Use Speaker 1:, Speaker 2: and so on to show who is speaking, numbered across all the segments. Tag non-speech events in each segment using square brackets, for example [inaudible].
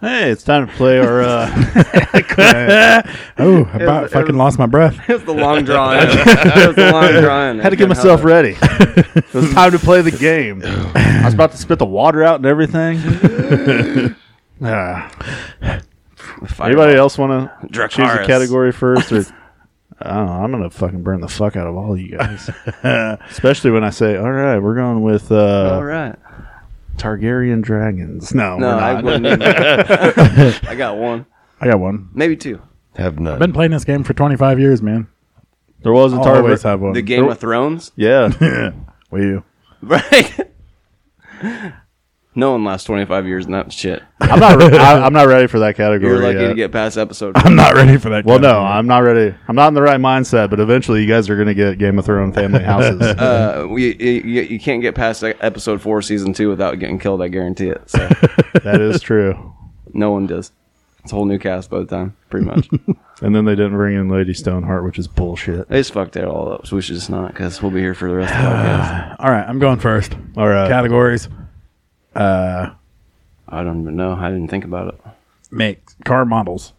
Speaker 1: hey, it's time to play our. [laughs] Uh,
Speaker 2: Oh, I about
Speaker 3: was- it
Speaker 2: fucking
Speaker 3: was-
Speaker 2: lost my breath.
Speaker 3: [laughs] It was the long
Speaker 4: [laughs]
Speaker 3: drawn. it was the long
Speaker 2: [laughs]
Speaker 3: drawn.
Speaker 1: had to get myself [laughs] ready. it was time to play the game. I was about to spit the water out and everything. Ah. Anybody else want to choose a
Speaker 3: Dracarys.
Speaker 1: category first, [laughs] or I don't know, I'm gonna fucking burn the fuck out of all you [laughs] guys, especially when I say, "All right, we're going with uh,
Speaker 3: All right.
Speaker 1: Targaryen dragons." No,
Speaker 3: No,
Speaker 1: we're
Speaker 3: I
Speaker 1: not.
Speaker 3: wouldn't. Either.
Speaker 1: [laughs]
Speaker 3: I got one,
Speaker 2: I got one.
Speaker 3: maybe two.
Speaker 4: Have none.
Speaker 2: I've been playing this game for 25 years, man.
Speaker 1: there was a
Speaker 2: I'll always
Speaker 1: Targaryen.
Speaker 2: have one.
Speaker 3: The Game of Thrones, [laughs]
Speaker 1: Yeah, [laughs]
Speaker 2: Will you?
Speaker 3: right? no one lasts twenty five years in that shit.
Speaker 1: I'm not. [laughs] Re- I, am not ready for that category.
Speaker 3: You're lucky
Speaker 1: yet.
Speaker 3: to get past episode.
Speaker 2: I'm not ready for that.
Speaker 1: Well,
Speaker 2: kind of
Speaker 1: no,
Speaker 2: thing.
Speaker 1: I'm not ready. I'm not in the right mindset, but eventually you guys are going to get Game of Thrones [laughs] family houses.
Speaker 3: Uh, we you, you can't get past like, episode four, season two, without getting killed. I guarantee it.
Speaker 1: [laughs]
Speaker 3: So
Speaker 1: that is true.
Speaker 3: no one does. It's a whole new cast by the time,
Speaker 1: [laughs]
Speaker 3: pretty much.
Speaker 1: And then they didn't bring in Lady Stoneheart, which is bullshit.
Speaker 3: they just fucked it all up, so we should just not, because we'll be here for the rest of the podcast.
Speaker 2: All right, I'm going first.
Speaker 1: All right.
Speaker 2: Categories. Uh,
Speaker 3: I don't even know. I didn't think about it.
Speaker 2: make car models.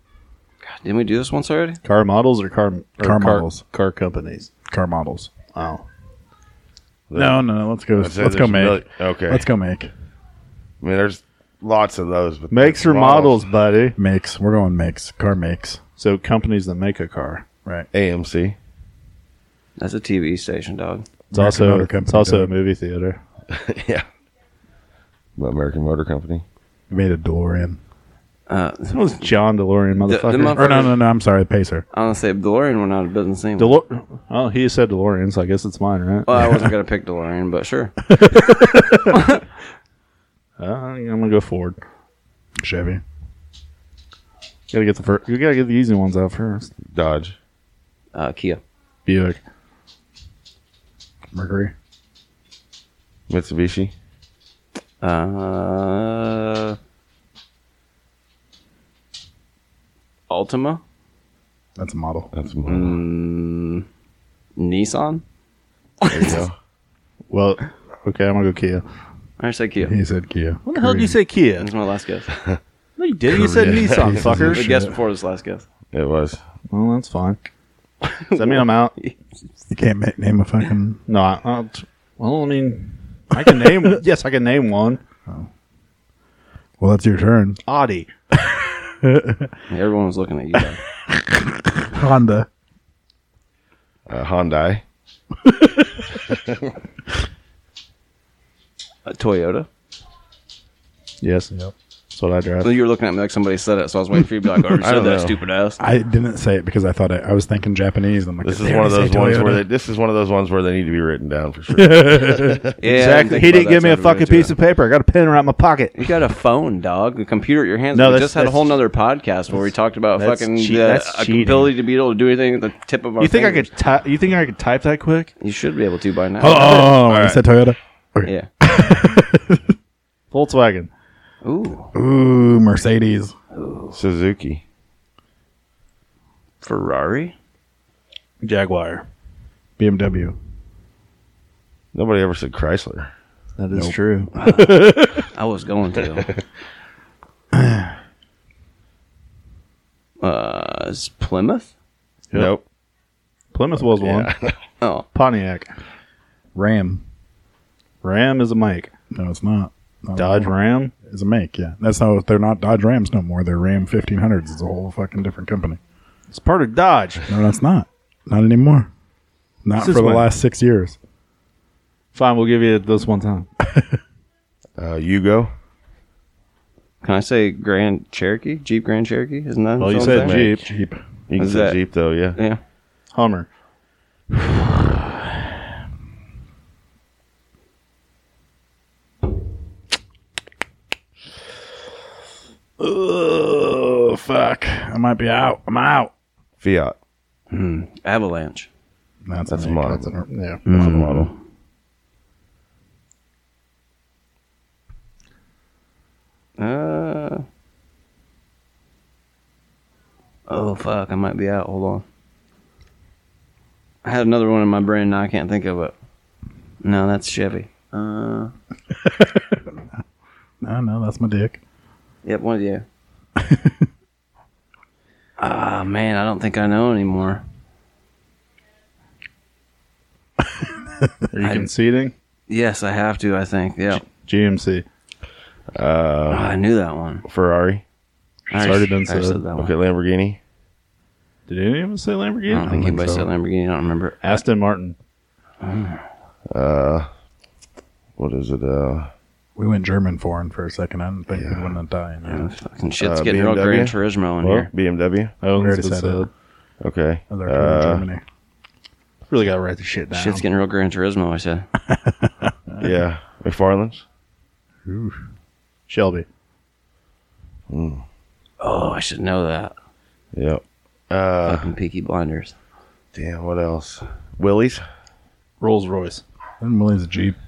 Speaker 3: God, didn't we do this once already?
Speaker 1: Car models or car or
Speaker 2: Car models.
Speaker 1: car companies.
Speaker 2: Car models.
Speaker 1: Oh,
Speaker 2: No, no, no. Let's go.
Speaker 4: I'd
Speaker 2: Let's,
Speaker 4: say
Speaker 2: go
Speaker 4: there's
Speaker 2: make.
Speaker 4: really- okay.
Speaker 2: Let's go make.
Speaker 4: I mean, there's lots of those. But
Speaker 1: makes or models, buddy.
Speaker 2: Makes. We're going makes. Car makes.
Speaker 1: So companies that make a car.
Speaker 2: Right.
Speaker 4: AMC.
Speaker 3: That's a TV station, dog.
Speaker 1: It's
Speaker 2: American
Speaker 1: also
Speaker 2: Motor Company
Speaker 1: it's also
Speaker 2: does
Speaker 1: a movie theater.
Speaker 4: [laughs] yeah. American Motor Company.
Speaker 2: We made a DeLorean.
Speaker 3: Uh, [laughs]
Speaker 1: That was John DeLorean,
Speaker 3: the
Speaker 1: motherfucker.
Speaker 3: mother-
Speaker 2: Or no, no, no. I'm sorry. Pacer.
Speaker 3: I want to say DeLorean went out of business anyway.
Speaker 1: DeLore- oh, he said DeLorean, so I guess it's mine, right?
Speaker 3: well, I
Speaker 1: [laughs]
Speaker 3: wasn't gonna pick DeLorean, but sure.
Speaker 1: Uh, I'm gonna go Ford.
Speaker 2: Chevy.
Speaker 1: Gotta get the first. You gotta get the easy ones out first.
Speaker 4: Dodge.
Speaker 3: Uh, Kia,
Speaker 1: Buick.
Speaker 2: Mercury.
Speaker 4: Mitsubishi.
Speaker 3: uh, Altima,
Speaker 2: That's a model.
Speaker 4: That's a model.
Speaker 3: mm, Nissan.
Speaker 4: There you go.
Speaker 1: Well, okay, I'm gonna go Kia.
Speaker 3: I said Kia.
Speaker 2: [laughs] He said Kia.
Speaker 1: What the hell did you say Kia?
Speaker 3: That's my last
Speaker 1: [laughs]
Speaker 3: guess.
Speaker 1: No, you didn't. You said Nissan,
Speaker 3: The
Speaker 1: fucker.
Speaker 3: guess before this last guess.
Speaker 4: It was.
Speaker 1: [laughs] Well, that's fine. Does that mean I'm out?
Speaker 2: You can't ma- name a fucking.
Speaker 1: No, I, I, well, I mean, I can [laughs] name. yes, I can name one.
Speaker 2: Well, that's your turn.
Speaker 1: Audi.
Speaker 3: Everyone was looking at you. dog.
Speaker 1: [laughs]
Speaker 2: Honda.
Speaker 4: Uh, Hyundai.
Speaker 3: Uh, Toyota.
Speaker 1: Yes, yep. that's what I
Speaker 3: So
Speaker 1: drive.
Speaker 3: you were looking at me like somebody said it, so I was waiting for you to be
Speaker 1: [laughs]
Speaker 3: like, "Oh, you
Speaker 4: I
Speaker 3: said
Speaker 4: don't
Speaker 3: that
Speaker 4: know.
Speaker 3: stupid ass."
Speaker 2: I didn't say it because I thought it, I was thinking Japanese. I'm like,
Speaker 4: This
Speaker 2: "Did
Speaker 4: is
Speaker 2: they
Speaker 4: one of
Speaker 2: say
Speaker 4: those ones
Speaker 2: Toyota?"
Speaker 4: where they, this is one of those ones where they need to be written down for
Speaker 2: [laughs]
Speaker 4: sure.
Speaker 3: Yeah, I
Speaker 1: Exactly.
Speaker 3: think
Speaker 1: He didn't
Speaker 3: about that
Speaker 1: give me a
Speaker 3: till I
Speaker 1: fucking
Speaker 3: wrote it.
Speaker 1: piece of paper. I got a pen right in my pocket.
Speaker 3: You got a phone, dog. The computer at your hands.
Speaker 1: No,
Speaker 3: we
Speaker 1: that's-
Speaker 3: just had a
Speaker 1: that's-
Speaker 3: whole nother podcast where we talked about
Speaker 1: that's
Speaker 3: fucking
Speaker 1: cheat-
Speaker 3: the
Speaker 1: that's
Speaker 3: uh,
Speaker 1: cheating.
Speaker 3: ability to be able to do anything at the tip of our.
Speaker 1: You think I
Speaker 3: fingers.
Speaker 1: could? Ty- you think I could type that quick?
Speaker 3: You should be able to by now.
Speaker 2: Oh, oh, oh, you
Speaker 4: right.
Speaker 2: said Toyota. Okay.
Speaker 3: Yeah.
Speaker 1: Volkswagen.
Speaker 3: Ooh,
Speaker 2: Ooh, Mercedes.
Speaker 4: Suzuki.
Speaker 3: Ferrari.
Speaker 1: Jaguar.
Speaker 2: BMW.
Speaker 4: Nobody ever said Chrysler.
Speaker 1: That is true.
Speaker 3: I was going to. uh, is Plymouth.
Speaker 4: Nope.
Speaker 1: Plymouth was one.
Speaker 3: [laughs] Oh,
Speaker 1: Pontiac.
Speaker 2: Ram.
Speaker 1: Ram is a make.
Speaker 2: No, it's not. Not
Speaker 1: Dodge
Speaker 3: Uh-huh.
Speaker 2: at all.
Speaker 1: Ram.
Speaker 2: is a make. Yeah, that's no. They're not Dodge Rams no more. They're Ram 1500s. It's a whole fucking different company.
Speaker 1: It's part of Dodge.
Speaker 2: No, that's not. Not anymore. Not
Speaker 1: Since
Speaker 2: for the
Speaker 1: when?
Speaker 2: last six years.
Speaker 1: Fine, we'll give you this one time.
Speaker 4: Uh, Yugo.
Speaker 3: can I say Grand Cherokee? Jeep Grand Cherokee? Isn't that?
Speaker 1: Well, you
Speaker 3: its
Speaker 1: said
Speaker 3: own thing?
Speaker 1: Jeep,
Speaker 2: Jeep.
Speaker 4: You can
Speaker 3: Is
Speaker 4: say
Speaker 3: that-
Speaker 4: Jeep though,
Speaker 2: Mm.
Speaker 4: yeah.
Speaker 3: Yeah.
Speaker 1: Hummer.
Speaker 2: Oh fuck! I might be out. I'm out. Mm.
Speaker 4: Fiat.
Speaker 3: Avalanche.
Speaker 2: That's,
Speaker 4: That's Mm. a
Speaker 2: make.
Speaker 4: model.
Speaker 2: That's a- yeah.
Speaker 4: That's a model.
Speaker 3: Uh. Oh fuck! I might be out. Hold on. I had another one in my brain. Now I can't think of it. No, that's Chevy. Uh.
Speaker 2: No, no, that's my dick.
Speaker 3: Yep. One. Yeah. Ah, man, I don't think I know anymore.
Speaker 1: Are you
Speaker 3: I-
Speaker 1: conceding?
Speaker 3: Yes, I have to, I think. Yeah.
Speaker 1: GMC.
Speaker 3: Oh, I knew that one.
Speaker 4: Ferrari.
Speaker 3: I
Speaker 1: already
Speaker 3: already
Speaker 1: been
Speaker 3: I
Speaker 1: said.
Speaker 3: said that one.
Speaker 4: Okay, Lamborghini.
Speaker 1: Did any of us say
Speaker 3: I
Speaker 1: Lamborghini?
Speaker 3: don't think anybody said Lamborghini. I don't remember.
Speaker 1: Aston Martin.
Speaker 4: What is it? Uh,
Speaker 2: We went German foreign for a second. I didn't think we wouldn't have died.
Speaker 3: Uh, fucking shit's
Speaker 4: Uh,
Speaker 3: getting real
Speaker 4: BMW?
Speaker 3: Gran Turismo in
Speaker 4: well,
Speaker 3: here.
Speaker 4: BMW.
Speaker 1: Oh,
Speaker 2: already
Speaker 1: that's what
Speaker 2: said
Speaker 1: I
Speaker 2: it.
Speaker 4: Okay.
Speaker 2: Other
Speaker 4: Uh,
Speaker 2: Germany.
Speaker 1: Really got to write this shit down.
Speaker 3: Shit's getting real Gran Turismo, I said.
Speaker 4: Uh, yeah. McFarland's.
Speaker 1: Shelby.
Speaker 3: Oh, I should know that.
Speaker 4: Yep. Uh,
Speaker 3: Fucking Peaky [laughs] Blinders.
Speaker 4: damn. What else? Willie's.
Speaker 1: Rolls Royce.
Speaker 2: Then Willie's Jeep. [laughs]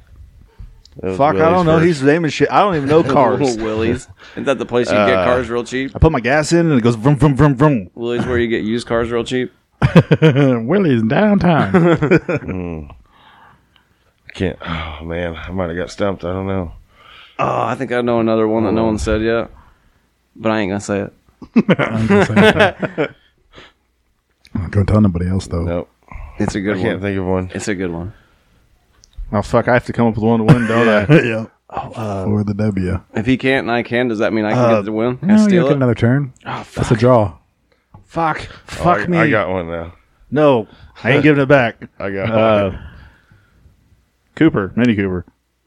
Speaker 4: That was
Speaker 1: Fuck, I
Speaker 4: Willie's
Speaker 1: don't know.
Speaker 4: first.
Speaker 1: He's naming shit. I don't even
Speaker 4: [laughs]
Speaker 1: know cars.
Speaker 3: Little Willie's. Isn't that the place you get cars real cheap?
Speaker 1: I put my gas in and it goes vroom, vroom, vroom, vroom.
Speaker 3: Willie's where you get used cars real cheap?
Speaker 2: Willie's downtown.
Speaker 4: I can't. Oh man, I might have got stumped. I don't know.
Speaker 3: Oh, I think I know another one that no one said yet. But I ain't gonna say it.
Speaker 2: I'm just saying. I'm not going to tell nobody else, though.
Speaker 4: Nope.
Speaker 3: It's a
Speaker 4: I
Speaker 3: good one.
Speaker 4: can't think of one.
Speaker 3: It's a good one.
Speaker 1: Oh, fuck. I have to come up with one to win, don't
Speaker 4: [laughs]
Speaker 1: I?
Speaker 2: yeah. For the W.
Speaker 3: If he can't and I can, does that mean I can
Speaker 1: Uh,
Speaker 3: get the win? I
Speaker 2: No, you
Speaker 3: steal
Speaker 2: get
Speaker 3: it?
Speaker 2: another turn.
Speaker 1: Oh,
Speaker 2: That's a
Speaker 1: fuck.
Speaker 2: draw.
Speaker 1: Fuck.
Speaker 4: Oh, I-
Speaker 1: Fuck me.
Speaker 4: I got one now.
Speaker 1: no, I
Speaker 4: [laughs]
Speaker 1: ain't giving it back.
Speaker 4: I got
Speaker 1: Uh,
Speaker 4: one.
Speaker 1: Cooper, Mini Cooper.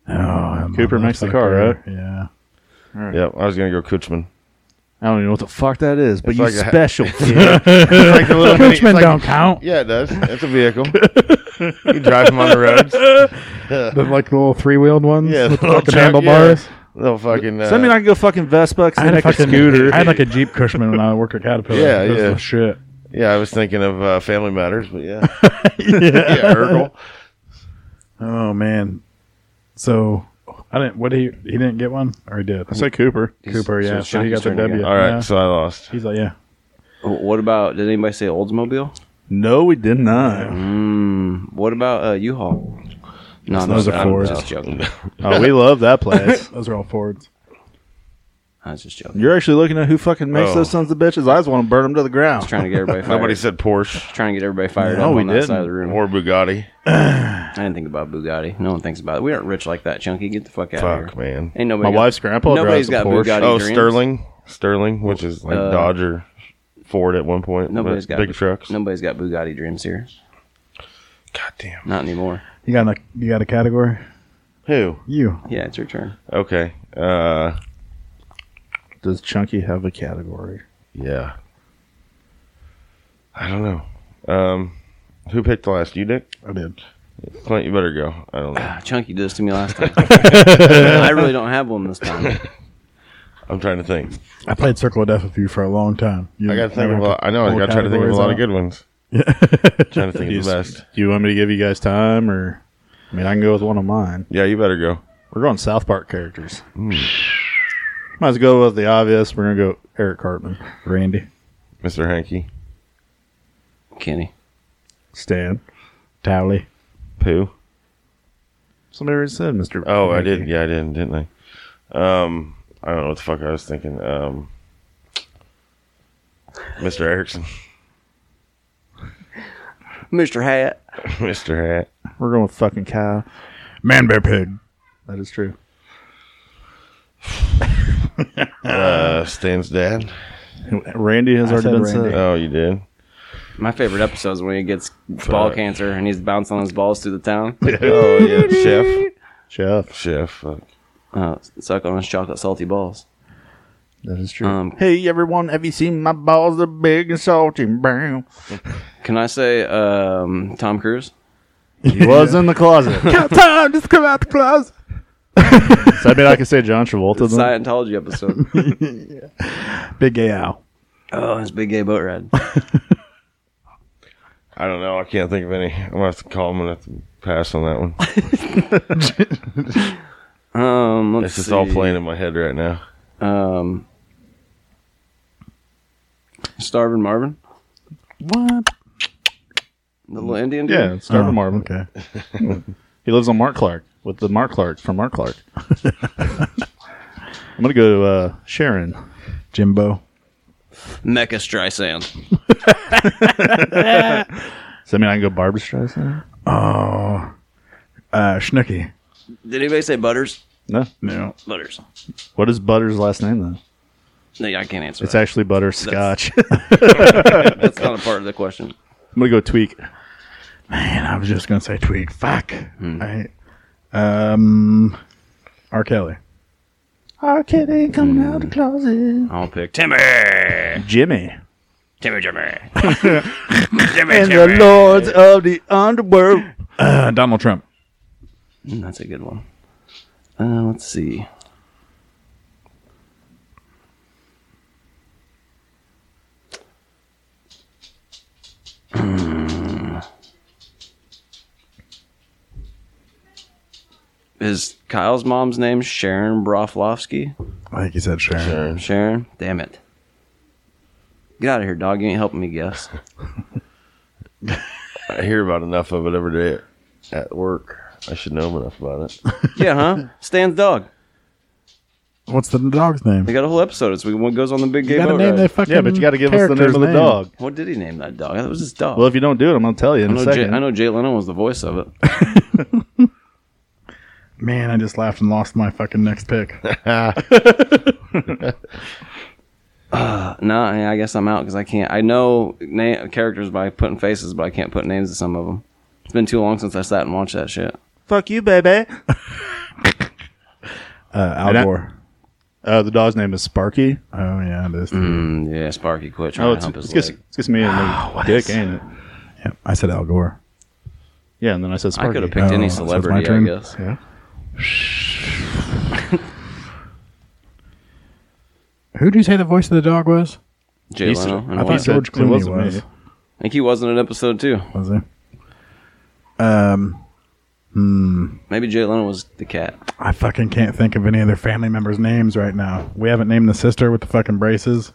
Speaker 2: Oh,
Speaker 1: Cooper makes the car, right?
Speaker 2: Yeah.
Speaker 4: Yep. I was gonna go Kutchman.
Speaker 1: I don't even know what the fuck that is, but
Speaker 4: It's
Speaker 1: you
Speaker 4: like a ha- [laughs]
Speaker 1: special.
Speaker 4: It's like the little mini- it's
Speaker 2: Coachmen
Speaker 4: like-
Speaker 2: don't count.
Speaker 4: Yeah, it [laughs] does. It's a vehicle. you drive them on
Speaker 1: [laughs]
Speaker 4: the roads.
Speaker 2: The like little three wheeled ones
Speaker 4: Yeah,
Speaker 2: with
Speaker 4: the little
Speaker 2: like the
Speaker 4: truck,
Speaker 2: handlebars.
Speaker 4: Little fucking. Uh,
Speaker 1: Does that mean I can go fucking Vespa? 'cause
Speaker 2: I
Speaker 1: they
Speaker 2: had a
Speaker 1: make a
Speaker 2: fucking
Speaker 1: scooter.
Speaker 2: I had like a Jeep Cushman when I worked at Caterpillar.
Speaker 4: Yeah,
Speaker 2: It was
Speaker 4: yeah.
Speaker 2: the Shit.
Speaker 4: yeah, I was thinking of uh, Family Matters,
Speaker 1: [laughs]
Speaker 4: but yeah. yeah.
Speaker 2: [laughs]
Speaker 4: Urkel.
Speaker 2: Oh man. So I didn't. What he he didn't get one or he did.
Speaker 1: I say Cooper.
Speaker 2: Cooper.
Speaker 3: so
Speaker 2: Yeah.
Speaker 3: it's
Speaker 2: So he
Speaker 3: Shocky's
Speaker 2: got the
Speaker 3: turn again.
Speaker 2: W.
Speaker 4: [laughs] All right,
Speaker 2: Yeah.
Speaker 4: so I lost.
Speaker 2: He's like, yeah.
Speaker 3: W- What about did anybody say Oldsmobile?
Speaker 1: No, we did not.
Speaker 3: Mm, what about uh, U-Haul? No, no,
Speaker 2: those are
Speaker 3: I'm
Speaker 2: Fords.
Speaker 3: just joking.
Speaker 1: Oh, we love
Speaker 2: [laughs]
Speaker 1: that place.
Speaker 2: Those are all Fords.
Speaker 3: I was just
Speaker 1: [laughs]
Speaker 3: joking.
Speaker 1: You're actually looking at who fucking makes
Speaker 4: Oh.
Speaker 1: those sons of bitches. I just want to burn them to the ground.
Speaker 3: Trying to get everybody fired.
Speaker 4: Nobody said Porsche
Speaker 3: trying to get everybody fired
Speaker 1: No,
Speaker 3: up
Speaker 1: Oh, we
Speaker 3: on that
Speaker 1: didn't.
Speaker 3: side of the room.
Speaker 4: or Bugatti.
Speaker 3: I didn't think about Bugatti. No one thinks about it. We aren't rich like that, Chunky. Get the fuck out of
Speaker 4: Fuck,
Speaker 3: here.
Speaker 4: man.
Speaker 3: Ain't nobody
Speaker 1: My
Speaker 3: got-
Speaker 1: wife's grandpa drives
Speaker 3: Nobody's
Speaker 1: a
Speaker 3: got
Speaker 1: Porsche.
Speaker 3: Bugatti.
Speaker 4: Oh,
Speaker 3: dreams.
Speaker 4: Sterling. Sterling, which is like
Speaker 3: Uh,
Speaker 4: Dodge or Ford at one point.
Speaker 3: Nobody's
Speaker 4: but
Speaker 3: got
Speaker 4: big trucks.
Speaker 3: Nobody's got Bugatti dreams here.
Speaker 4: God damn.
Speaker 3: Not anymore.
Speaker 2: You got a you got a category.
Speaker 4: Who?
Speaker 2: You.
Speaker 3: Yeah, it's your turn.
Speaker 4: Okay. Uh,
Speaker 1: Does Chunky have a category?
Speaker 4: yeah. I don't know. Um, who picked the last? You did.
Speaker 1: [laughs]
Speaker 2: I did.
Speaker 4: Clint, you better go. I don't know.
Speaker 3: Ah, Chunky did this to me last
Speaker 4: [laughs]
Speaker 3: time. I really don't have one this time.
Speaker 4: I'm trying to think.
Speaker 2: I played Circle of Death with you for a long time. You
Speaker 4: I got to think
Speaker 2: never
Speaker 4: of a
Speaker 2: have
Speaker 4: lot. I know. I
Speaker 2: pull
Speaker 4: got to try to think of a
Speaker 2: categories
Speaker 4: lot
Speaker 2: out.
Speaker 4: of
Speaker 2: [laughs]
Speaker 4: good ones. trying to think
Speaker 1: Do
Speaker 4: of the
Speaker 1: you,
Speaker 4: best.
Speaker 1: do you want me to give you guys time, or I mean, I can go with one of mine.
Speaker 4: Yeah, you better go.
Speaker 1: We're going South Park characters. Might as well go with the obvious. We're gonna go Eric Cartman,
Speaker 2: Randy.
Speaker 4: Mr. Hanky.
Speaker 3: Kenny.
Speaker 1: Stan.
Speaker 2: Tally.
Speaker 4: Pooh.
Speaker 1: Somebody already said Mr.
Speaker 4: Oh, I
Speaker 1: Hanky.
Speaker 4: did. Yeah, I didn't, didn't I? Um, I don't know what the fuck I was thinking. Um, Mr. Erickson,
Speaker 3: Mr. Hat.
Speaker 4: Mr. Hat.
Speaker 1: We're going with fucking Kyle.
Speaker 2: Man Bear Pig.
Speaker 1: That is true.
Speaker 4: Uh, Stan's dad.
Speaker 1: Randy has
Speaker 2: I
Speaker 1: already
Speaker 2: said
Speaker 1: been
Speaker 2: Randy.
Speaker 1: said.
Speaker 4: Oh, you did.
Speaker 3: My favorite episode is when he gets ball
Speaker 4: Fuck.
Speaker 3: cancer and he's bouncing on his balls through the town.
Speaker 4: Oh yeah, chef.
Speaker 1: Jeff.
Speaker 4: Chef. Fuck.
Speaker 3: Uh, suck on his chocolate salty balls.
Speaker 1: That is true.
Speaker 3: Um,
Speaker 1: hey everyone, have you seen my balls? They're big and salty. Bam.
Speaker 3: Can I say um, Tom Cruise?
Speaker 1: He was in the [laughs] closet.
Speaker 2: Time just come out the closet.
Speaker 1: Does that mean I can say John Travolta? then?
Speaker 3: Scientology episode.
Speaker 4: [laughs]
Speaker 2: Big gay owl.
Speaker 3: oh, his big gay boat ride.
Speaker 4: I don't know. I can't think of any. I'm gonna have to call him and have to pass on that one.
Speaker 3: Um, let's
Speaker 4: It's just
Speaker 3: see.
Speaker 4: all playing in my head right now.
Speaker 3: Um, Starvin Marvin,
Speaker 2: What?
Speaker 3: the little Indian dude.
Speaker 1: Yeah, Starvin Marvin.
Speaker 2: Okay.
Speaker 1: [laughs] He lives on Mark Clark with the Mark Clark [laughs] from Mark Clark. I'm gonna go uh, Sharon.
Speaker 2: Jimbo.
Speaker 3: Mecca Streisand.
Speaker 1: Does that mean I can go Barbra Streisand?
Speaker 2: Oh, uh, Schnooky.
Speaker 3: Did anybody say Butters?
Speaker 1: No.
Speaker 2: No.
Speaker 3: Butters.
Speaker 1: What is Butter's last name though?
Speaker 3: No, I can't answer
Speaker 1: It's
Speaker 3: that.
Speaker 1: actually Butter Scotch. [laughs] I'm
Speaker 3: That's not a part of the question.
Speaker 1: gonna go Tweak.
Speaker 2: Man, I was just gonna say Tweak. Fuck. I, um, R. Kelly.
Speaker 1: Our kitty coming out of the closet.
Speaker 3: I'll pick Timmy.
Speaker 1: Jimmy.
Speaker 3: Timmy Jimmy.
Speaker 1: And the lords of the underworld.
Speaker 2: Uh, Donald Trump.
Speaker 3: Mm, That's a good one. Uh, let's see. Hmm. Is Kyle's mom's name Sharon Broflovsky?
Speaker 2: Like you said, Sharon.
Speaker 4: Sharon.
Speaker 3: Sharon? Damn it. Get out of here, dog. You ain't helping me
Speaker 2: [laughs]
Speaker 3: guess.
Speaker 4: I hear about enough of it every day at work. I should know enough about it.
Speaker 3: yeah, huh? Stan's dog.
Speaker 2: What's the dog's name?
Speaker 3: They got a whole episode. It's what goes on the big
Speaker 2: You
Speaker 3: game. Oh,
Speaker 2: gotta name that fucking
Speaker 1: Yeah, but you got to give us the name
Speaker 2: character's
Speaker 1: of the dog.
Speaker 3: What did he name that dog? That was his dog.
Speaker 1: Well, if you don't do it, I'm gonna tell you in
Speaker 3: I
Speaker 1: a
Speaker 3: know, Jay,
Speaker 1: second.
Speaker 3: I know Jay Leno was the voice of it.
Speaker 2: Man, I just laughed and lost my fucking next pick. [laughs]
Speaker 3: no, Uh, I I guess I'm out because I can't. I know na- characters by putting faces, but I can't put names to some of them. It's been too long since I sat and watched that shit.
Speaker 1: Fuck you, baby.
Speaker 2: Uh, Al
Speaker 1: And I-
Speaker 2: Gore.
Speaker 1: Uh, the dog's name is Sparky.
Speaker 2: oh yeah, it is.
Speaker 3: Mm, yeah, Sparky quit trying
Speaker 1: Oh,
Speaker 3: to
Speaker 1: it's,
Speaker 3: hump his
Speaker 1: it's, gets,
Speaker 3: leg.
Speaker 1: it's gets me in the
Speaker 3: Ah,
Speaker 2: what
Speaker 1: dick,
Speaker 2: is-
Speaker 1: ain't it?
Speaker 2: Yep, I said Al Gore.
Speaker 1: Yeah, and then I said
Speaker 3: I
Speaker 1: Sparky.
Speaker 3: could have picked
Speaker 2: Oh,
Speaker 3: any
Speaker 2: so it's my
Speaker 3: celebrity, I
Speaker 2: turn.
Speaker 3: guess.
Speaker 2: Yeah. [laughs] Who do you say the voice of the dog was?
Speaker 3: Jay
Speaker 1: He said-
Speaker 3: Leno.
Speaker 1: I
Speaker 3: And
Speaker 2: I
Speaker 3: I,
Speaker 2: thought
Speaker 1: said
Speaker 2: George
Speaker 1: it
Speaker 2: Clooney
Speaker 1: wasn't
Speaker 2: was.
Speaker 1: me.
Speaker 3: I think he wasn't in episode two.
Speaker 2: Was he? Um,
Speaker 3: Maybe Jay Leno was the cat.
Speaker 2: I fucking can't think of any of their family members' names right now. We haven't named the sister with the fucking braces.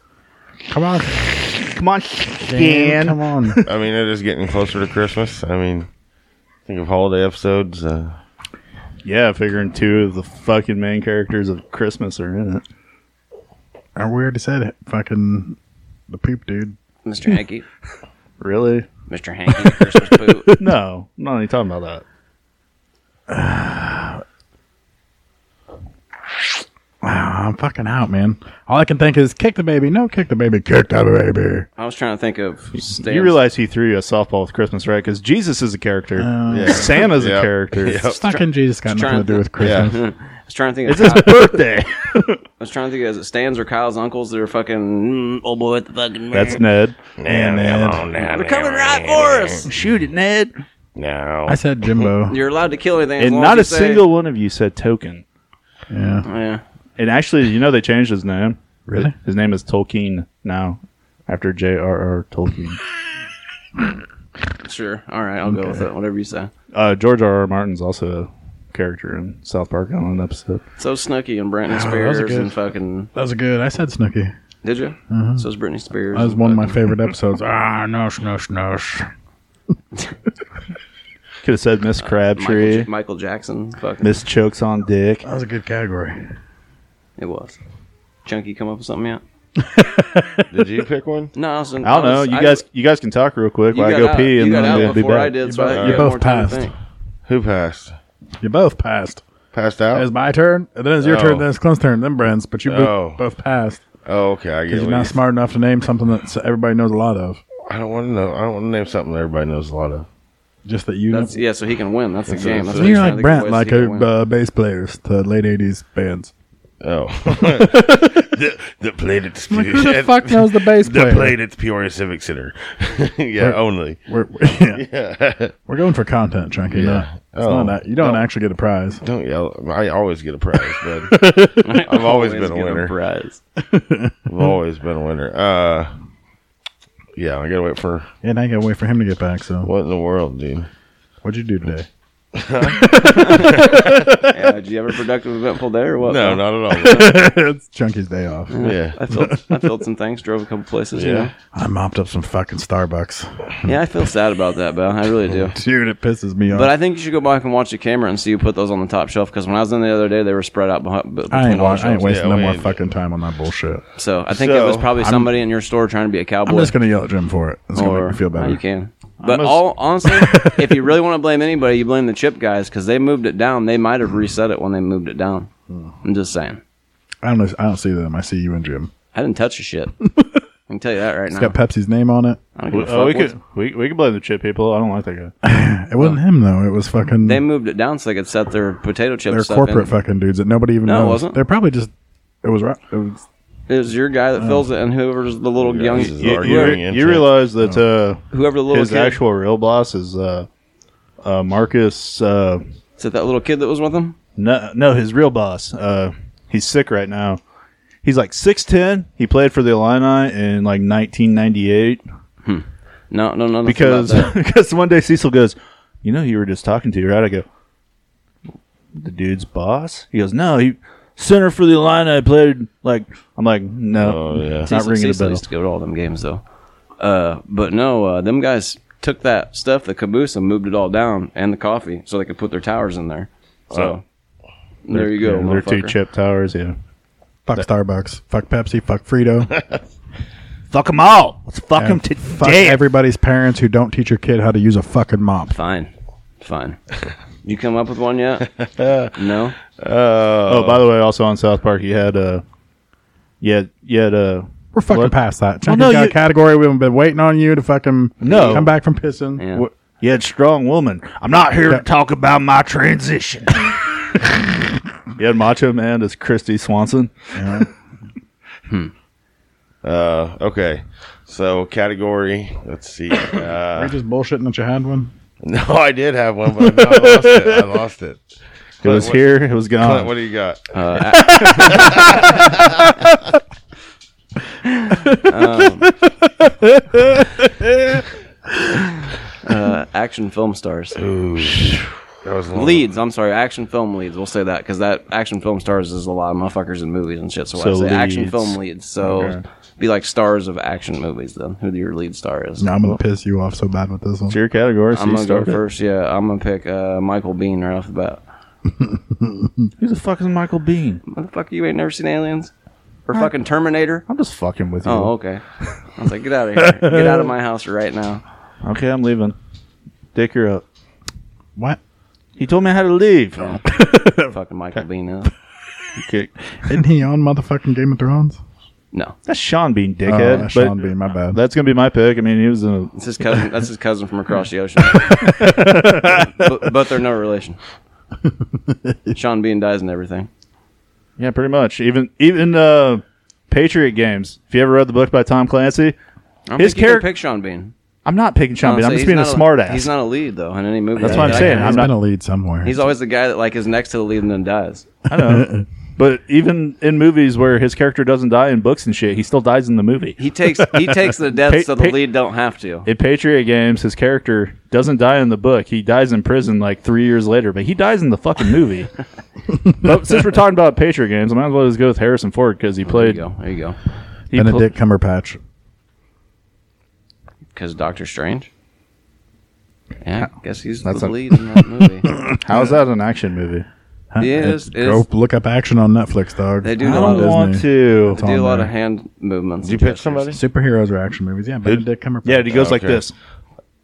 Speaker 2: Come on,
Speaker 1: Come on,
Speaker 2: Dan.
Speaker 1: Stan.
Speaker 2: Come on.
Speaker 4: [laughs] I mean, it is getting closer to Christmas. I mean, think of holiday episodes. Uh,
Speaker 1: Yeah, figuring two of the fucking main characters of Christmas are in it.
Speaker 2: I already said it. Fucking the poop dude.
Speaker 1: [laughs]
Speaker 3: Mr. Hanky.
Speaker 1: Really?
Speaker 3: Mr. Hanky. Christmas Pooh.
Speaker 1: No, I'm not even talking about that.
Speaker 2: Wow, I'm fucking out, man. All I can think is kick the baby. No, kick the baby. Kick the baby.
Speaker 3: I was trying to think of Stan's.
Speaker 1: You realize he threw you a softball with Christmas, right? Because Jesus is a character.
Speaker 2: Uh,
Speaker 4: yeah.
Speaker 1: Santa's a
Speaker 4: Yep.
Speaker 1: character.
Speaker 3: [laughs]
Speaker 4: Yep.
Speaker 2: Fucking Jesus got nothing
Speaker 3: try
Speaker 2: to
Speaker 3: and-
Speaker 2: do with Christmas.
Speaker 4: Yeah.
Speaker 3: [laughs] I was trying to think
Speaker 1: It's
Speaker 3: of
Speaker 1: his
Speaker 3: Kyle.
Speaker 1: birthday.
Speaker 3: I was trying to think of is it Stan's or Kyle's uncles that are fucking mm, old boy with the fucking
Speaker 1: That's Ned.
Speaker 4: now,
Speaker 2: Ned.
Speaker 4: come on now,
Speaker 3: They're coming
Speaker 4: now,
Speaker 3: right
Speaker 4: now,
Speaker 3: for us.
Speaker 1: Shoot it, Ned.
Speaker 4: Now,
Speaker 2: [laughs] I said
Speaker 3: [laughs]
Speaker 2: Jimbo.
Speaker 3: You're allowed to kill anything. as
Speaker 1: And
Speaker 3: long
Speaker 1: not a
Speaker 3: as you say-
Speaker 1: single one of you said Token.
Speaker 2: yeah.
Speaker 3: Yeah.
Speaker 1: And actually, you know they changed his name.
Speaker 2: Really?
Speaker 1: His name is Tolkien now, after J.R.R. Tolkien.
Speaker 3: Sure. All right. I'll go with it. Whatever you say.
Speaker 1: Uh, George R. R. Martin's also a character in South Park on an episode.
Speaker 3: So Snooky and Britney
Speaker 2: that was
Speaker 3: Spears
Speaker 2: a good-
Speaker 3: and fucking.
Speaker 2: That was good. I said Snooky. Uh-huh.
Speaker 3: Did you? So it's Britney Spears.
Speaker 2: That was
Speaker 3: and
Speaker 2: one of my
Speaker 3: fucking-
Speaker 2: favorite episodes. ah, nosh, nosh, nosh.
Speaker 1: Could have said Miss
Speaker 3: Uh, Michael,
Speaker 1: Crabtree,
Speaker 3: Ja- Michael Jackson. Fucking.
Speaker 1: Miss Chokes on Dick.
Speaker 2: That was a good category.
Speaker 3: It was. Chunky come up with something yet?
Speaker 4: did you pick one?
Speaker 3: No, I, was in,
Speaker 1: I don't know.
Speaker 3: was-
Speaker 1: You guys, you guys can talk real quick
Speaker 3: You
Speaker 1: while I
Speaker 3: got
Speaker 1: go
Speaker 3: out,
Speaker 1: pee,
Speaker 3: you
Speaker 1: and
Speaker 3: got
Speaker 1: then
Speaker 3: out
Speaker 1: we'll be
Speaker 3: before I
Speaker 1: back.
Speaker 3: did, so I-
Speaker 4: You
Speaker 3: you had
Speaker 2: both
Speaker 3: more time to
Speaker 2: passed.
Speaker 3: think.
Speaker 4: Who passed?
Speaker 2: You both passed.
Speaker 4: Passed
Speaker 2: It was
Speaker 4: out?
Speaker 2: my turn, and then it's your
Speaker 4: Oh.
Speaker 2: turn, then it's Clint's turn, then Brent's. But you both,
Speaker 4: Oh.
Speaker 2: both passed
Speaker 4: Oh, okay. I get
Speaker 2: because
Speaker 4: what
Speaker 2: you're not
Speaker 4: you-
Speaker 2: smart enough to name something that s- everybody knows a lot of.
Speaker 4: I don't want to know. I don't want to name something that everybody knows a lot of.
Speaker 2: Just that you. know.
Speaker 3: That's yeah. So he can win. That's the game. That's
Speaker 4: so
Speaker 3: what
Speaker 2: you're
Speaker 3: he's
Speaker 2: like
Speaker 3: trying to
Speaker 2: Brent,
Speaker 3: think of
Speaker 2: like
Speaker 3: ways he can
Speaker 2: uh,
Speaker 3: win.
Speaker 2: uh, bass players to late '80s bands. [laughs]
Speaker 4: Oh, that, that played at the,
Speaker 2: Like, who the
Speaker 4: at-
Speaker 2: fuck
Speaker 4: [laughs]
Speaker 2: knows the bass player?
Speaker 4: that played at the Peoria Civic Center. [laughs] yeah, only. [laughs]
Speaker 2: We're, we're, [laughs] yeah. we're going for content, Chunky.
Speaker 4: Yeah.
Speaker 2: Not, it's
Speaker 4: Oh.
Speaker 2: not that. You don't
Speaker 4: Oh.
Speaker 2: actually get a prize.
Speaker 4: Don't yell. I always get a prize,
Speaker 2: [laughs]
Speaker 4: but [laughs] I've always been a
Speaker 3: get
Speaker 4: winner.
Speaker 3: prize.
Speaker 4: I've always been a winner. Uh, yeah, I gotta wait for
Speaker 2: And I gotta wait for him to get back. So,
Speaker 4: what in the world, dude?
Speaker 2: what'd you do today?
Speaker 3: [laughs] Yeah, did you have a productive, eventful day or what?
Speaker 4: No,
Speaker 3: Well,
Speaker 4: not
Speaker 2: [laughs]
Speaker 4: at
Speaker 2: it's Chunky's day off.
Speaker 4: all. yeah.
Speaker 3: I filled, I filled some things, drove a couple places.
Speaker 4: Yeah.
Speaker 3: Yeah.
Speaker 2: I mopped up some fucking Starbucks.
Speaker 3: Yeah, I feel sad about that, Bell. I really do.
Speaker 2: Dude, it pisses me off.
Speaker 3: But I think you should go back and watch the camera and see who put those on the top shelf. Because when I was in the other day, they were spread out behind, between
Speaker 2: I ain't,
Speaker 3: all
Speaker 2: wa-
Speaker 3: the
Speaker 2: I ain't
Speaker 3: shelves.
Speaker 2: wasting
Speaker 4: Yeah,
Speaker 2: no
Speaker 4: we
Speaker 2: more
Speaker 4: ain't-
Speaker 2: fucking time on that bullshit.
Speaker 3: So I think it
Speaker 4: So,
Speaker 3: was probably
Speaker 2: I'm-
Speaker 3: somebody in your store trying to be a
Speaker 2: I'm
Speaker 3: cowboy.
Speaker 2: just gonna yell at Jim for it. It's gonna
Speaker 3: or-
Speaker 2: make me feel
Speaker 3: no,
Speaker 2: better.
Speaker 3: you can. But
Speaker 1: a-
Speaker 3: all
Speaker 2: [laughs]
Speaker 3: honestly, if you really want to blame anybody, you blame the chip guys because they moved it down. They might have reset it when they moved it down.
Speaker 2: Hmm.
Speaker 3: I'm just saying.
Speaker 2: I don't. I don't see them. I see you and Jim.
Speaker 3: I didn't touch
Speaker 2: [laughs]
Speaker 3: a shit. I can tell you that right
Speaker 2: It's
Speaker 3: now.
Speaker 2: got Pepsi's name on it.
Speaker 3: I don't give
Speaker 1: We,
Speaker 3: a
Speaker 1: oh, we
Speaker 3: fuck
Speaker 1: could we, we could blame the chip people. I don't like that guy.
Speaker 2: It wasn't him though. It was fucking.
Speaker 3: They moved it down so they could set their potato chips.
Speaker 2: they're
Speaker 3: stuff
Speaker 2: corporate
Speaker 3: in.
Speaker 2: fucking dudes that nobody even
Speaker 3: No, it
Speaker 2: knows.
Speaker 3: wasn't.
Speaker 2: They're probably just. It was. right- It was
Speaker 3: It was your guy
Speaker 2: Oh.
Speaker 3: that fills it, and whoever's the little
Speaker 4: Yeah,
Speaker 3: young,
Speaker 4: this is
Speaker 1: You,
Speaker 4: Arguing
Speaker 1: you-
Speaker 4: into
Speaker 1: you
Speaker 4: it.
Speaker 1: realize that uh,
Speaker 3: whoever the little
Speaker 1: his
Speaker 3: kid,
Speaker 1: actual real boss is uh, uh, Marcus. Uh,
Speaker 3: is it that little kid that was with him?
Speaker 1: no, no, his real boss. Uh, he's sick right now. He's like six ten. He played for the Illini in like nineteen ninety eight.
Speaker 3: No, no, no, nothing
Speaker 1: because
Speaker 3: about that.
Speaker 1: because one day Cecil goes, you know, who you were just talking to right. I go, the dude's boss. He goes, no, he center for the line. I played like I'm like no,
Speaker 4: Oh, yeah.
Speaker 1: it's [laughs] not
Speaker 3: Cecil-
Speaker 1: ringing a
Speaker 3: Cecil
Speaker 1: bell.
Speaker 3: used to go to all them games though. Uh, but no, uh, them guys took that stuff, the caboose, and moved it all down, and the coffee, so they could put their towers in there. So there you go.
Speaker 1: Yeah, they're two
Speaker 3: motherfucker.
Speaker 1: chip towers. Yeah,
Speaker 2: fuck Starbucks. Fuck Pepsi.
Speaker 1: [laughs]
Speaker 2: Fuck Frito.
Speaker 1: fuck them all. Let's fuck them
Speaker 2: and
Speaker 1: to
Speaker 2: fuck
Speaker 1: death.
Speaker 2: everybody's parents who don't teach your kid how to use a fucking mop.
Speaker 3: Fine, fine. you come up with one
Speaker 1: [laughs]
Speaker 3: yet? no.
Speaker 1: oh, by the way, also on South Park, you had uh, you had you had uh,
Speaker 2: We're fucking
Speaker 1: What?
Speaker 2: past that. Chunky's
Speaker 1: no,
Speaker 2: got
Speaker 1: you-
Speaker 2: a category. We've been waiting on you to fucking
Speaker 1: No.
Speaker 2: come back from pissing.
Speaker 3: Yeah.
Speaker 1: wh- you had strong woman. I'm not here to talk about my [laughs] transition. you had Macho Man as Christy Swanson.
Speaker 4: Uh, okay. So category. Let's see.
Speaker 2: Are
Speaker 4: Uh, [laughs]
Speaker 2: you just bullshitting that you had one?
Speaker 4: no, I did have one, but I lost it. I lost it.
Speaker 1: It was
Speaker 4: what-
Speaker 1: here. It was gone.
Speaker 4: Clint, what do you got?
Speaker 2: Uh,
Speaker 3: Uh, action film stars.
Speaker 4: That was long.
Speaker 3: Leads, I'm sorry, action film leads. We'll say that because that action film stars is a lot of motherfuckers in movies and shit. So, I
Speaker 1: So
Speaker 3: say action
Speaker 1: leads.
Speaker 3: film leads. So
Speaker 1: Okay.
Speaker 3: be like stars of action movies then. Who your lead star is?
Speaker 2: No, I'm gonna piss you off so bad with this one.
Speaker 1: It's your category. So
Speaker 3: I'm
Speaker 1: you
Speaker 3: gonna go
Speaker 1: start it.
Speaker 3: first. Yeah, I'm gonna pick uh, Michael Bean right off the bat.
Speaker 1: Who the fuck is Michael Bean?
Speaker 3: Motherfucker, you ain't never seen Aliens or fucking Terminator.
Speaker 1: I'm just fucking with you.
Speaker 3: Oh, [laughs] okay. I was like, get out of here. Get out of my house right [laughs] now.
Speaker 1: okay, I'm leaving. Dick, you're up.
Speaker 2: What?
Speaker 1: He told me I had to leave.
Speaker 3: Oh,
Speaker 1: [laughs]
Speaker 3: Fucking Michael Bean. Is.
Speaker 1: Okay.
Speaker 2: Isn't he on motherfucking Game of Thrones?
Speaker 3: No,
Speaker 1: That's Uh, Sean Bean,
Speaker 2: Oh,
Speaker 1: dickhead.
Speaker 2: that's
Speaker 1: but
Speaker 2: Sean Bean, my bad.
Speaker 1: That's gonna be my pick. I mean, he was in.
Speaker 3: it's his cousin. That's his cousin from across the ocean. [laughs] but, but they're no [laughs] relation. Sean Bean dies in everything.
Speaker 1: A, yeah, pretty much. Even even uh, Patriot games. If you ever read the book by Tom Clancy,
Speaker 3: I don't
Speaker 1: His
Speaker 3: think you can
Speaker 1: character-
Speaker 3: pick Sean Bean.
Speaker 1: I'm not picking Sean
Speaker 3: No,
Speaker 1: Bean.
Speaker 3: Oh, so
Speaker 1: I'm just
Speaker 3: he's
Speaker 1: being a
Speaker 3: not
Speaker 1: smart
Speaker 3: He's
Speaker 1: ass.
Speaker 3: not a lead though in any movie.
Speaker 1: That's what I'm
Speaker 3: Like,
Speaker 1: saying.
Speaker 2: He's
Speaker 1: I'm not-
Speaker 2: been a lead somewhere.
Speaker 3: He's always the guy that like is next to the lead and then dies.
Speaker 1: I [laughs] know. But even in movies where his character doesn't die in books and shit, he still dies in the movie.
Speaker 3: He takes he takes [laughs] the death
Speaker 1: Pa-
Speaker 3: so the
Speaker 1: pa-
Speaker 3: lead don't have to.
Speaker 1: in Patriot Games, his character doesn't die in the book. He dies in prison like three years later, but he dies in the fucking [laughs] movie. but since we're talking about Patriot Games, I might as well just go with Harrison Ford because he
Speaker 3: There you
Speaker 1: played.
Speaker 3: go. There you go.
Speaker 1: He pl-
Speaker 2: Benedict Cumberpatch.
Speaker 3: Because Doctor Strange. Yeah, I guess he's
Speaker 1: That's
Speaker 3: the
Speaker 1: a-
Speaker 3: lead
Speaker 1: [laughs]
Speaker 3: in that movie.
Speaker 1: How is that an action movie?
Speaker 2: Huh?
Speaker 3: He is-
Speaker 2: Uh, Go
Speaker 3: is-
Speaker 2: look up action on Netflix, dog.
Speaker 3: They do
Speaker 1: I
Speaker 3: know
Speaker 1: don't
Speaker 3: Disney.
Speaker 1: want to.
Speaker 3: They do a
Speaker 2: on
Speaker 3: lot
Speaker 2: there.
Speaker 3: of hand movements.
Speaker 4: Did you
Speaker 3: and
Speaker 4: pick
Speaker 3: gestures.
Speaker 4: somebody?
Speaker 2: Superheroes or action movies. Yeah, Benedict Cumberbatch.
Speaker 1: Yeah, he goes like
Speaker 4: Okay.
Speaker 1: this.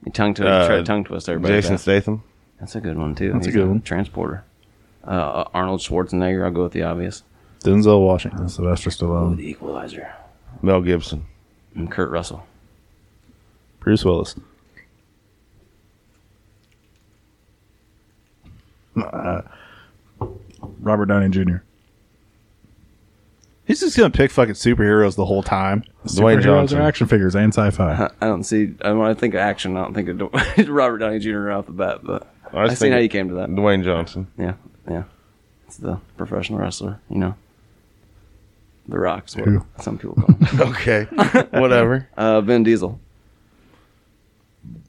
Speaker 3: You tongue twi-
Speaker 4: Uh,
Speaker 3: try to tongue twist everybody.
Speaker 4: Jason
Speaker 3: That's-
Speaker 4: Statham.
Speaker 3: That's a good one too.
Speaker 1: That's a
Speaker 3: He's
Speaker 1: good one.
Speaker 3: Transporter. Uh, Arnold Schwarzenegger. I'll go with the obvious.
Speaker 1: Denzel Washington.
Speaker 2: Sylvester Stallone.
Speaker 3: The Equalizer.
Speaker 4: Mel Gibson.
Speaker 3: And Kurt Russell.
Speaker 1: Bruce Willis.
Speaker 2: Uh, Robert Downey Jr.
Speaker 1: He's just gonna pick fucking superheroes the whole time.
Speaker 4: Dwayne
Speaker 2: Superheroes
Speaker 4: Johnson.
Speaker 2: or action figures and sci-fi.
Speaker 3: I don't see. I, when I think of action, I don't think of [laughs] Dw- Robert Downey Jr. off the bat. But
Speaker 4: I
Speaker 3: I,
Speaker 4: was
Speaker 3: seen how
Speaker 4: thinking-
Speaker 3: you came to that.
Speaker 4: Dwayne Johnson.
Speaker 3: Yeah, yeah. It's the professional wrestler. You know, the Rock's what
Speaker 2: Who?
Speaker 3: some people call. Him.
Speaker 4: [laughs]
Speaker 3: [laughs]
Speaker 4: Okay. Whatever.
Speaker 3: Uh, Vin Diesel.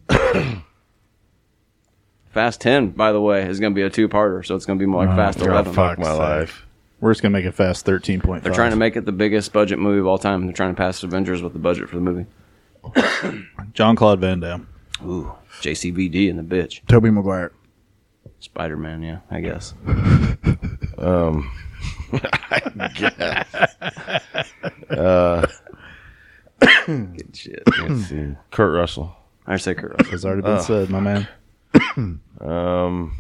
Speaker 3: [coughs] Fast 10, by the way, is going to be a two parter, so it's going to be more like
Speaker 2: Oh,
Speaker 3: Fast
Speaker 2: God,
Speaker 3: 11.
Speaker 2: fuck.
Speaker 4: my
Speaker 2: Fuck's
Speaker 4: life.
Speaker 1: We're just gonna make it fast. Thirteen point.
Speaker 3: They're trying to make it the biggest budget movie of all time. They're trying to pass Avengers with the budget for the movie.
Speaker 1: John Claude Van Damme.
Speaker 3: Ooh, JCVD and the bitch.
Speaker 2: Toby Maguire.
Speaker 3: Spider Man, yeah, I guess. Um, [coughs] Good shit.
Speaker 4: Let's see. Kurt Russell.
Speaker 3: I say Kurt Russell.
Speaker 1: It's already been said, my man.
Speaker 4: I don't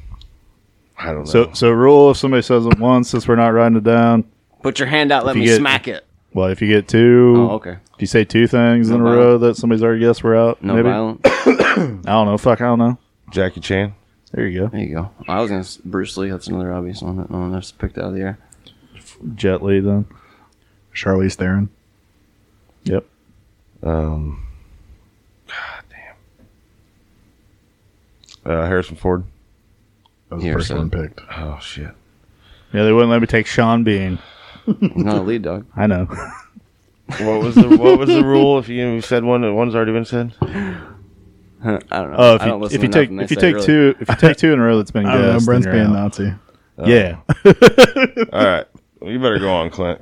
Speaker 4: know.
Speaker 1: So, so rule if somebody says it once, since we're not writing it down.
Speaker 3: Put your hand out. Let
Speaker 1: you
Speaker 3: me
Speaker 1: get-
Speaker 3: smack it.
Speaker 1: Well, if you get two,
Speaker 3: Oh, okay.
Speaker 1: If you say two things in a
Speaker 3: No
Speaker 1: row that somebody's already guessed, we're out.
Speaker 3: No
Speaker 1: maybe
Speaker 3: violence.
Speaker 1: I don't know. Fuck, I don't know.
Speaker 4: Jackie Chan.
Speaker 1: There you go.
Speaker 3: There you go. I was going to Bruce Lee. That's another obvious one that no one else picked out of the air.
Speaker 1: Jet Li then.
Speaker 2: Charlize Theron.
Speaker 1: Yep.
Speaker 4: Um, God damn. Uh, Harrison Ford.
Speaker 2: That was the
Speaker 3: Here,
Speaker 2: first
Speaker 3: so-
Speaker 2: one picked.
Speaker 4: Oh shit.
Speaker 1: Yeah, they wouldn't let me take Sean Bean.
Speaker 3: He's not a lead dog. [laughs]
Speaker 1: I know.
Speaker 4: What was the What was the rule? If you said one, that one's already been said.
Speaker 3: I don't know.
Speaker 1: Oh,
Speaker 3: I don't
Speaker 1: if, you,
Speaker 3: listen
Speaker 1: if you
Speaker 3: to
Speaker 1: take
Speaker 3: nothing they
Speaker 1: if you
Speaker 3: say,
Speaker 1: take
Speaker 3: really.
Speaker 1: two if you take two in a row that's [laughs] been
Speaker 2: I don't know.
Speaker 1: guessed,
Speaker 2: Brent's
Speaker 1: then you're
Speaker 2: being
Speaker 1: out.
Speaker 2: Nazi.
Speaker 1: yeah.
Speaker 4: Uh, [laughs] All right, you better go on, Clint.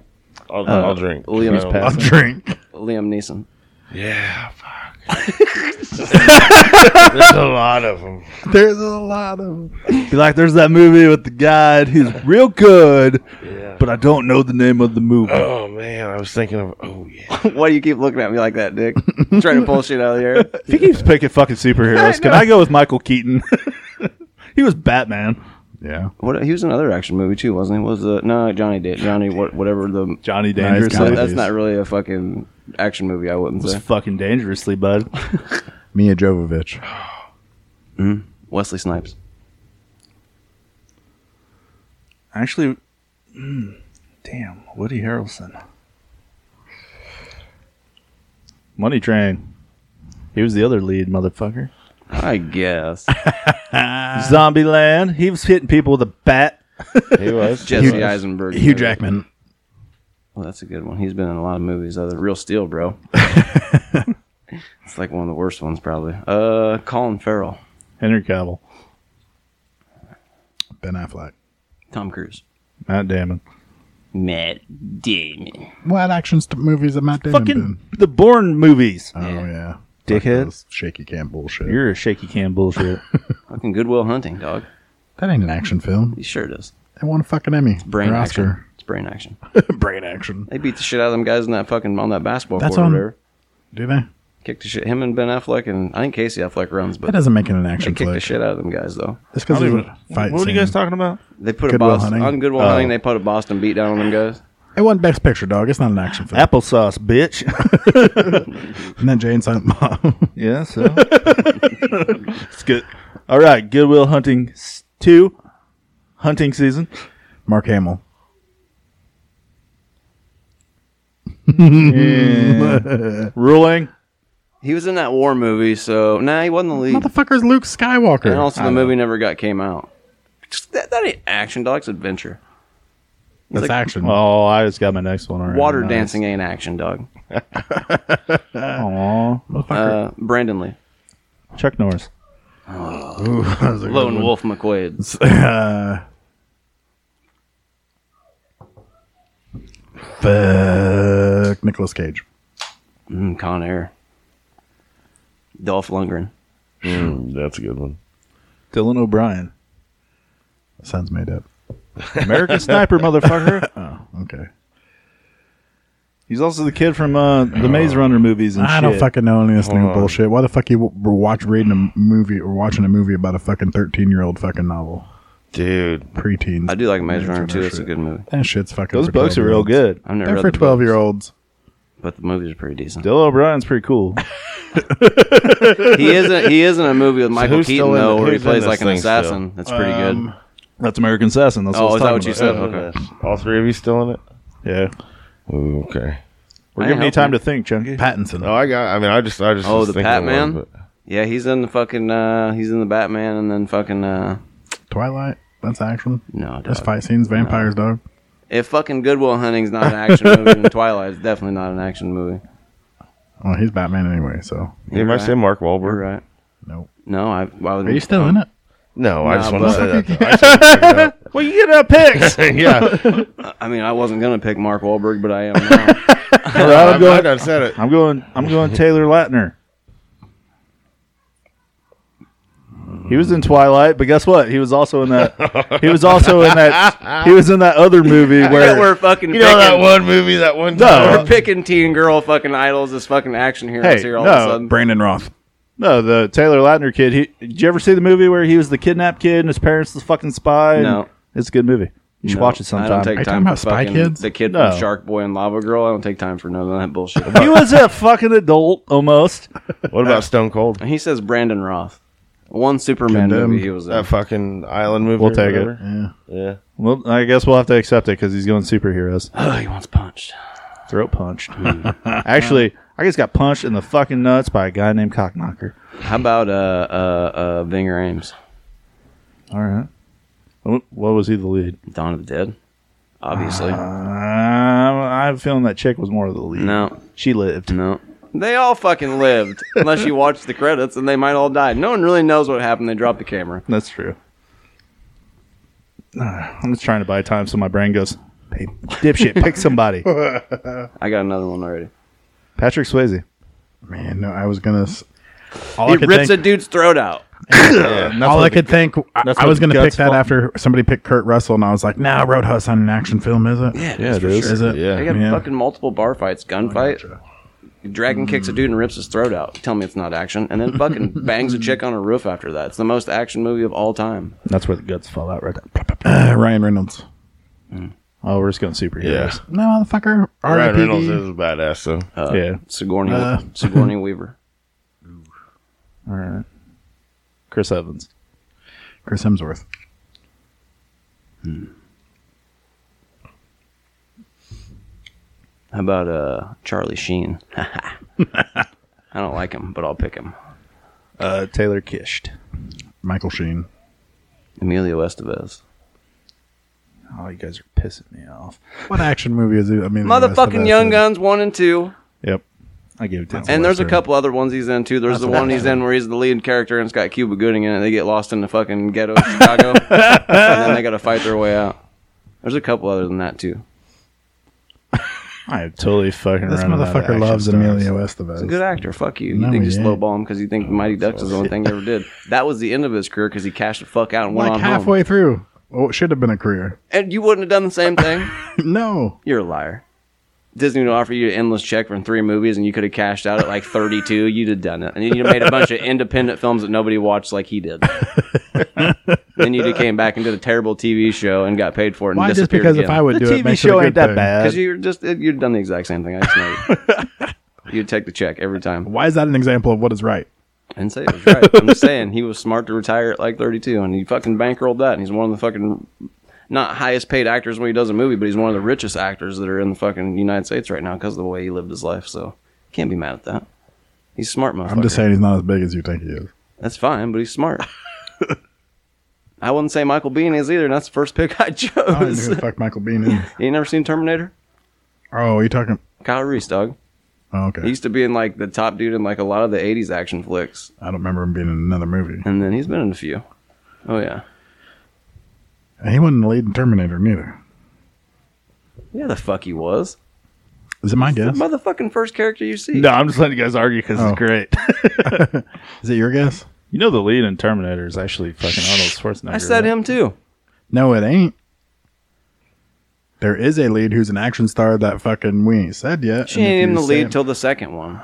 Speaker 4: I'll,
Speaker 3: Uh,
Speaker 4: I'll drink.
Speaker 3: Liam
Speaker 4: I don't-
Speaker 1: Pat-
Speaker 2: I'll drink.
Speaker 3: Liam Neeson.
Speaker 4: Yeah, fuck.
Speaker 3: [laughs]
Speaker 4: There's a lot of them.
Speaker 2: There's a lot of.
Speaker 1: Be like, there's that movie with the guy. and [laughs] He's real good, but I don't know the name of the movie.
Speaker 4: Oh man, I was thinking of. Oh yeah.
Speaker 3: [laughs] Why do you keep looking at me like that, Dick? Trying to pull shit out of the air.
Speaker 1: [laughs] if he keeps picking fucking superheroes, can I go with Michael Keaton? [laughs] he was Batman.
Speaker 2: Yeah.
Speaker 3: What he was in another action movie too, wasn't he? Was the no Johnny did Johnny what whatever the
Speaker 1: Johnny
Speaker 2: Nice
Speaker 1: Dangerously.
Speaker 2: guy.
Speaker 3: that's not really a fucking action movie. I wouldn't
Speaker 1: was
Speaker 3: say
Speaker 1: fucking dangerously, bud.
Speaker 2: Mia Jovovich.
Speaker 3: Wesley Snipes.
Speaker 1: Actually, mm, damn, Woody Harrelson. Money Train. He was the other lead, motherfucker. [laughs]
Speaker 3: I guess
Speaker 1: Zombie Land. He was hitting people with a bat.
Speaker 4: He was.
Speaker 3: [laughs] Jesse
Speaker 2: Hugh-
Speaker 3: Eisenberg.
Speaker 2: Hugh Jackman.
Speaker 3: Well, that's a good one. He's been in a lot of movies. Other Real Steel,
Speaker 2: [laughs]
Speaker 3: bro. it's like one of the worst ones, probably. Uh, Colin Farrell,
Speaker 1: Henry Cavill.
Speaker 2: Ben Affleck.
Speaker 3: Tom Cruise,
Speaker 1: Matt Damon.
Speaker 3: Matt Damon.
Speaker 2: What action st- movies am I doing?
Speaker 1: Fucking the Bourne movies.
Speaker 2: Oh yeah. Fuck
Speaker 1: Dickhead.
Speaker 2: those Shaky cam bullshit.
Speaker 1: You're a shaky can bullshit.
Speaker 3: Fucking Goodwill Hunting, dog.
Speaker 2: that ain't an action film.
Speaker 3: He sure does.
Speaker 2: It won a fucking Emmy.
Speaker 3: Brain
Speaker 2: or
Speaker 3: action.
Speaker 2: Oscar.
Speaker 3: It's brain action.
Speaker 2: [laughs] Brain action.
Speaker 3: They beat the shit out of them guys in that fucking on that basketball
Speaker 2: That's
Speaker 3: court
Speaker 2: on-
Speaker 3: or whatever.
Speaker 2: Do they?
Speaker 3: Kicked the shit. Him and Ben Affleck and I think Casey Affleck runs,
Speaker 2: That
Speaker 3: but
Speaker 2: doesn't make it an
Speaker 3: they
Speaker 2: action
Speaker 3: kicked the
Speaker 2: flick.
Speaker 3: shit out of them guys though.
Speaker 2: That's because of a
Speaker 1: [laughs]
Speaker 2: fight
Speaker 1: what are
Speaker 2: scene.
Speaker 1: you guys talking about?
Speaker 3: They put
Speaker 2: Goodwill
Speaker 3: a Boston
Speaker 2: Hunting? Oh.
Speaker 3: on Goodwill Hunting. They put a Boston beat down on them guys.
Speaker 2: It won Best Picture, dog. It's not an action film.
Speaker 1: Applesauce, bitch.
Speaker 2: And then Jay and Silent Bob.
Speaker 1: [laughs]
Speaker 2: [laughs]
Speaker 1: yeah, [laughs] so. it's good. All right, Goodwill Hunting s- 2. Hunting season.
Speaker 2: Mark
Speaker 3: [laughs]
Speaker 2: Hamill.
Speaker 1: [laughs] Ruling.
Speaker 3: He was in that war movie, so nah, he wasn't the lead.
Speaker 2: Motherfucker's Luke
Speaker 4: Hmm.
Speaker 2: Skywalker.
Speaker 3: and also, the movie never got came out. Just, that, that ain't action, dog. It's adventure.
Speaker 2: That's
Speaker 3: like-
Speaker 2: action. [laughs]
Speaker 1: Oh, I just got my next one already.
Speaker 3: Water
Speaker 1: Nice.
Speaker 3: dancing ain't action, dog.
Speaker 1: Aw.
Speaker 3: Uh, Brandon Lee,
Speaker 1: Chuck Norris.
Speaker 2: Ooh, that was a good
Speaker 3: Lone
Speaker 2: one.
Speaker 3: Wolf McQuaid.
Speaker 2: [laughs] Uh, fuck Nicolas Cage.
Speaker 3: Mm, Con Air. Dolph Lundgren.
Speaker 4: Mm, that's a good one.
Speaker 1: Dylan O'Brien.
Speaker 2: Sounds made up.
Speaker 1: American Sniper, motherfucker.
Speaker 2: Okay.
Speaker 1: He's also the kid from uh, the Maze Runner movies and
Speaker 2: Oh. I
Speaker 1: shit.
Speaker 2: don't fucking know any of this new
Speaker 4: on.
Speaker 2: bullshit. Why the fuck you w- were watch reading a movie or watching a movie about a fucking thirteen year old fucking novel?
Speaker 4: Dude,
Speaker 2: Preteens.
Speaker 3: I do like Maze Runner too.
Speaker 2: Shit.
Speaker 3: It's a good movie.
Speaker 2: That shit's fucking.
Speaker 1: Those
Speaker 2: for
Speaker 1: books are real
Speaker 2: 12-year-olds.
Speaker 1: good.
Speaker 3: I've never
Speaker 2: They're
Speaker 3: read
Speaker 2: for
Speaker 3: the
Speaker 2: twelve
Speaker 3: books,
Speaker 2: year olds.
Speaker 3: but the movies are pretty decent.
Speaker 1: Dylan O'Brien's pretty
Speaker 2: [laughs]
Speaker 1: cool.
Speaker 3: he isn't. He is in a movie with Michael
Speaker 4: who's still
Speaker 3: Keaton
Speaker 4: in-
Speaker 3: though, where he
Speaker 4: who's in
Speaker 3: plays
Speaker 4: this
Speaker 3: like an
Speaker 4: thing still?
Speaker 3: assassin. That's pretty
Speaker 2: Um,
Speaker 1: That's American Assassin. That's
Speaker 3: Oh,
Speaker 1: what
Speaker 3: is that
Speaker 1: I
Speaker 3: what
Speaker 1: was
Speaker 3: you
Speaker 1: talking
Speaker 3: said? Okay.
Speaker 4: all three of you still in it?
Speaker 1: about. Yeah.
Speaker 4: Ooh, okay.
Speaker 1: We're
Speaker 3: I
Speaker 1: giving you
Speaker 3: help
Speaker 1: time
Speaker 3: you.
Speaker 1: to think, Chunky.
Speaker 2: Pattinson.
Speaker 4: No, I got. I mean, I just, I just.
Speaker 3: Oh,
Speaker 4: was
Speaker 3: the
Speaker 4: thinking of
Speaker 3: Batman?
Speaker 4: one, but-
Speaker 3: Yeah, he's in the fucking. Uh, he's in the Batman, and then fucking. Uh,
Speaker 2: Twilight. That's action.
Speaker 3: no,
Speaker 2: That's
Speaker 3: dog.
Speaker 2: fight scenes. Vampires, dog.
Speaker 3: If fucking Goodwill Hunting's not an action movie, then Twilight is definitely not an action movie.
Speaker 2: Well, he's Batman anyway, so
Speaker 4: Am I
Speaker 3: right.
Speaker 4: saying Mark Wahlberg?
Speaker 3: You're right.
Speaker 2: nope.
Speaker 3: No, I. Why would
Speaker 2: Are you still in it?
Speaker 4: No, I just
Speaker 3: Nah,
Speaker 4: want to
Speaker 3: but- [laughs]
Speaker 4: say that. though. I just wanted to check it out.
Speaker 1: Well, you get up picks.
Speaker 4: [laughs] yeah,
Speaker 3: I mean, I wasn't gonna pick Mark Wahlberg, but I am now.
Speaker 1: I'm,
Speaker 4: I'm glad
Speaker 1: going,
Speaker 4: I said it.
Speaker 1: I'm going. I'm going. Taylor Lautner. He was in Twilight, but guess what? He was also in that. He was also in that. He was in that other
Speaker 3: [laughs]
Speaker 1: movie
Speaker 3: Where
Speaker 1: where.
Speaker 3: we're fucking
Speaker 4: You know that
Speaker 3: picking,
Speaker 4: one movie, that one.
Speaker 1: No.
Speaker 4: time?
Speaker 3: we're picking teen girl fucking idols as fucking action heroes
Speaker 1: Hey,
Speaker 3: here all of
Speaker 1: no,
Speaker 3: a sudden.
Speaker 2: Brandon Roth.
Speaker 1: No, the Taylor Lautner kid. He, did you ever see the movie where he was the kidnapped kid and his parents the fucking spy? And
Speaker 3: No.
Speaker 1: it's a good movie. You should
Speaker 3: No,
Speaker 1: watch it
Speaker 3: I
Speaker 1: sometime.
Speaker 3: don't take
Speaker 2: you
Speaker 3: time
Speaker 2: talking about
Speaker 3: for
Speaker 2: Spy
Speaker 3: fucking
Speaker 2: Kids?
Speaker 3: The kid
Speaker 1: No.
Speaker 3: from Shark Boy and Lava Girl. I don't take time for none of that bullshit.
Speaker 1: [laughs] he was a fucking adult almost.
Speaker 4: What [laughs] about Stone
Speaker 3: [laughs]
Speaker 4: Cold?
Speaker 3: he says Brandon Roth. One Superman
Speaker 2: Condemned.
Speaker 3: movie he was in.
Speaker 4: That fucking island movie.
Speaker 1: We'll
Speaker 4: or
Speaker 1: take it.
Speaker 4: whatever?
Speaker 2: Yeah.
Speaker 4: Yeah. [laughs]
Speaker 1: Well, I guess we'll have to accept it because he's going superheroes.
Speaker 3: oh, he wants punched.
Speaker 1: Throat punched.
Speaker 3: [laughs]
Speaker 1: Actually, I just got punched in the fucking nuts by a guy named Cockknocker.
Speaker 3: How about uh uh uh Vinger Ames?
Speaker 1: All right. Wh- What was he the lead?
Speaker 3: Dawn of the Dead. Obviously.
Speaker 1: Uh, I'm feeling that chick was more of the lead.
Speaker 3: no.
Speaker 1: She lived.
Speaker 3: No. They all fucking lived. unless you watch the credits and they might all die. No one really knows what happened. They dropped the camera.
Speaker 1: That's true. [sighs] Ah, I'm just trying to buy time so my brain goes, hey, dipshit, [laughs] pick somebody.
Speaker 3: I got another one already.
Speaker 1: Patrick Swayze.
Speaker 2: Man, no, I was gonna. s- All
Speaker 3: He
Speaker 2: I could
Speaker 3: rips
Speaker 2: think,
Speaker 3: a dude's throat out.
Speaker 2: all I could think, I,
Speaker 1: that's
Speaker 2: I
Speaker 1: what
Speaker 2: was
Speaker 1: the
Speaker 2: gonna pick
Speaker 1: guts
Speaker 2: that
Speaker 1: fall-
Speaker 2: after somebody picked Kurt Russell, and I was like, "Nah, Roadhouse not an action film, is it? Yeah,
Speaker 1: Yeah, it is.
Speaker 2: is it?
Speaker 4: Yeah.
Speaker 3: They got fucking multiple bar fights, gunfight. Dragon kicks a dude and rips his throat out. Tell me it's not action. And then [laughs] fucking bangs a chick on a roof after that. It's the most action movie of all time.
Speaker 1: That's where the guts fall out right there.
Speaker 2: Uh, [clears throat] Ryan Reynolds.
Speaker 1: Oh, we're just going superheroes.
Speaker 2: No, motherfucker.
Speaker 4: Ryan
Speaker 2: RIPD.
Speaker 4: Reynolds is a badass, though.
Speaker 1: Yeah.
Speaker 3: Uh, Sigourney
Speaker 2: Uh.
Speaker 3: Sigourney Weaver.
Speaker 1: All right. Chris Evans.
Speaker 2: Chris Hemsworth.
Speaker 3: How about uh Charlie Sheen? [laughs] I don't like him, but I'll pick him.
Speaker 1: Uh, Taylor Kisht.
Speaker 2: Michael Sheen.
Speaker 3: Emilio Estevez.
Speaker 1: Oh, you guys are pissing me off.
Speaker 2: What action movie is it? I mean, Mm, the rest of
Speaker 3: Motherfucking
Speaker 2: us
Speaker 3: Young
Speaker 2: is-
Speaker 3: Guns one and two.
Speaker 1: Yep. I gave it to him.
Speaker 3: And there's a
Speaker 2: Western.
Speaker 3: couple other ones he's in too. There's the one he's in where he's the lead character and it's got Cuba Gooding in it. They get lost in the fucking ghetto of
Speaker 2: [laughs]
Speaker 3: Chicago, and then they got to fight their way out. There's a couple other than that too.
Speaker 1: I am totally fucking
Speaker 2: This
Speaker 1: running out of
Speaker 2: motherfucker
Speaker 1: action
Speaker 2: loves
Speaker 1: stars.
Speaker 2: Emilio Estevez.
Speaker 3: He's a good actor. Fuck you. You
Speaker 2: No,
Speaker 3: think you
Speaker 2: he ain't. Oh,
Speaker 3: slowball him because you think the Mighty Ducks is the only thing he ever did. That was the end of his career because he cashed the fuck out and went
Speaker 2: like
Speaker 3: on home.
Speaker 2: halfway through. Oh, it should have been a career. [laughs]
Speaker 3: And you wouldn't have done the same thing.
Speaker 2: no.
Speaker 3: You're a liar. Disney would offer you an endless check from three movies, and you could have cashed out at like 32. You'd have done it, and then you'd have made a bunch of independent films that nobody watched, like he did. then you came back and did a terrible TV show and got paid for it. And
Speaker 2: Why? Just
Speaker 3: disappeared
Speaker 2: because if
Speaker 3: again.
Speaker 2: I would
Speaker 1: The
Speaker 2: do it,
Speaker 1: TV
Speaker 2: makes it a
Speaker 1: show
Speaker 2: good
Speaker 1: ain't that
Speaker 2: thing.
Speaker 1: bad.
Speaker 3: because you're just you'd done the exact same thing. I just know
Speaker 2: [laughs]
Speaker 3: you. you'd take the check every time.
Speaker 2: Why is that an example of what is right?
Speaker 3: And say it was right. I'm just saying he was smart to retire at like 32, and he fucking bankrolled that, and he's one of the fucking not highest paid actors when he does a movie, but he's one of the richest actors that are in the fucking United States right now because of the way he lived his life. So can't be mad at that. He's a smart, motherfucker.
Speaker 2: I'm just saying he's not as big as you think he is.
Speaker 3: That's fine, but he's
Speaker 2: [laughs]
Speaker 3: smart. I wouldn't say Michael Bean is either, and that's the first pick
Speaker 2: [laughs]
Speaker 3: I
Speaker 2: I don't even know
Speaker 3: chose.
Speaker 2: who the fuck Michael Bean is.
Speaker 3: [laughs] you never seen Terminator?
Speaker 2: Oh, are you talking?
Speaker 3: Kyle Reese, dog.
Speaker 2: Oh,
Speaker 3: He
Speaker 2: okay.
Speaker 3: used to be in like the top dude in like a lot of the 80s action flicks,
Speaker 2: I don't remember him being in another movie.
Speaker 3: and then he's been in a few. Oh, yeah.
Speaker 2: And he wasn't the lead in Terminator neither.
Speaker 3: Yeah, the fuck he was.
Speaker 2: Is it my guess?
Speaker 3: The motherfucking first character you see.
Speaker 1: No, I'm just letting you guys argue because
Speaker 2: Oh.
Speaker 1: it's [laughs] great.
Speaker 2: Is it your guess?
Speaker 1: you know, the lead in Terminator is actually fucking Arnold Schwarzenegger.
Speaker 3: I said
Speaker 1: right?
Speaker 3: him too.
Speaker 2: No, it ain't. There is a lead who's an action star that fucking we ain't said yet.
Speaker 3: She
Speaker 2: and if
Speaker 3: ain't in
Speaker 2: you
Speaker 3: the lead
Speaker 2: say-
Speaker 3: till the second one.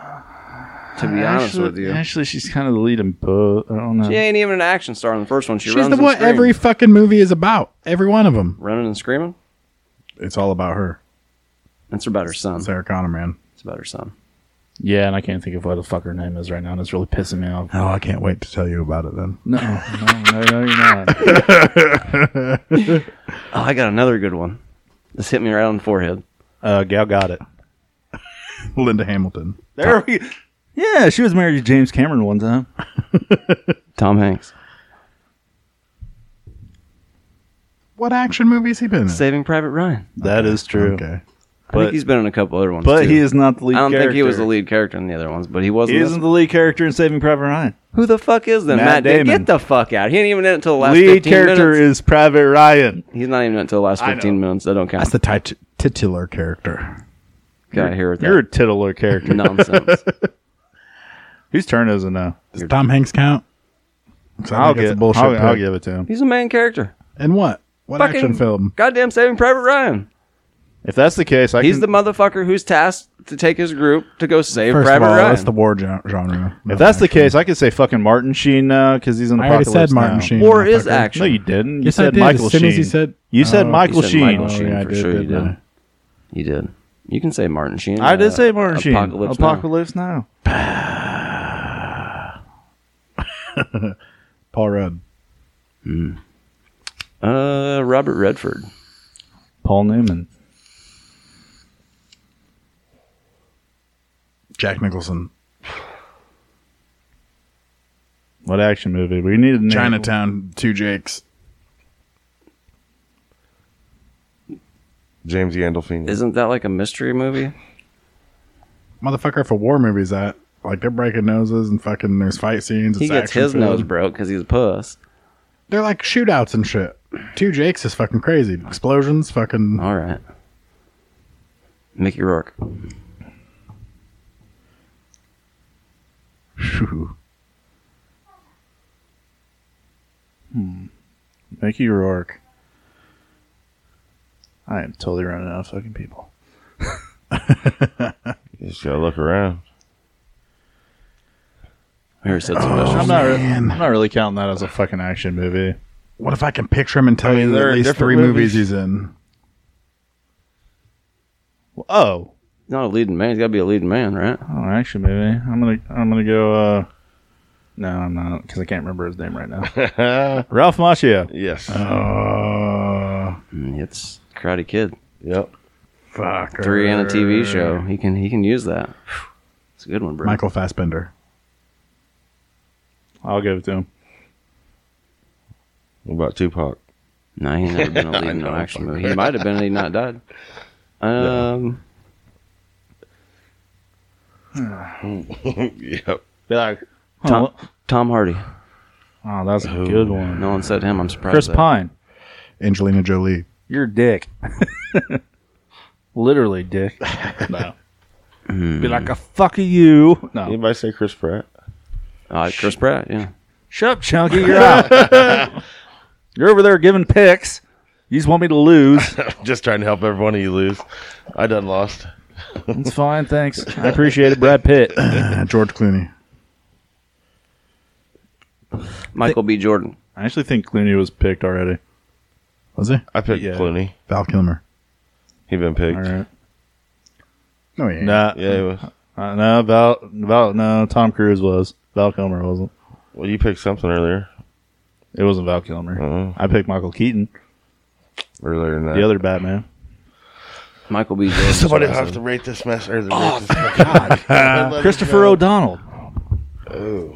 Speaker 3: To be honest
Speaker 1: Actually,
Speaker 3: with you,
Speaker 1: actually, she's kind of the lead in both. I don't know.
Speaker 3: she ain't even an action star in the first one. She
Speaker 2: She's
Speaker 3: runs
Speaker 2: the
Speaker 3: and
Speaker 2: one
Speaker 3: screams.
Speaker 2: every fucking movie is about. Every one of them.
Speaker 3: running and screaming.
Speaker 2: It's all about her.
Speaker 3: That's about her son.
Speaker 2: Sarah Connor, man.
Speaker 3: It's about her son.
Speaker 1: Yeah, and I can't think of what the fuck her name is right now, and it's really pissing me off.
Speaker 2: Oh, I can't wait to tell you about it then.
Speaker 1: No, no, no, no, you're not.
Speaker 3: Oh, I got another good one. This hit me right on the forehead.
Speaker 1: Uh, Gal got it.
Speaker 2: [laughs] Linda Hamilton.
Speaker 1: [laughs] There we. Yeah, she was married to James Cameron one time.
Speaker 3: Tom Hanks,
Speaker 2: What action movie has he been in?
Speaker 3: Saving Private Ryan.
Speaker 1: That is true.
Speaker 2: Okay.
Speaker 3: I think
Speaker 1: But-
Speaker 3: he's been in a couple other ones.
Speaker 1: But
Speaker 3: too.
Speaker 1: he is not the lead.
Speaker 3: I don't think he was the
Speaker 1: character.
Speaker 3: lead character in the other ones, but he was.
Speaker 1: He
Speaker 3: in this
Speaker 1: isn't the lead character in Saving Private Ryan.
Speaker 3: Who the fuck is then? Matt,
Speaker 2: Matt
Speaker 3: Damon.
Speaker 2: Damon.
Speaker 3: Get the fuck out. He ain't even in it until the last
Speaker 1: lead
Speaker 3: 15
Speaker 1: character
Speaker 3: minutes.
Speaker 1: is Private Ryan.
Speaker 3: He's not even in it until the last 15 minutes. That don't count.
Speaker 2: That's the tit- titular character.
Speaker 3: guy here with
Speaker 1: You're a [laughs]
Speaker 3: that
Speaker 1: titular character.
Speaker 3: nonsense.
Speaker 1: Whose turn is it now?
Speaker 2: Does Tom Hanks count? So I
Speaker 1: I'll
Speaker 2: think it's
Speaker 1: give,
Speaker 2: a bullshit
Speaker 1: I'll, I'll
Speaker 2: pick.
Speaker 1: give it to him.
Speaker 3: He's a main character.
Speaker 2: And what? What
Speaker 3: Fucking-
Speaker 2: action film?
Speaker 3: Goddamn Saving Private Ryan.
Speaker 1: If that's the case, I
Speaker 3: He's
Speaker 1: can,
Speaker 3: the motherfucker who's tasked to take his group to go save
Speaker 2: First
Speaker 3: Private
Speaker 2: of all,
Speaker 3: Ryan.
Speaker 2: that's the war gen- genre.
Speaker 1: If that's the case, I could say fucking Martin Sheen now because he's in the
Speaker 2: I already
Speaker 1: apocalypse
Speaker 2: said Martin
Speaker 1: now.
Speaker 2: Sheen.
Speaker 3: War is
Speaker 2: motherfucker.
Speaker 3: action.
Speaker 1: No, you didn't. You
Speaker 2: Yes, I
Speaker 1: said
Speaker 2: did, as
Speaker 1: Michael
Speaker 2: soon
Speaker 1: Sheen.
Speaker 2: as he said-
Speaker 1: you said
Speaker 2: Oh,
Speaker 1: Michael
Speaker 3: he said
Speaker 1: Sheen.
Speaker 3: Michael
Speaker 2: Oh,
Speaker 3: Sheen,
Speaker 2: yeah, I
Speaker 3: for
Speaker 2: did,
Speaker 3: sure you
Speaker 2: didn't
Speaker 3: did. You did. You can say Martin Sheen.
Speaker 1: I
Speaker 3: uh,
Speaker 1: did say Martin Sheen.
Speaker 3: Apocalypse. Now.
Speaker 1: Apocalypse now.
Speaker 2: Paul Rudd.
Speaker 3: Uh, Robert Redford.
Speaker 1: Paul Newman.
Speaker 2: Jack Nicholson.
Speaker 1: What action movie? We need a name.
Speaker 2: Chinatown. Two Jakes.
Speaker 4: James Gandolfini.
Speaker 3: Isn't that like a mystery movie?
Speaker 2: Motherfucker, if a war movie's that, like they're breaking noses and fucking there's fight scenes.
Speaker 3: He
Speaker 2: it's
Speaker 3: gets
Speaker 2: action
Speaker 3: his
Speaker 2: film.
Speaker 3: nose broke because he's a puss.
Speaker 2: They're like shootouts and shit. Two Jakes is fucking crazy. Explosions, fucking. [sighs]
Speaker 3: All right. Mickey Rourke.
Speaker 2: Phew.
Speaker 1: Mickey Rourke. I am totally running out of fucking people.
Speaker 4: You just gotta look around. [laughs]
Speaker 3: We already said
Speaker 2: Oh.
Speaker 3: some
Speaker 1: I'm
Speaker 3: mysteries.
Speaker 1: not. re-
Speaker 2: man.
Speaker 1: I'm not really counting that as a fucking action movie.
Speaker 2: What if I can picture him and tell
Speaker 4: I mean,
Speaker 2: you
Speaker 4: there
Speaker 2: at
Speaker 4: are
Speaker 2: least
Speaker 4: different
Speaker 2: three movies
Speaker 4: movies.
Speaker 2: he's in?
Speaker 1: Oh,
Speaker 3: He's not a leading man. He's got to be a leading man, right?
Speaker 1: oh, action movie. I'm gonna. I'm gonna go. uh No, I'm not because I can't remember his name right now. Ralph Macchio.
Speaker 4: yes.
Speaker 2: Uh,
Speaker 3: Mm, It's Karate Kid.
Speaker 4: yep.
Speaker 2: fuck.
Speaker 3: Three and a TV show. He can he can use that. It's a good one, bro.
Speaker 2: Michael Fassbender.
Speaker 1: I'll give it to him.
Speaker 4: What about Tupac? [laughs]
Speaker 3: No, he ain't never been a leading no
Speaker 4: know,
Speaker 3: action
Speaker 4: fucker.
Speaker 3: movie. He might have been. He not died. Um,
Speaker 4: yep.
Speaker 1: Be like,
Speaker 3: Tom,
Speaker 1: oh,
Speaker 3: Tom Hardy.
Speaker 1: oh, that's a good one.
Speaker 3: No one said him. I'm surprised.
Speaker 1: Chris
Speaker 3: that-
Speaker 1: Pine.
Speaker 2: Angelina Jolie.
Speaker 1: You're dick. [laughs] Literally dick. No. Be like a fuck of you. No.
Speaker 4: Anybody say Chris Pratt?
Speaker 3: Uh, Chris Pratt. Yeah.
Speaker 1: Shut up, Chunky. You're out. [laughs] you're over there giving picks. You just want me to lose.
Speaker 4: [laughs] just trying to help every one of you lose. I done lost.
Speaker 1: It's fine, thanks. I appreciate it, Brad Pitt.
Speaker 2: Uh, [coughs] George Clooney.
Speaker 3: Michael B. Jordan.
Speaker 1: I actually think Clooney was picked already.
Speaker 2: Was he?
Speaker 4: I picked
Speaker 1: Yeah.
Speaker 4: Clooney.
Speaker 2: Val Kilmer.
Speaker 4: He been picked.
Speaker 1: All right.
Speaker 2: No, he ain't.
Speaker 1: Nah,
Speaker 4: Yeah, he was.
Speaker 1: uh, no, Val, Val, no, Tom Cruise was. Val Kilmer wasn't.
Speaker 4: Well, you picked something earlier.
Speaker 1: It wasn't Val Kilmer.
Speaker 4: Uh-huh.
Speaker 1: I picked Michael Keaton,
Speaker 4: Earlier than that.
Speaker 1: the other Batman.
Speaker 3: Michael
Speaker 1: [laughs]
Speaker 3: B. Jordan.
Speaker 4: Somebody will have to rate this mess. Or the oh, this fucking- Let it
Speaker 1: Uh, Christopher
Speaker 4: go.
Speaker 1: O'Donnell.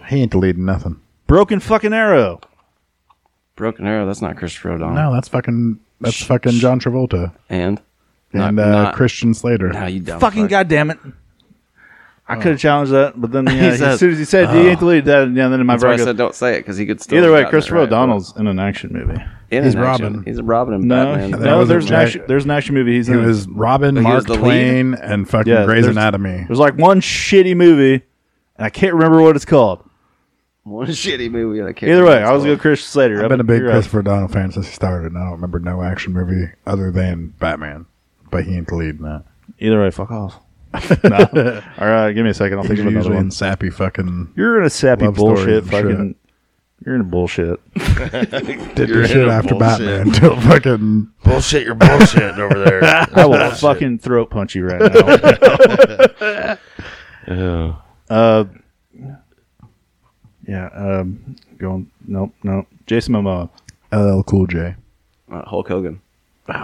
Speaker 2: He ain't the lead in nothing.
Speaker 1: Broken fucking arrow.
Speaker 3: Broken Arrow. That's not Christopher O'Donnell.
Speaker 2: No, that's fucking. That's fucking John Travolta
Speaker 3: And
Speaker 2: and
Speaker 3: Not-
Speaker 2: uh,
Speaker 3: not-
Speaker 2: Christian Slater.
Speaker 3: now you dumb
Speaker 1: fucking
Speaker 3: fuck.
Speaker 1: goddamn it. I could have challenged that,
Speaker 3: [laughs]
Speaker 1: but then yeah,
Speaker 3: He
Speaker 1: as
Speaker 3: says- "Oh."
Speaker 1: soon as he said he ain't the lead, that yeah, then in my
Speaker 3: That's why I
Speaker 1: brain. goes,
Speaker 3: said don't say it because he could still.
Speaker 1: Either
Speaker 3: have
Speaker 1: way,
Speaker 3: gotten it
Speaker 1: Christopher
Speaker 3: right, but
Speaker 1: O'Donnell's in an action movie.
Speaker 3: in
Speaker 2: He's
Speaker 3: an action.
Speaker 2: Robin.
Speaker 3: He's a Robin and
Speaker 1: No,
Speaker 3: Batman.
Speaker 1: [laughs]
Speaker 2: that
Speaker 1: no,
Speaker 2: was a
Speaker 1: there's an
Speaker 2: Jack-
Speaker 1: action, there's an action movie he's
Speaker 2: It
Speaker 1: in.
Speaker 2: was Robin,
Speaker 3: But he was
Speaker 2: Mark
Speaker 3: the lead?
Speaker 2: Twain, and fucking
Speaker 1: Yeah,
Speaker 2: Grey's
Speaker 1: there's-
Speaker 2: Anatomy.
Speaker 1: There's like one shitty movie, and I can't remember what it's called.
Speaker 3: One shitty movie. I can't
Speaker 1: Either way,
Speaker 3: remember
Speaker 1: I was
Speaker 3: what
Speaker 1: going
Speaker 3: it's
Speaker 1: to Chris Slater.
Speaker 2: I've been a big
Speaker 1: You're right.
Speaker 2: Christopher Donald fan since he started, and I don't remember no action movie other than Batman. But he ain't the lead in that.
Speaker 1: Either way, fuck
Speaker 2: [laughs]
Speaker 1: off. no. All right, give me a second. I'll think
Speaker 2: He's
Speaker 1: of another
Speaker 2: usually in
Speaker 1: one.
Speaker 2: sappy fucking
Speaker 1: You're in a sappy
Speaker 2: Love story
Speaker 1: bullshit
Speaker 2: and
Speaker 1: fucking. You're in a
Speaker 2: [laughs]
Speaker 1: bullshit.
Speaker 2: did
Speaker 4: You're
Speaker 2: this shit
Speaker 4: in a
Speaker 2: after
Speaker 4: bullshit.
Speaker 2: Batman [laughs] until fucking
Speaker 4: Bullshit, you're bullshitting
Speaker 3: [laughs]
Speaker 4: over there.
Speaker 1: I will fucking throat punch you
Speaker 2: [laughs]
Speaker 1: right now.
Speaker 4: Ew.
Speaker 1: Uh, yeah. Um, going. Nope. Nope. Jason Momoa.
Speaker 2: LL Cool J.
Speaker 3: called. Uh,
Speaker 1: [laughs]
Speaker 3: Hulk Hogan.
Speaker 4: You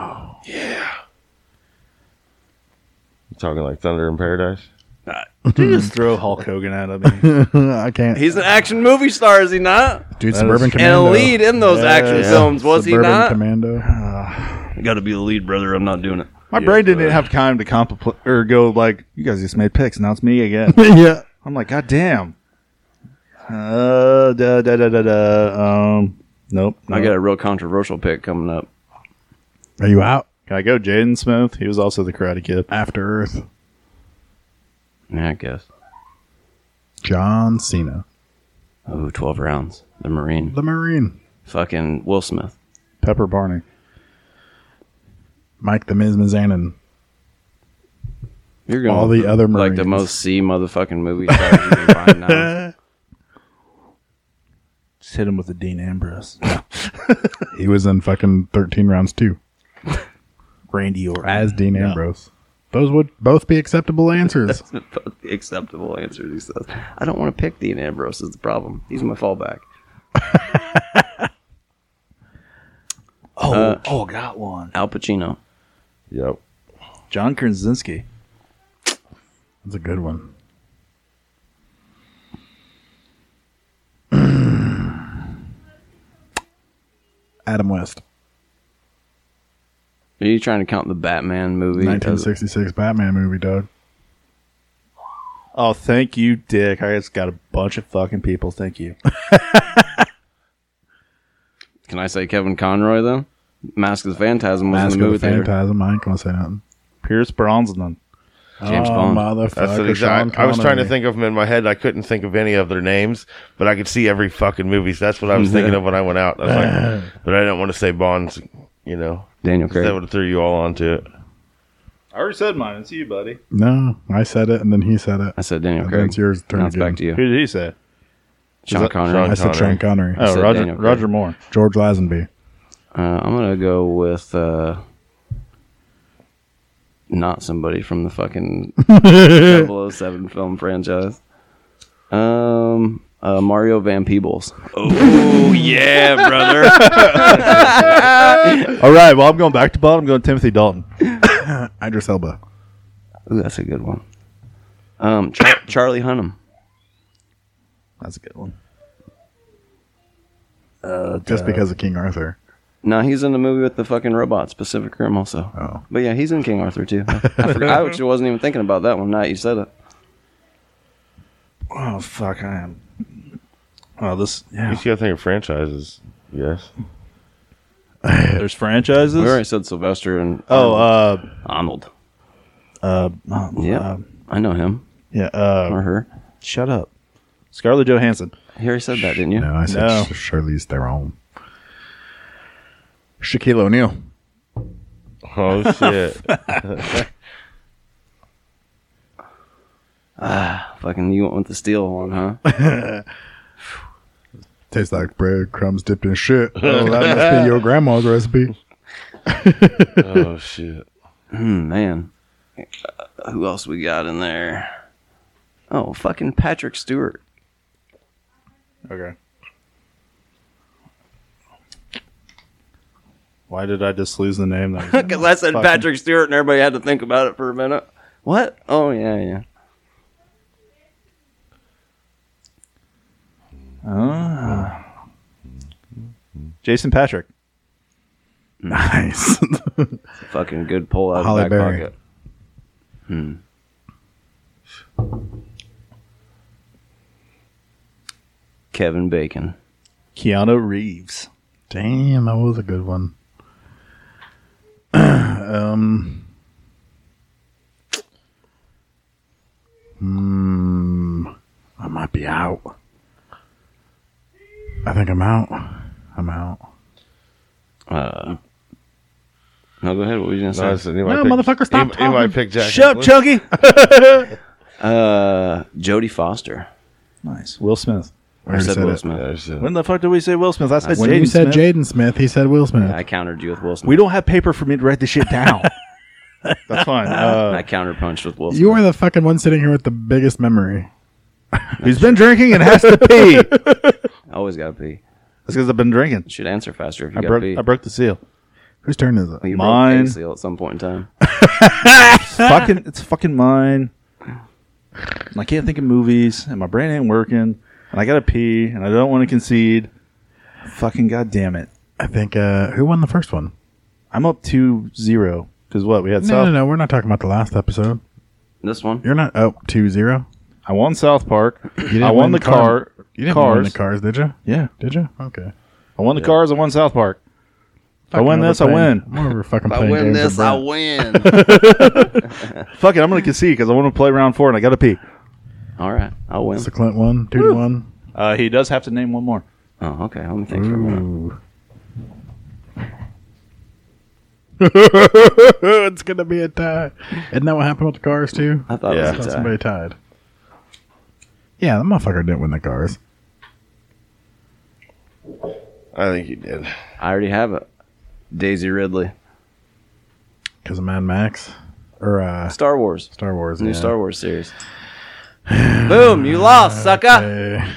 Speaker 4: talking like Thunder in Paradise?
Speaker 3: Ah,
Speaker 1: Did you just throw Hulk Hogan out of [laughs] me?
Speaker 2: I can't.
Speaker 3: He's an action movie star, is he not?
Speaker 2: dude, Suburban
Speaker 3: And a
Speaker 2: Commando.
Speaker 3: lead in those action films, was he
Speaker 2: Suburban
Speaker 3: not?
Speaker 2: Commando.
Speaker 3: Got to be the lead, brother. I'm not doing it.
Speaker 2: My
Speaker 4: Yeah,
Speaker 2: brain didn't
Speaker 4: but-
Speaker 2: have time to contemplate or go like,
Speaker 1: You guys just made picks. Now it's me
Speaker 2: [laughs]
Speaker 1: again.
Speaker 2: yeah,
Speaker 1: I'm like, God damn. Uh, da, da, da, da, da. Um, nope.
Speaker 3: I
Speaker 1: nope.
Speaker 3: got a real controversial pick coming up.
Speaker 2: are you out
Speaker 1: Can I go Jaden Smith? He was also the Karate Kid.
Speaker 2: after Earth?
Speaker 3: Yeah, I guess.
Speaker 2: John Cena,
Speaker 3: Oh, 12 rounds. The Marine.
Speaker 2: the Marine,
Speaker 3: Fucking Will Smith.
Speaker 1: Pepper Barney.
Speaker 2: Mike the Miz Mizanin,
Speaker 3: You're going
Speaker 2: all the other
Speaker 3: like
Speaker 2: Marines.
Speaker 3: the most C motherfucking movie stars you can find
Speaker 2: [laughs]
Speaker 3: now.
Speaker 1: Just hit him with the Dean Ambrose.
Speaker 2: He was in fucking thirteen rounds too,
Speaker 1: Randy Orton.
Speaker 2: as Dean
Speaker 1: Yeah.
Speaker 2: Ambrose. Those would both be acceptable answers.
Speaker 3: Both the acceptable answers he says. I don't want to pick Dean Ambrose is the problem. He's my fallback.
Speaker 1: Oh, oh, got one.
Speaker 3: Al Pacino.
Speaker 4: Yep.
Speaker 1: John Krasinski.
Speaker 2: That's a good one. [clears throat] Adam West,
Speaker 3: Are you trying to count the Batman movie? as-
Speaker 2: 1966 Batman movie, dog.
Speaker 1: Oh, thank you, Dick. I just got a bunch of fucking people. Thank you.
Speaker 3: Can I say Kevin Conroy though? Mask of the Phantasm was
Speaker 2: Mask
Speaker 3: in the
Speaker 2: of
Speaker 3: movie
Speaker 2: the
Speaker 3: theater.
Speaker 2: Phantasm. I ain't gonna say nothing.
Speaker 1: Pierce Bronson.
Speaker 3: James
Speaker 2: oh,
Speaker 3: Bond.
Speaker 2: Motherfucker,
Speaker 4: That's the
Speaker 2: Sean
Speaker 4: exact. I was trying to
Speaker 2: Connery.
Speaker 4: think of them in my head. I couldn't think of any of their names, but I could see every fucking movie. So that's
Speaker 1: [laughs]
Speaker 4: what I was thinking of when I went out. I was like, but I didn't want to say Bonds. You know,
Speaker 3: Daniel
Speaker 4: 'cause that
Speaker 3: Craig.
Speaker 4: would have threw you all onto it.
Speaker 1: I already said mine. It's you, buddy.
Speaker 2: No, I said it and then he said it.
Speaker 3: I said Daniel
Speaker 2: And
Speaker 3: Craig.
Speaker 2: then it's yours to turn
Speaker 3: Now it's back to
Speaker 2: again.
Speaker 3: you.
Speaker 1: Who did he say?
Speaker 3: Sean
Speaker 1: that-
Speaker 3: Connery.
Speaker 2: I said Sean Connery.
Speaker 1: Oh,
Speaker 3: said
Speaker 1: Roger
Speaker 3: Daniel Craig.
Speaker 1: Roger Moore.
Speaker 2: George Lazenby.
Speaker 3: Uh, I'm gonna go with uh, not somebody from
Speaker 1: [laughs]
Speaker 3: the fucking 007 film franchise. Um, uh, Mario Van Peebles. Oh yeah, brother.
Speaker 1: All right. Well, I'm going back to bottom. I'm going Timothy Dalton.
Speaker 2: Idris Elba.
Speaker 3: Ooh, that's a good one.
Speaker 1: [coughs]
Speaker 3: Um, Char- Charlie Hunnam.
Speaker 1: That's a good one.
Speaker 2: Just because of King Arthur.
Speaker 3: No, he's in the movie with the fucking robots, Pacific Rim also.
Speaker 2: Oh.
Speaker 3: But yeah, he's in King Arthur too. I,
Speaker 1: [laughs]
Speaker 3: I, forgot, I actually wasn't even thinking about that one. Now that you said it.
Speaker 1: Oh fuck, I am. Oh, this.
Speaker 4: You
Speaker 1: Yeah.
Speaker 4: see, I think of franchises. Yes.
Speaker 1: [laughs] There's franchises.
Speaker 3: We already said Sylvester and
Speaker 1: Oh, uh,
Speaker 3: Arnold.
Speaker 1: uh, uh,
Speaker 3: Yeah,
Speaker 1: uh,
Speaker 3: I know him
Speaker 1: yeah. Uh,
Speaker 3: or her.
Speaker 1: shut up. Scarlett Johansson.
Speaker 3: You already said that, didn't you?
Speaker 2: No, I said
Speaker 1: No.
Speaker 2: Sh- Charlize Theron. Shaquille O'Neal. [laughs]
Speaker 4: Oh shit.
Speaker 3: Fucking, you went with the steel one, huh? [laughs]
Speaker 2: Tastes like bread crumbs dipped in shit. [laughs] Oh, that must be your grandma's recipe.
Speaker 4: oh
Speaker 2: [laughs]
Speaker 4: shit.
Speaker 3: Hmm, Man, Uh, who else we got in there? Oh, fucking Patrick [laughs] Stewart.
Speaker 1: Okay. Why did I just lose the name?
Speaker 2: [laughs]
Speaker 1: That was-
Speaker 3: Because I said Patrick Stewart, and everybody had to think about it for a minute. What? Oh yeah, yeah.
Speaker 1: Jason Patrick.
Speaker 2: Nice.
Speaker 3: Fucking good pull out
Speaker 2: Halle
Speaker 3: of the back
Speaker 2: Berry.
Speaker 3: pocket. Hmm. Kevin Bacon.
Speaker 1: Keanu Reeves.
Speaker 2: Damn, that was a good one. [clears throat] um. Hmm. I might be out. I think I'm out. I'm out.
Speaker 3: Uh, no, go ahead. What were you gonna say?
Speaker 4: No, I said, anyway, I
Speaker 2: No,
Speaker 4: picked-
Speaker 2: motherfucker, stop
Speaker 4: anyway, anyway, I
Speaker 2: talking.
Speaker 4: picked Jack. Nicholson.
Speaker 1: Chunky.
Speaker 3: Uh, Jodie Foster.
Speaker 1: nice. Will Smith.
Speaker 2: I
Speaker 3: I
Speaker 2: already
Speaker 3: said
Speaker 2: said
Speaker 3: Will
Speaker 2: it.
Speaker 3: Smith.
Speaker 4: Yeah, I said-
Speaker 1: When the fuck did we say Will Smith? I said
Speaker 2: When
Speaker 1: Jaden
Speaker 2: you said
Speaker 1: Smith.
Speaker 2: Jaden Smith, he said Will Smith.
Speaker 3: I countered you with Will Smith.
Speaker 1: We don't have paper for me to write this shit
Speaker 2: [laughs]
Speaker 1: down. That's fine. Uh,
Speaker 3: I counterpunched with Will Smith.
Speaker 2: you are the fucking one sitting here with the biggest memory.
Speaker 1: he's been drinking and has to
Speaker 2: [laughs]
Speaker 1: pee. That's
Speaker 3: I always gotta pee.
Speaker 1: because I've been drinking.
Speaker 3: You should answer faster if you
Speaker 1: I
Speaker 3: gotta pee.
Speaker 1: broke. I broke the seal.
Speaker 2: Whose turn is it?
Speaker 3: Well, you
Speaker 1: mine.
Speaker 3: broke a seal at some point in time.
Speaker 1: fucking it's fucking mine. And I can't think of movies, and my brain ain't working, and I gotta pee, and I don't want to concede. Fucking goddamn it!
Speaker 2: I think uh who won the first one?
Speaker 1: I'm up 2-0 Because what we had
Speaker 2: No,
Speaker 1: South.
Speaker 2: no, no. We're not talking about the last episode.
Speaker 3: This one.
Speaker 2: You're not up two zero.
Speaker 1: I won South Park.
Speaker 2: didn't
Speaker 1: I won
Speaker 2: win
Speaker 1: the car.
Speaker 2: You didn't
Speaker 1: cars.
Speaker 2: win the cars, did you?
Speaker 1: Yeah,
Speaker 2: Did you? Okay.
Speaker 1: I won the cars. I won South Park. I win this, I win.
Speaker 2: I'm over fucking
Speaker 3: If I
Speaker 2: playing
Speaker 3: win
Speaker 2: games
Speaker 3: this,
Speaker 2: with
Speaker 3: I
Speaker 2: Brent.
Speaker 3: win.
Speaker 1: Fuck it, I'm gonna concede because I want to play round four and I gotta pee.
Speaker 3: [laughs] All right,
Speaker 2: [laughs]
Speaker 3: I'll win.
Speaker 2: It's the Clint
Speaker 3: [laughs]
Speaker 2: one, two to one.
Speaker 1: Uh, he does have to name one more.
Speaker 3: Oh, okay. Let me think
Speaker 2: Mm.
Speaker 3: for a minute.
Speaker 2: [laughs] it's gonna be a tie. Isn't that what happened with the cars too?
Speaker 3: I thought
Speaker 4: Yeah.
Speaker 3: it
Speaker 2: Got
Speaker 3: was a tie.
Speaker 2: somebody tied. Yeah, the motherfucker didn't win the cars.
Speaker 4: I think you did.
Speaker 3: I already have it. Daisy Ridley,
Speaker 2: Because of Mad Max. Or uh
Speaker 3: Star Wars,
Speaker 2: Star Wars.
Speaker 3: new
Speaker 2: yeah.
Speaker 3: Star
Speaker 2: [sighs]
Speaker 3: Wars series. Boom! You lost, sucker.
Speaker 2: Uh,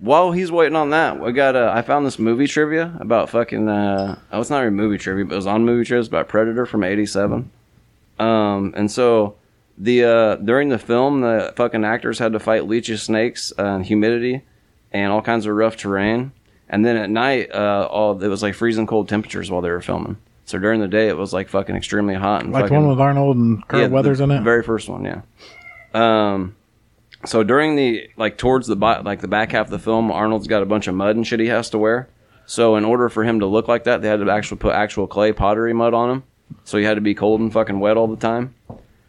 Speaker 3: While he's waiting on that, I got uh, I found this movie trivia about fucking. Uh, oh, it's not even movie trivia, but it was on movie trivia. It's about Predator from '87. Um, and so the uh, during the film, the fucking actors had to fight leeches, snakes, uh, and humidity, and all kinds of rough terrain. And then at night, uh, all it was like freezing cold temperatures while they were filming. So during the day, it was like fucking extremely hot and
Speaker 2: like the
Speaker 3: fucking,
Speaker 2: one with Arnold and Carl
Speaker 3: the
Speaker 2: Weathers in it.
Speaker 3: Very first one, yeah. Um, so during the like towards the bo- like the back half of the film, Arnold's got a bunch of mud and shit he has to wear. So in order for him to look like that, they had to actually put actual clay pottery mud on him. So he had to be cold and fucking wet all the time.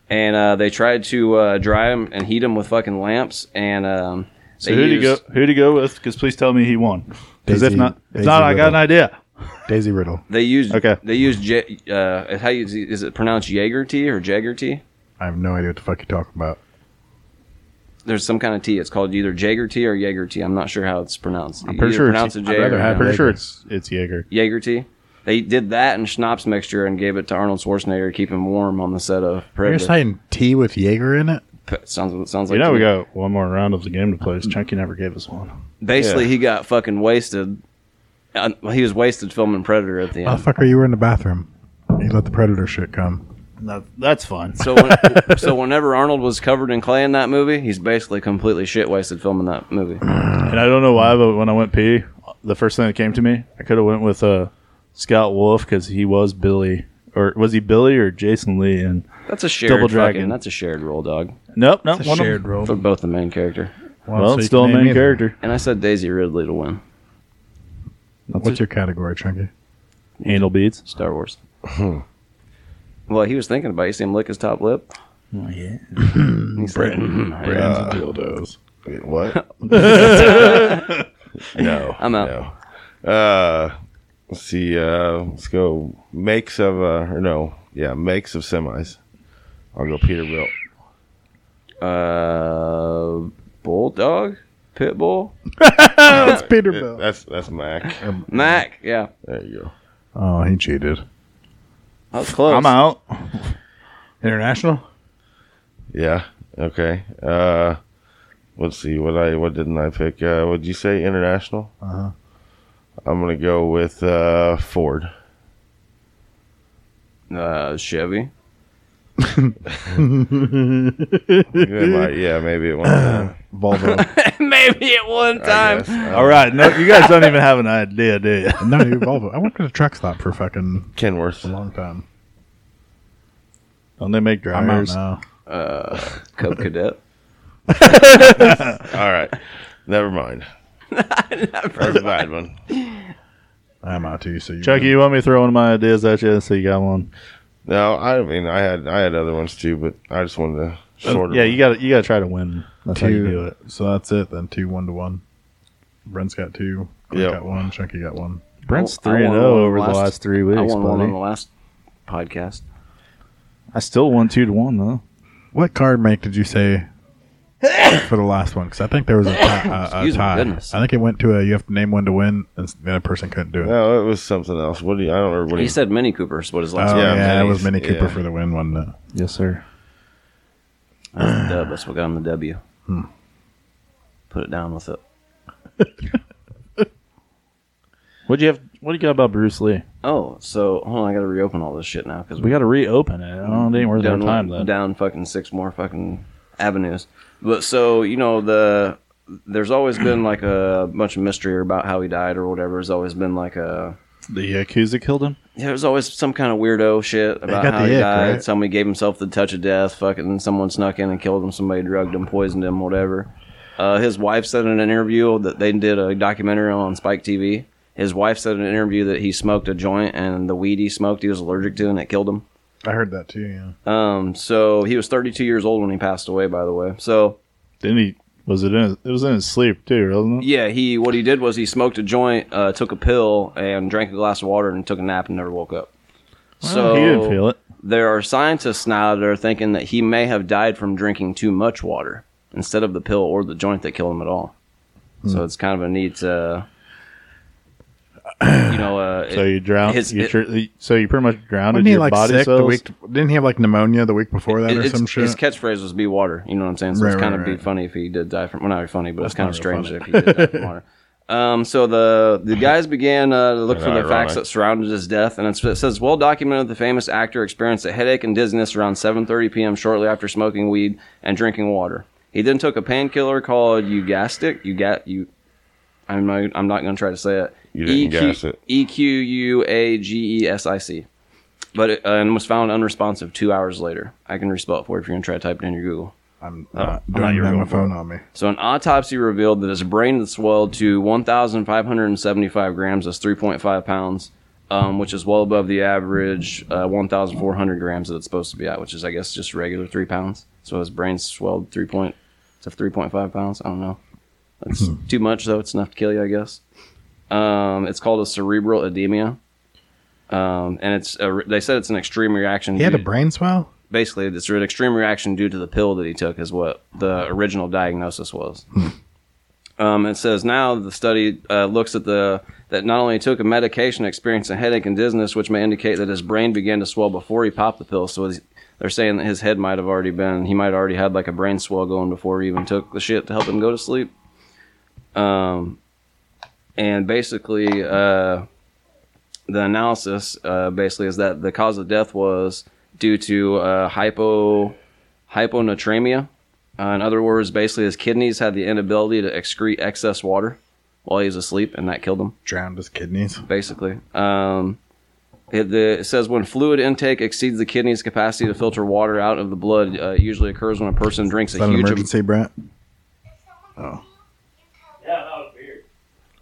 Speaker 3: And uh, they tried to uh, dry him and heat him with fucking lamps. And um,
Speaker 1: So
Speaker 3: they
Speaker 1: who do you go?
Speaker 3: used-
Speaker 1: Who do you go with? Because please tell me he won. Because if
Speaker 2: Daisy-
Speaker 1: not, if
Speaker 2: Daisy
Speaker 1: not, I got an
Speaker 2: Ridley.
Speaker 1: idea.
Speaker 2: Daisy Riddle.
Speaker 3: They used
Speaker 1: Okay.
Speaker 3: They used ja- uh, how you, is it pronounced Jaeger tea or Jagger tea?
Speaker 2: I have no idea what the fuck you're talking about.
Speaker 3: there's some kind of tea. It's called either Jaeger tea or Jaeger tea. I'm not sure how it's pronounced. I'm
Speaker 1: pretty sure
Speaker 3: pronounce it
Speaker 1: it's-
Speaker 3: Jaeger.
Speaker 2: rather have
Speaker 1: I'm
Speaker 3: or
Speaker 1: pretty
Speaker 2: Jaeger.
Speaker 1: sure it's it's Jaeger.
Speaker 3: Jaeger tea. They did that and schnapps mixture and gave it to Arnold Schwarzenegger to keep him warm on the set of
Speaker 2: You're
Speaker 3: Predator.
Speaker 2: saying tea with Jaeger in it?
Speaker 3: P- sounds sounds like
Speaker 1: You know
Speaker 3: to
Speaker 1: we
Speaker 3: me.
Speaker 1: got one more round of the game to play. so Chunky never gave us one.
Speaker 3: basically
Speaker 4: yeah.
Speaker 3: he got fucking wasted. Uh, well, he was wasted filming Predator at the
Speaker 1: Oh,
Speaker 3: end.
Speaker 2: Motherfucker, you were in the bathroom. You let the predator shit come.
Speaker 1: That, that's fun.
Speaker 3: So when, [laughs] so whenever Arnold was covered in clay in that movie, he's basically completely shit wasted filming that movie.
Speaker 1: And I don't know why, but when I went pee, the first thing that came to me, I could have went with uh, Scott Wolf because he was Billy, or was he Billy or Jason Lee? And
Speaker 3: That's a shared
Speaker 1: Double
Speaker 3: fucking,
Speaker 1: Dragon.
Speaker 3: that's a shared role, dog.
Speaker 1: nope, nope, one of-
Speaker 2: role.
Speaker 3: For both the main character.
Speaker 1: Well, it's still a main character.
Speaker 3: And I said Daisy Ridley to win
Speaker 2: What's your category, Chunky?
Speaker 1: Handle beads.
Speaker 3: Star Wars.
Speaker 1: Hmm.
Speaker 3: well, he was thinking about. it. You see him lick his top lip. Oh,
Speaker 1: yeah.
Speaker 3: He's like, "Mm, I-
Speaker 2: Brands and dildos. [laughs]
Speaker 4: Wait, what? [laughs] no.
Speaker 3: I'm out.
Speaker 4: No. Uh, let's see. Uh, let's go. Makes of, uh, or no. Yeah, makes of semis. I'll go Peterbilt.
Speaker 3: Uh, bulldog, pit bull,
Speaker 2: That's Peterbilt.
Speaker 4: That's that's Mac.
Speaker 3: Mac. Yeah,
Speaker 4: There you go.
Speaker 2: Oh, he cheated.
Speaker 3: that was close.
Speaker 1: I'm out.
Speaker 2: International?
Speaker 4: Yeah. Okay. Uh, let's see. What I what didn't I pick? Uh, would you say international? Uh huh. I'm gonna go with uh, Ford.
Speaker 3: Uh, Chevy.
Speaker 4: It might- yeah, maybe it won't.
Speaker 2: [laughs] Volvo.
Speaker 3: [laughs] Maybe at one
Speaker 4: I
Speaker 3: time.
Speaker 4: guess. Uh,
Speaker 1: All right. No, you guys don't even have an idea, do you?
Speaker 2: no, you Volvo. I worked at a truck stop for fucking a
Speaker 4: Kenworth.
Speaker 2: long time.
Speaker 1: [laughs] Don't they make
Speaker 2: I'm out
Speaker 1: drivers?
Speaker 2: now.
Speaker 3: Cub Cadet.
Speaker 4: All right. Never mind. That's a bad one.
Speaker 2: I'm out too, so you
Speaker 1: Chucky, you want me throwing my ideas at you? So you got one.
Speaker 4: No, I mean I had I had other ones too, but I just wanted to shorter.
Speaker 1: Yeah, you got to you got to try to win. That's
Speaker 2: two.
Speaker 1: how you do it.
Speaker 2: So that's it then. Two, one to one. Brent's got two. Clint
Speaker 4: Yep.
Speaker 2: got one. Chunky got one.
Speaker 1: [laughs] Brent's
Speaker 3: I won
Speaker 1: three and
Speaker 3: one
Speaker 1: zero
Speaker 3: on
Speaker 1: over the last three weeks,
Speaker 3: I won one on
Speaker 1: buddy.
Speaker 3: the last podcast.
Speaker 1: I still won two to one though.
Speaker 2: What card make did you
Speaker 3: [coughs]
Speaker 2: say for the last one? Because I think there was a, tie- a, a
Speaker 3: Excuse my
Speaker 2: tie.
Speaker 3: goodness.
Speaker 2: I think it went to a you have to name one to win, and s- the other person couldn't do it.
Speaker 4: No, it was something else. What do you? I don't remember what
Speaker 3: He
Speaker 4: he
Speaker 3: said Mini Coopers. What his last
Speaker 2: Oh,
Speaker 1: [clears throat]
Speaker 3: one?
Speaker 2: yeah,
Speaker 4: Yeah,
Speaker 2: it
Speaker 4: Minnie's-
Speaker 2: was Mini Cooper
Speaker 4: yeah.
Speaker 2: for the win, wasn't it?
Speaker 1: Yes, sir.
Speaker 3: That's the dub. That's what got him the W.
Speaker 1: Hmm.
Speaker 3: Put it down with it.
Speaker 1: What do you have? What do you got about Bruce Lee?
Speaker 3: Oh, so hold on. I got to reopen all this shit now because
Speaker 1: We got to reopen it. Oh, it ain't worth our
Speaker 3: down,
Speaker 1: time though.
Speaker 3: down fucking six more fucking avenues. But so you know the there's always been like a bunch of mystery about how he died or whatever. There's always been like a
Speaker 2: The Yakuza killed him.
Speaker 3: Yeah, there's always some kind of weirdo shit about
Speaker 2: got
Speaker 3: how
Speaker 2: the
Speaker 3: he
Speaker 2: ick,
Speaker 3: died.
Speaker 2: right?
Speaker 3: Somebody gave himself the touch of death. Fucking someone snuck in and killed him. Somebody drugged him, poisoned him, whatever. Uh, his wife said in an interview that they did a documentary on Spike TV. His wife said in an interview that he smoked a joint and the weed he smoked he was allergic to and it killed him.
Speaker 2: I heard that too. Yeah.
Speaker 3: Um, so he was 32 years old when he passed away. By the way, so
Speaker 1: Didn't he? Was it in? His, it was in his sleep too, wasn't it?
Speaker 3: Yeah, he what he did was he smoked a joint, uh, took a pill, and drank a glass of water, and took a nap and never woke up.
Speaker 2: Oh,
Speaker 3: so
Speaker 1: he didn't feel it.
Speaker 3: There are scientists now that are thinking that he may have died from drinking too much water instead of the pill or the joint that killed him at all.
Speaker 1: Hmm.
Speaker 3: So it's kind of a neat, uh, you know. Uh,
Speaker 1: So
Speaker 3: it-
Speaker 1: you drowned.
Speaker 3: his-
Speaker 1: you
Speaker 3: it-
Speaker 1: tr- so you pretty much drowned
Speaker 2: Wasn't he
Speaker 1: your
Speaker 2: like
Speaker 1: body
Speaker 2: sick
Speaker 1: cells.
Speaker 2: the week? Didn't he have like pneumonia the week before that
Speaker 3: it-
Speaker 2: or
Speaker 3: it's-
Speaker 2: some shit?
Speaker 3: His catchphrase was "Be water." You know what I'm saying? So
Speaker 2: Right,
Speaker 3: it's kind
Speaker 2: right,
Speaker 3: of be
Speaker 2: right.
Speaker 3: funny if he did die from. Well, not funny, but it's kind of
Speaker 2: not real
Speaker 3: strange if he did die
Speaker 2: [laughs]
Speaker 3: from water. Um, so the the guys began uh, to look for
Speaker 4: Kinda
Speaker 3: the facts
Speaker 4: ironic.
Speaker 3: that surrounded his death, and it's- it says well documented the famous actor experienced a headache and dizziness around 7:30 p.m. shortly after smoking weed and drinking water. He then took a painkiller called Eugastic. You got you. I'm not, I'm not going to try to say it.
Speaker 4: You didn't guess it.
Speaker 3: E Q U A G E S I C but it, uh, and was found unresponsive two hours later. I can respell it for you if you're gonna try to type it in your Google.
Speaker 2: I'm
Speaker 3: Oh,
Speaker 2: not.
Speaker 1: I thought
Speaker 2: don't
Speaker 1: you
Speaker 2: even
Speaker 1: were
Speaker 2: have my
Speaker 1: going for
Speaker 2: phone on me.
Speaker 3: So an autopsy revealed that his brain had swelled to 1,575 grams, that's 3.5 pounds, um, which is well above the average uh, 1,400 grams that it's supposed to be at, which is I guess just regular three pounds. So his brain swelled three point to 3.5 pounds. I don't know. That's
Speaker 2: Hmm.
Speaker 3: too much though. It's enough to kill you, I guess. Um, it's called a cerebral edema. Um, and it's a, they said it's an extreme reaction.
Speaker 2: He had
Speaker 3: due-
Speaker 2: a brain swell.
Speaker 3: basically it's an extreme reaction due to the pill that he took is what the original diagnosis was um, it says now the study uh, looks at the that not only took a medication experienced a headache and dizziness which may indicate that his brain began to swell before he popped the pill so he's- they're saying that his head might have already been he might already had like a brain swell going before he even took the shit to help him go to sleep um, and basically uh, the analysis uh, basically is that the cause of death was due to uh, hypo hyponatremia. Uh, in other words, basically his kidneys had the inability to excrete excess water while he was asleep, and that killed him
Speaker 2: Drowned his kidneys.
Speaker 3: basically. Um, it, the, it says when fluid intake exceeds the kidney's capacity to filter water out of the blood, uh, it usually occurs when a person drinks
Speaker 2: Is
Speaker 3: a
Speaker 2: that an
Speaker 3: huge. am-
Speaker 2: emergency, Brent?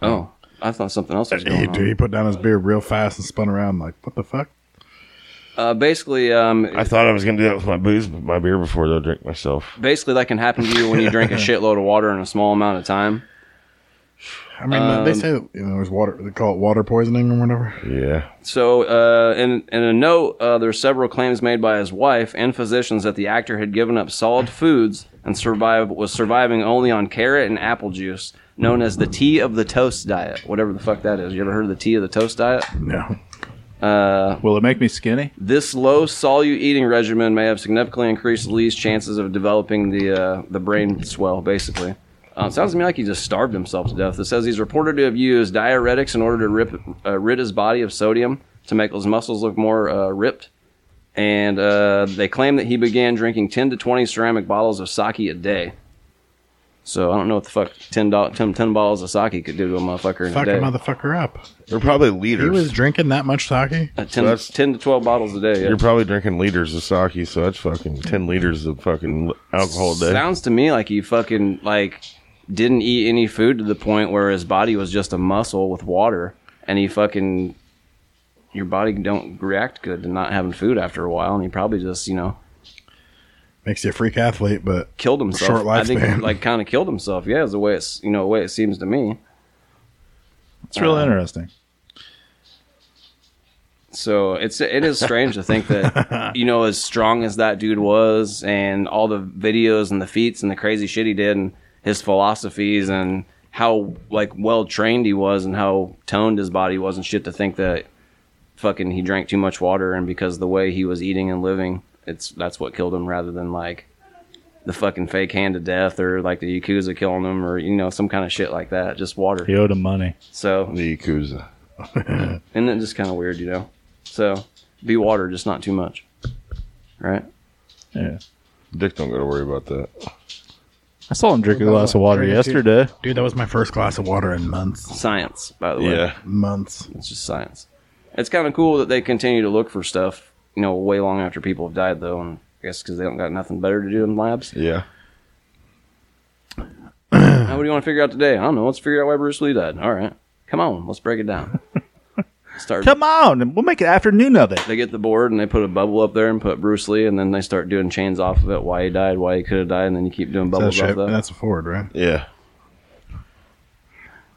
Speaker 3: oh, I thought something else was going
Speaker 2: Hey,
Speaker 3: on.
Speaker 2: dude, he put down his beer real fast and spun around like, what the fuck?
Speaker 3: Uh, basically, um,
Speaker 4: I thought I was gonna do that with my booze, but my beer before they'll drink myself.
Speaker 3: basically that can happen to you when
Speaker 2: [laughs]
Speaker 3: you drink a shitload of water in a small amount of time.
Speaker 2: I mean,
Speaker 3: Um,
Speaker 2: they say that, you know, there's water. They call it water poisoning or whatever.
Speaker 4: Yeah,
Speaker 3: So, uh, in, in a note, uh, there are several claims made by his wife and physicians that the actor had given up solid foods and survived, was surviving only on carrot and apple juice, known as the tea of the toast diet, whatever the fuck that is. You ever heard of the tea of the toast diet?
Speaker 2: No,
Speaker 1: Will it make me skinny?
Speaker 3: This low solute eating regimen may have significantly increased Lee's chances of developing the uh, the brain swell. Basically, um, sounds to me like he just starved himself to death. It says he's reported to have used diuretics in order to rip, uh, rid his body of sodium to make his muscles look more uh, ripped. And uh, they claim that he began drinking 10 to 20 ceramic bottles of sake a day. So I don't know what the fuck 10, do- 10, 10 bottles of sake could do to a motherfucker in
Speaker 2: fuck
Speaker 3: a
Speaker 2: a
Speaker 3: day.
Speaker 2: motherfucker up.
Speaker 4: they're probably
Speaker 2: He
Speaker 4: liters.
Speaker 2: was drinking that much sake.
Speaker 3: Uh, 10,
Speaker 4: That's-
Speaker 3: 10 to 12 bottles a day. yeah.
Speaker 4: You're probably drinking liters of sake, so that's fucking ten liters of fucking alcohol a day.
Speaker 3: Sounds to me like he fucking like didn't eat any food to the point where his body was just a muscle with water, and he fucking your body don't react good to not having food after a while, and he probably just you know
Speaker 2: Makes you a freak athlete, but
Speaker 3: killed himself.
Speaker 2: Short
Speaker 3: I think
Speaker 2: lifespan.
Speaker 3: like kind of killed himself. Yeah, is the way it's you know the way it seems to me.
Speaker 1: It's
Speaker 3: Uh,
Speaker 1: real interesting.
Speaker 3: So it's it is strange to think that you know as strong as that dude was, and all the videos and the feats and the crazy shit he did, and his philosophies and how like well trained he was, and how toned his body was, and shit. To think that fucking he drank too much water, and because the way he was eating and living, it's that's what killed him, rather than like the fucking fake hand to death or like the yakuza killing him or you know some kind of shit like that. Just water.
Speaker 1: He owed him money.
Speaker 3: So
Speaker 4: The Yakuza.
Speaker 3: and then just kind of weird, you know. So be water, just not too much, right?
Speaker 1: Yeah.
Speaker 4: Dick don't got to worry about that.
Speaker 1: I saw him drink a glass of water
Speaker 2: Drink it, dude.
Speaker 1: yesterday.
Speaker 2: Dude, that was my first glass of water in months.
Speaker 3: Science, by the way.
Speaker 4: Yeah.
Speaker 2: Months.
Speaker 3: it's just science. It's kind of cool that they continue to look for stuff, you know, way long after people have died, though. And I guess because they don't got nothing better to do in labs.
Speaker 4: Yeah.
Speaker 3: Now, what do you want to figure out today? I don't know. Let's figure out why Bruce Lee died. All right, come on, let's break it down. Start.
Speaker 2: Come on, and we'll make an afternoon of it.
Speaker 3: They get the board and they put a bubble up there and put Bruce Lee, and then they start doing chains off of it. Why he died, why he could have died, and then you keep doing bubbles off that.
Speaker 2: a forward, right?
Speaker 4: Yeah.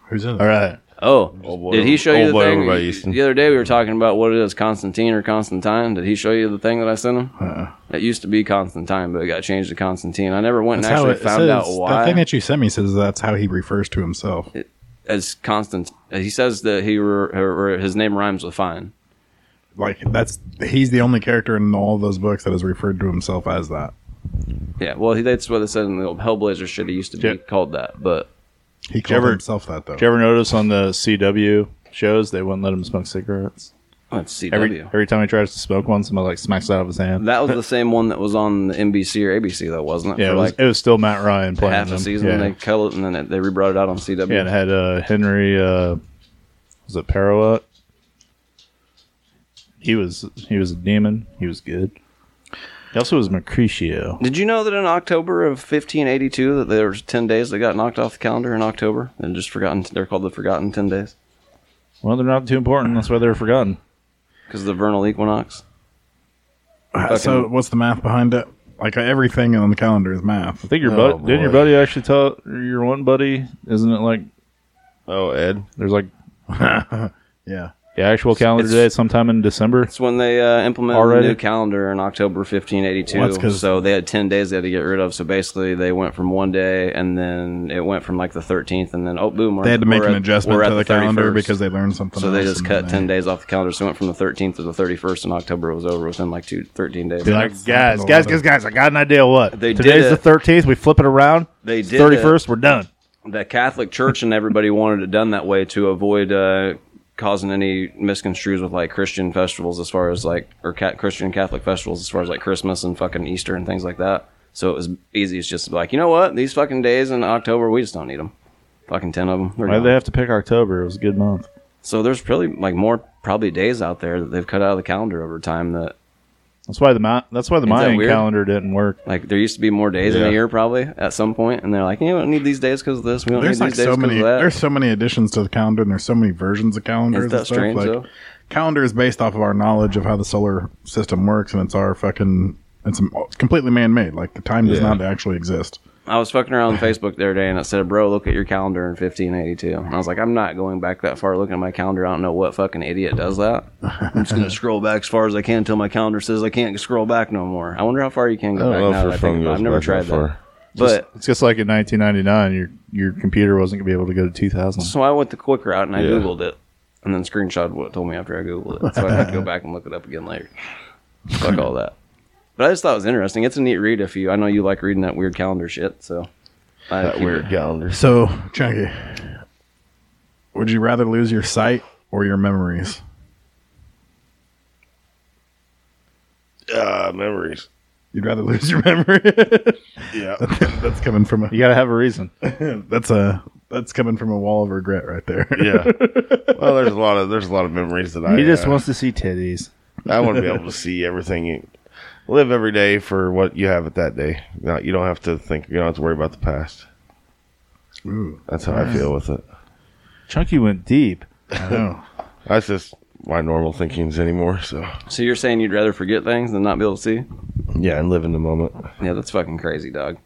Speaker 2: Who's in? All right.
Speaker 3: Oh,
Speaker 4: Old boy-
Speaker 3: did he show you
Speaker 4: old
Speaker 3: the
Speaker 4: boy
Speaker 3: thing?
Speaker 4: over by Houston.
Speaker 3: The other day we were talking about what it is, Constantine or Constantine. Did he show you the thing that I sent him? It used to be Constantine, but it got changed to Constantine. I never went
Speaker 2: That's
Speaker 3: and
Speaker 2: how
Speaker 3: actually
Speaker 2: it
Speaker 3: found
Speaker 2: says,
Speaker 3: out
Speaker 2: The thing
Speaker 3: why.
Speaker 2: that you sent me says that's how he refers to himself.
Speaker 3: As Constant, he says that he were, or his name rhymes with fine.
Speaker 2: Like that's he's the only character in all those books that is referred to himself as that.
Speaker 3: Yeah, well, he, that's what it said in the old Hellblazer shit. He used to be
Speaker 1: Yeah.
Speaker 3: called that, but
Speaker 2: He called
Speaker 1: ever-
Speaker 2: himself that though.
Speaker 1: Did you ever notice on the CW shows they wouldn't let him smoke cigarettes?
Speaker 3: let's see.
Speaker 1: Every every time he tries to smoke one, somebody like smacks it out of his hand.
Speaker 3: That was the same one that was on the NBC or ABC, though, wasn't it?
Speaker 1: yeah,
Speaker 3: For
Speaker 1: it was,
Speaker 3: like
Speaker 1: it was still Matt Ryan playing
Speaker 3: half
Speaker 1: them.
Speaker 3: a season,
Speaker 1: Yeah.
Speaker 3: and they cut it, and then it, they rebrought it out on CW.
Speaker 1: Yeah, and it had uh, Henry. Uh, was it Parouat? He was he was a demon. He was good. He also was Mercutio.
Speaker 3: Did you know that in October of 1582 that there was 10 days that got knocked off the calendar in October and just forgotten? They're called the Forgotten 10 Days
Speaker 1: Well, they're not too important. That's why they're forgotten.
Speaker 3: because of the vernal equinox.
Speaker 2: Uh, so what's the math behind it? Like everything on the calendar is math.
Speaker 1: I think your
Speaker 4: Oh,
Speaker 1: buddy didn't your
Speaker 4: boy.
Speaker 1: buddy actually tell your one buddy? Isn't it like
Speaker 4: Oh, Ed.
Speaker 1: there's like
Speaker 2: Yeah.
Speaker 1: the actual calendar
Speaker 3: It's-
Speaker 1: day sometime in December?
Speaker 3: It's when they uh, implemented
Speaker 1: Already?
Speaker 3: the new calendar in October
Speaker 2: Well, that's
Speaker 3: 1582.
Speaker 2: 'cause-
Speaker 3: so they had 10 days they had to get rid of. So basically, they went from one day and then it went from like the 13th and then, oh, boom. We're
Speaker 2: They had to
Speaker 3: we're
Speaker 2: make an
Speaker 3: at-
Speaker 2: adjustment
Speaker 3: we're at
Speaker 2: to the calendar
Speaker 3: 31st.
Speaker 2: because they learned something.
Speaker 3: So they
Speaker 2: else
Speaker 3: just
Speaker 2: and
Speaker 3: cut
Speaker 2: then
Speaker 3: 10 days off the calendar. So it went from the 13th to the 31st, and October was over within like two, 13 days.
Speaker 1: Be like,
Speaker 2: That's
Speaker 1: guys,
Speaker 2: something
Speaker 1: guys,
Speaker 2: a lot
Speaker 1: guys,
Speaker 2: of-
Speaker 1: guys, I got an idea. What
Speaker 3: They did
Speaker 1: today's
Speaker 3: it.
Speaker 1: the thirteenth. We flip it around.
Speaker 3: They did
Speaker 1: thirty first. We're done.
Speaker 3: the Catholic Church and everybody wanted it done that way to avoid uh, causing any misconstrues with like Christian festivals as far as like or ca- Christian Catholic festivals as far as like Christmas and fucking Easter and things like that. So it was easy. It's just like you know what these fucking days in October we just don't need them. Fucking ten of them.
Speaker 1: Why did they have to pick October? It was a good month.
Speaker 3: so there's probably like more probably days out there that they've cut out of the calendar over time that
Speaker 1: That's why the Ma- that's why the
Speaker 3: that
Speaker 1: Mayan
Speaker 3: weird?
Speaker 1: calendar didn't work.
Speaker 3: like there used to be more days in
Speaker 4: Yeah.
Speaker 3: a year probably at some point and they're like you don't need these days because of this we don't
Speaker 2: There's
Speaker 3: need
Speaker 2: like
Speaker 3: these days
Speaker 2: so
Speaker 3: 'cause
Speaker 2: many.
Speaker 3: of that.
Speaker 2: There's so many additions to the calendar, and there's so many versions of calendars.
Speaker 3: Isn't that
Speaker 2: and stuff.
Speaker 3: strange,
Speaker 2: like,
Speaker 3: though?
Speaker 2: Calendar is based off of our knowledge of how the solar system works, and it's our fucking. It's completely man-made. Like the time does
Speaker 4: Yeah.
Speaker 2: not actually exist.
Speaker 3: I was fucking around on Facebook the other day and it said, Bro, look at your calendar in 1582. And I was like, I'm not going back that far looking at my calendar. I don't know what fucking idiot does that. I'm just going
Speaker 4: [laughs]
Speaker 3: to scroll back as far as I can until my calendar says I can't scroll back no more. I wonder how far you can go
Speaker 4: I don't
Speaker 3: back
Speaker 4: know
Speaker 3: now
Speaker 4: if
Speaker 3: that
Speaker 4: your
Speaker 3: I think
Speaker 4: phone
Speaker 3: about it.
Speaker 4: Oh, goes
Speaker 3: I've never
Speaker 4: back
Speaker 3: tried
Speaker 4: that
Speaker 3: that.
Speaker 4: far.
Speaker 3: But
Speaker 1: It's just like in 1999, your your computer wasn't gonna be able to go to 2000.
Speaker 3: so I went the quick route and I
Speaker 4: Yeah.
Speaker 3: Googled it and then screenshot what it told me after I Googled it. So I had
Speaker 4: [laughs]
Speaker 3: to go back and look it up again later. Fuck all that. But I just thought it was interesting. It's a neat read if you, I know you like reading that weird calendar shit. So I
Speaker 4: That
Speaker 3: keep it.
Speaker 4: weird calendar.
Speaker 2: So, Chunky, would you rather lose your sight or your memories?
Speaker 4: Ah, memories.
Speaker 2: You'd rather [laughs] lose your memory.
Speaker 4: Yeah.
Speaker 2: that's coming from a.
Speaker 1: You gotta have a reason.
Speaker 2: That's a. [laughs] That's coming from a wall of regret right there.
Speaker 4: yeah. Well, there's a lot of there's a lot of memories that I
Speaker 1: He just
Speaker 4: uh,
Speaker 1: wants to see titties.
Speaker 4: I want to be able to see everything. You live every day for what you have at that day. Not you don't have to think. You don't have to worry about the past.
Speaker 2: [laughs] Ooh,
Speaker 4: That's how I feel with it.
Speaker 1: Chunky went deep.
Speaker 2: I know.
Speaker 4: That's just my normal thinkings anymore. So
Speaker 3: So you're saying you'd rather forget things than not be able to see?
Speaker 4: yeah, and live in the moment.
Speaker 3: Yeah, that's fucking crazy, dog.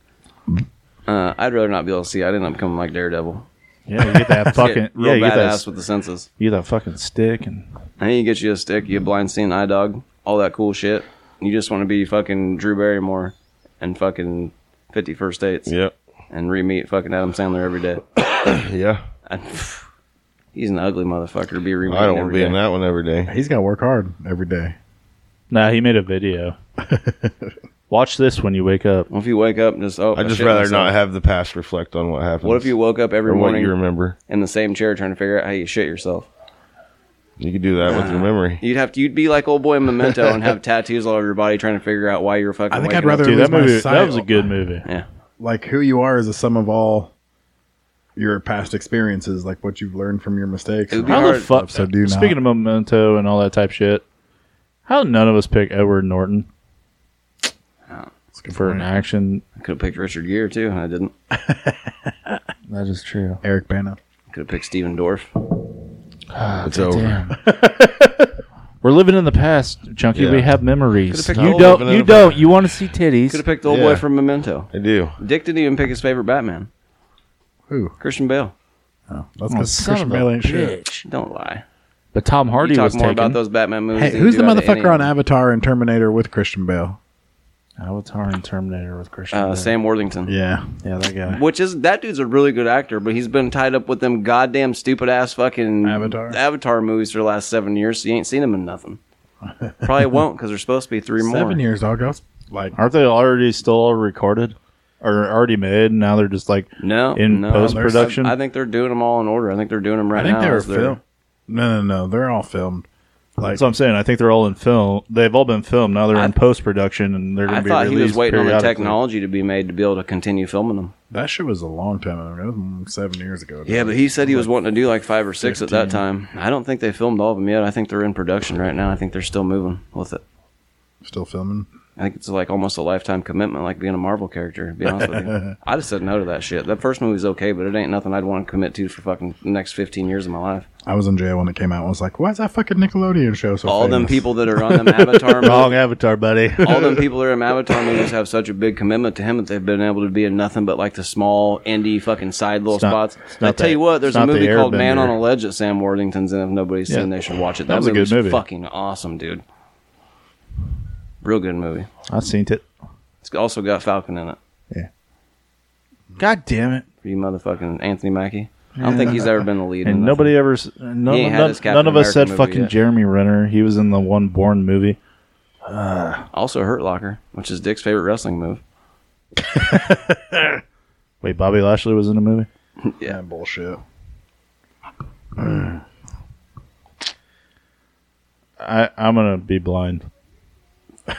Speaker 3: Uh, I'd rather not be able to see. I didn't become like Daredevil.
Speaker 1: Yeah, you get that
Speaker 3: Let's [laughs] get
Speaker 1: fucking yeah,
Speaker 3: real
Speaker 1: you get that,
Speaker 3: badass with the senses.
Speaker 1: you get that fucking stick and
Speaker 3: I need to get you a stick, you a blind seeing eye dog, all that cool shit. You just want to be fucking Drew Barrymore and fucking Fifty First Dates
Speaker 4: Yep.
Speaker 3: and re meet fucking Adam Sandler every day.
Speaker 4: Yeah.
Speaker 3: I, [sighs] he's an ugly motherfucker. Be re
Speaker 4: I don't want to be in that one every day.
Speaker 2: He's got to work hard every day.
Speaker 1: nah, he made a [laughs] video. Watch this when you wake up.
Speaker 3: What if you wake up and just oh,
Speaker 4: I just
Speaker 3: shit
Speaker 4: rather
Speaker 3: myself.
Speaker 4: not have the past reflect on what happened.
Speaker 3: What if you woke up every
Speaker 4: or what
Speaker 3: morning
Speaker 4: you remember?
Speaker 3: in the same chair trying to figure out how you shit yourself?
Speaker 4: You could do that with your memory.
Speaker 3: You'd have to. You'd be like old boy Memento
Speaker 2: [laughs]
Speaker 3: and have tattoos all over your body, trying to figure out why you're fucking.
Speaker 2: I think
Speaker 3: waking
Speaker 2: I'd
Speaker 3: up.
Speaker 2: rather
Speaker 1: Dude,
Speaker 2: lose
Speaker 1: that
Speaker 2: my
Speaker 1: movie
Speaker 2: sight.
Speaker 1: that was a good movie.
Speaker 3: Yeah.
Speaker 2: Like who you are is a sum of all your past experiences, like what you've learned from your mistakes.
Speaker 3: It would be
Speaker 1: How the
Speaker 3: hard-
Speaker 1: fuck?
Speaker 2: So do
Speaker 1: speaking of memento and all that type shit, how did none of us pick Edward Norton for an action?
Speaker 3: I could have picked Richard Gere too, and I didn't.
Speaker 1: That is true.
Speaker 2: Eric Bana.
Speaker 3: Could have picked Steven Dorff.
Speaker 4: it's over.
Speaker 1: [laughs] We're living in the past, Chunky.
Speaker 4: Yeah.
Speaker 1: We have memories.
Speaker 3: Could've picked
Speaker 1: You
Speaker 3: all
Speaker 1: don't.
Speaker 4: living in
Speaker 1: You
Speaker 4: the
Speaker 1: don't. You want to see titties?
Speaker 3: Could have picked the old
Speaker 4: Yeah.
Speaker 3: boy from Memento.
Speaker 4: I do.
Speaker 3: Dick didn't even pick his favorite Batman,
Speaker 2: Who?
Speaker 3: Christian Bale.
Speaker 2: Oh, that's
Speaker 1: Oh,
Speaker 2: because
Speaker 1: son
Speaker 2: Christian
Speaker 1: of a
Speaker 2: Bale ain't shit.
Speaker 1: bitch.
Speaker 3: Don't lie.
Speaker 1: But Tom Hardy
Speaker 3: you talk
Speaker 1: was
Speaker 3: more
Speaker 1: taken.
Speaker 3: about those Batman movies.
Speaker 2: Hey,
Speaker 3: than you
Speaker 2: who's the
Speaker 3: do out of any
Speaker 2: motherfucker on
Speaker 3: of
Speaker 2: Avatar and Terminator with Christian Bale?
Speaker 1: Avatar and Terminator with Christian.
Speaker 3: them. Uh,
Speaker 1: Bale.
Speaker 3: Sam Worthington.
Speaker 2: Yeah, yeah, that guy.
Speaker 3: Which is that dude's a really good actor, but he's been tied up with them goddamn stupid ass fucking
Speaker 2: Avatar?
Speaker 3: Avatar movies for the last seven years. So you ain't seen him in nothing. Probably won't because there's supposed to be three more.
Speaker 2: [laughs] Seven years, dog. I was like,
Speaker 1: Aren't they already still all recorded or already made? And now they're just like
Speaker 3: No,
Speaker 1: in
Speaker 3: no.
Speaker 1: post production.
Speaker 3: I, I think they're doing them all in order. I think they're doing them right
Speaker 2: I think
Speaker 3: now.
Speaker 2: they were
Speaker 3: as they're-
Speaker 2: filmed. No, no, no. They're all filmed. Like,
Speaker 1: That's what I'm saying. I think they're all in film. They've all been filmed. Now they're in post production, and they're going
Speaker 3: I
Speaker 1: to be
Speaker 3: thought
Speaker 1: released.
Speaker 3: he was waiting on the
Speaker 1: periodically.
Speaker 3: technology to be made to be able to continue filming them.
Speaker 2: that shit was a long time ago. It was mm, seven years ago.
Speaker 3: Yeah, but he said he was wanting to do like five or six at that time. I don't think they filmed all of them yet. I think they're in production right now. I think they're still moving with it.
Speaker 2: Still filming.
Speaker 3: I think it's like almost a lifetime commitment, like being a Marvel character. To be honest
Speaker 1: [laughs]
Speaker 3: with you, I just said no to that shit. That first movie's okay, but it ain't nothing I'd want to commit to for fucking the next fifteen years of my life.
Speaker 2: I was in jail when it came out. and was like, why is that fucking Nickelodeon show so
Speaker 3: All them
Speaker 2: famous?
Speaker 3: people that are on
Speaker 1: [laughs]
Speaker 3: them Avatar,
Speaker 1: Wrong
Speaker 3: movies,
Speaker 1: avatar, [laughs] buddy.
Speaker 3: all them people that are in Avatar movies have such a big commitment to him that they've been able to be in nothing but like the small indie fucking side little
Speaker 1: It's not-
Speaker 3: spots.
Speaker 1: it's
Speaker 3: I
Speaker 1: not
Speaker 3: tell
Speaker 1: the-
Speaker 3: you what, there's
Speaker 1: it's
Speaker 3: a
Speaker 1: not the
Speaker 3: movie called Man
Speaker 1: Airbender.
Speaker 3: on a Ledge that Sam Worthington's in. If nobody's
Speaker 1: Yeah.
Speaker 3: seen, they should watch it.
Speaker 1: That was a good
Speaker 3: movie's
Speaker 1: movie.
Speaker 3: Fucking awesome, dude. Real good movie.
Speaker 1: I've seen it.
Speaker 3: It's also got Falcon in it.
Speaker 1: God damn it!
Speaker 3: For you motherfucking Anthony Mackie. I don't think he's ever been the lead. in
Speaker 1: And
Speaker 3: nothing.
Speaker 1: nobody ever. s- None,
Speaker 3: ain't had
Speaker 1: none,
Speaker 3: his Captain
Speaker 1: none of us
Speaker 3: America
Speaker 1: said
Speaker 3: movie
Speaker 1: fucking
Speaker 3: yet.
Speaker 1: Jeremy Renner. He was in the one Born movie.
Speaker 3: Also, Hurt Locker, which is Dick's favorite wrestling move.
Speaker 1: Wait, Bobby Lashley was in a movie.
Speaker 2: Yeah, bullshit.
Speaker 1: I, I'm gonna be blind. [laughs]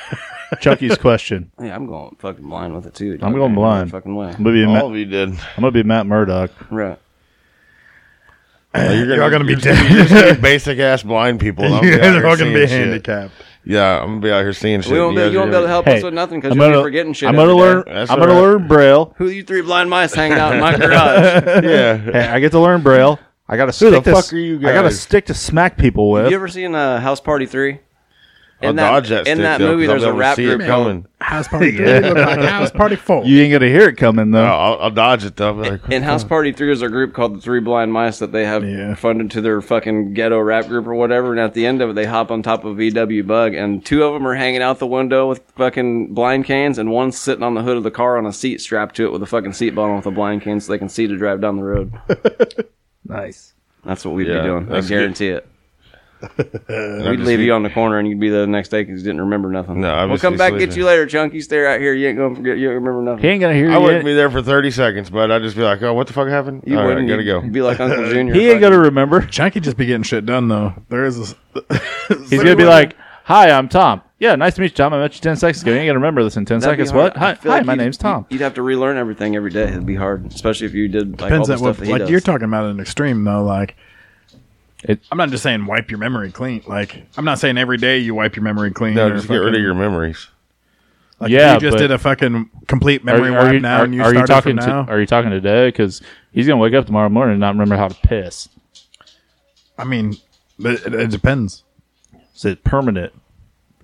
Speaker 1: Chucky's question.
Speaker 3: Yeah, I'm going fucking blind with it too. dude.
Speaker 1: I'm going
Speaker 3: No
Speaker 1: blind.
Speaker 3: Fucking way.
Speaker 1: I'm gonna be, Matt,
Speaker 4: All of you did.
Speaker 1: I'm gonna be Matt Murdock.
Speaker 3: Right.
Speaker 4: Well, you're
Speaker 2: You're all gonna be
Speaker 4: you're
Speaker 2: dead.
Speaker 4: just gonna be basic ass blind
Speaker 2: [laughs]
Speaker 4: people. and I'm
Speaker 2: Yeah,
Speaker 4: gonna be out
Speaker 2: they're
Speaker 4: here
Speaker 2: all gonna be
Speaker 4: seeing shit.
Speaker 2: handicapped.
Speaker 4: Yeah, I'm gonna be out here seeing shit.
Speaker 3: We won't be,
Speaker 4: guys
Speaker 3: you
Speaker 4: are
Speaker 3: won't be able to
Speaker 4: gonna
Speaker 3: help
Speaker 1: Hey,
Speaker 3: us with Oh, nothing because
Speaker 1: I'm
Speaker 3: you'll be
Speaker 1: gonna-
Speaker 3: forgetting shit.
Speaker 1: I'm gonna
Speaker 3: every
Speaker 1: learn.
Speaker 3: day.
Speaker 4: That's
Speaker 1: I'm gonna
Speaker 4: all right.
Speaker 1: learn Braille.
Speaker 3: Who you three blind mice hanging out in
Speaker 4: [laughs]
Speaker 3: my garage?
Speaker 4: be- Yeah.
Speaker 1: Hey, I get to learn Braille. I got to [laughs]
Speaker 4: the
Speaker 1: stick. to
Speaker 4: fuck
Speaker 1: s-
Speaker 4: are you
Speaker 1: I got to
Speaker 4: guys?
Speaker 1: stick to smack people with.
Speaker 3: Have you ever seen uh, House Party Three?
Speaker 4: I'll
Speaker 3: In that,
Speaker 4: dodge that
Speaker 3: in
Speaker 4: stick,
Speaker 3: that
Speaker 4: though, 'cause
Speaker 3: movie,
Speaker 4: I'll
Speaker 3: there's
Speaker 4: be
Speaker 3: a
Speaker 4: able to
Speaker 3: rap
Speaker 4: see it
Speaker 3: group called,
Speaker 4: coming.
Speaker 2: House [laughs] party three look like house [laughs] party four.
Speaker 1: You ain't gonna hear it coming though.
Speaker 4: I'll, I'll dodge it though. I'll be [laughs] like,
Speaker 3: in House Party Three, there's a group called the Three Blind Mice that they have
Speaker 2: Yeah.
Speaker 3: funded to their fucking ghetto rap group or whatever. And at the end of it, they hop on top of VW Bug, and two of them are hanging out the window with fucking blind cans, and one's sitting on the hood of the car on a seat strapped to it with a fucking seat belt with a blind can so they can see to drive down the road.
Speaker 1: Nice.
Speaker 3: That's what we'd
Speaker 4: Yeah,
Speaker 3: be doing. I
Speaker 4: that's good.
Speaker 3: guarantee it.
Speaker 4: and I'll
Speaker 3: We'd
Speaker 4: just
Speaker 3: leave
Speaker 4: be-
Speaker 3: you on the corner, and you'd be there the next day because you didn't remember nothing.
Speaker 4: No,
Speaker 3: we'll
Speaker 4: obviously
Speaker 3: come back and get
Speaker 4: sleeping.
Speaker 3: you later, Chunky. Stay out here. You ain't gonna forget. You don't remember nothing.
Speaker 1: He ain't gonna hear
Speaker 4: I wouldn't
Speaker 1: you.
Speaker 4: be there for 30 seconds, but I'd just be like, "Oh, what the fuck happened?"
Speaker 3: You
Speaker 4: All right,
Speaker 3: wouldn't.
Speaker 4: gotta
Speaker 3: You'd
Speaker 4: go.
Speaker 3: Be like Uncle Junior.
Speaker 1: He ain't gonna
Speaker 3: fucking-
Speaker 1: remember.
Speaker 2: Chunky just be getting shit done though. There [laughs] is. A,
Speaker 1: He's gonna be like, "Hi, I'm Tom. Yeah, nice to meet you, Tom. I met you ten seconds ago. You ain't gonna remember this in ten
Speaker 3: That'd be
Speaker 1: seconds.
Speaker 3: hard.
Speaker 1: What? Hi,
Speaker 3: I feel
Speaker 1: hi.
Speaker 3: like
Speaker 1: my
Speaker 3: you'd-
Speaker 1: name's Tom.
Speaker 3: You'd have to relearn everything every day. It'd be hard, especially if you did like
Speaker 2: depends
Speaker 3: all
Speaker 2: on
Speaker 3: the stuff
Speaker 2: what.
Speaker 3: that he
Speaker 2: Like
Speaker 3: does.
Speaker 2: you're talking about an extreme though. Like
Speaker 1: It-
Speaker 2: I'm not just saying wipe your memory clean. Like I'm not saying every day you wipe your memory clean.
Speaker 4: No,
Speaker 2: or
Speaker 4: just get rid of
Speaker 2: fucking-
Speaker 4: your memories.
Speaker 2: Like,
Speaker 1: Yeah,
Speaker 2: you just
Speaker 1: but-
Speaker 2: did a fucking complete memory wipe now, and you
Speaker 1: are
Speaker 2: started
Speaker 1: talking
Speaker 2: from now.
Speaker 1: to, are you talking today? Because he's gonna wake up tomorrow morning and not remember how to piss.
Speaker 2: I mean, but it, it depends.
Speaker 1: Is it permanent? [laughs]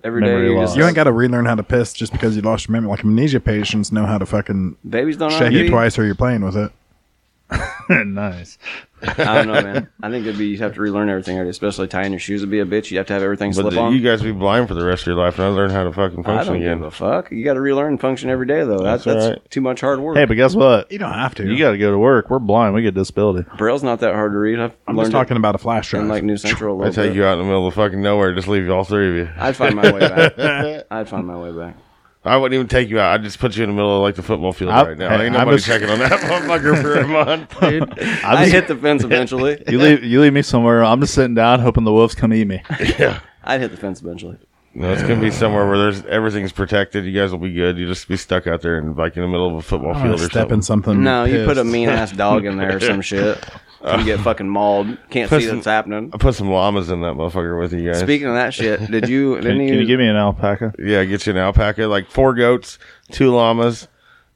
Speaker 3: every day.
Speaker 1: memory
Speaker 3: You
Speaker 1: loss.
Speaker 3: just,
Speaker 2: You ain't got to relearn how to piss just because you lost your memory. Like amnesia patients know how to fucking
Speaker 3: babies don't
Speaker 2: shake
Speaker 3: know
Speaker 2: it twice, or you're playing with it.
Speaker 1: nice.
Speaker 3: I don't know, man. I think it'd be you'd have to relearn everything every day, especially tying your shoes would be a bitch. You'd have to have everything
Speaker 4: But
Speaker 3: slip
Speaker 4: the-
Speaker 3: on.
Speaker 4: you guys be blind for the rest of your life, and I learn how to fucking
Speaker 3: I
Speaker 4: function
Speaker 3: don't
Speaker 4: again.
Speaker 3: give a fuck. You got to relearn and function every day, though. That's,
Speaker 4: That's
Speaker 3: that's,
Speaker 4: alright.
Speaker 3: too much hard work.
Speaker 1: Hey, but guess what?
Speaker 2: You don't have to.
Speaker 1: You got to go to work. We're blind. We get
Speaker 3: [laughs]
Speaker 1: disability.
Speaker 3: Braille's not that hard to read. I've
Speaker 2: I'm
Speaker 3: learned
Speaker 2: just talking about a flash
Speaker 3: it
Speaker 2: drive.
Speaker 3: in like New Central a
Speaker 4: I
Speaker 3: little
Speaker 4: take
Speaker 3: bit.
Speaker 4: you out in the middle of fucking nowhere, just leave you all three of you.
Speaker 3: I'd find my way back. I'd find my way back.
Speaker 4: I wouldn't even take you out. I'd just put you in the middle of like the football field
Speaker 1: I-
Speaker 4: right now.
Speaker 1: I-
Speaker 4: Ain't
Speaker 1: I'm
Speaker 4: nobody
Speaker 1: just-
Speaker 4: checking on that [laughs] motherfucker for a
Speaker 1: [laughs]
Speaker 4: month, dude.
Speaker 3: I hit the fence eventually. [laughs]
Speaker 1: You leave. You leave me somewhere. I'm just sitting down, hoping the wolves come eat me.
Speaker 3: I'd hit the fence eventually.
Speaker 4: No, it's gonna be somewhere where there's everything's protected. You guys will be good. You just be stuck out there and like in the middle of a football
Speaker 2: I'm gonna
Speaker 4: field or
Speaker 2: step
Speaker 4: something.
Speaker 2: in something.
Speaker 3: No, you put a
Speaker 2: pissed.
Speaker 3: mean ass dog in there or some shit. You get fucking mauled. Can't see
Speaker 4: Pussy.
Speaker 3: that's
Speaker 4: [laughs]
Speaker 3: happening.
Speaker 4: I put some llamas in that motherfucker with you guys.
Speaker 3: Speaking of that shit, did you?
Speaker 1: Can,
Speaker 3: Didn't
Speaker 1: can you give me an alpaca?
Speaker 4: yeah, get you an alpaca, like four goats, two llamas,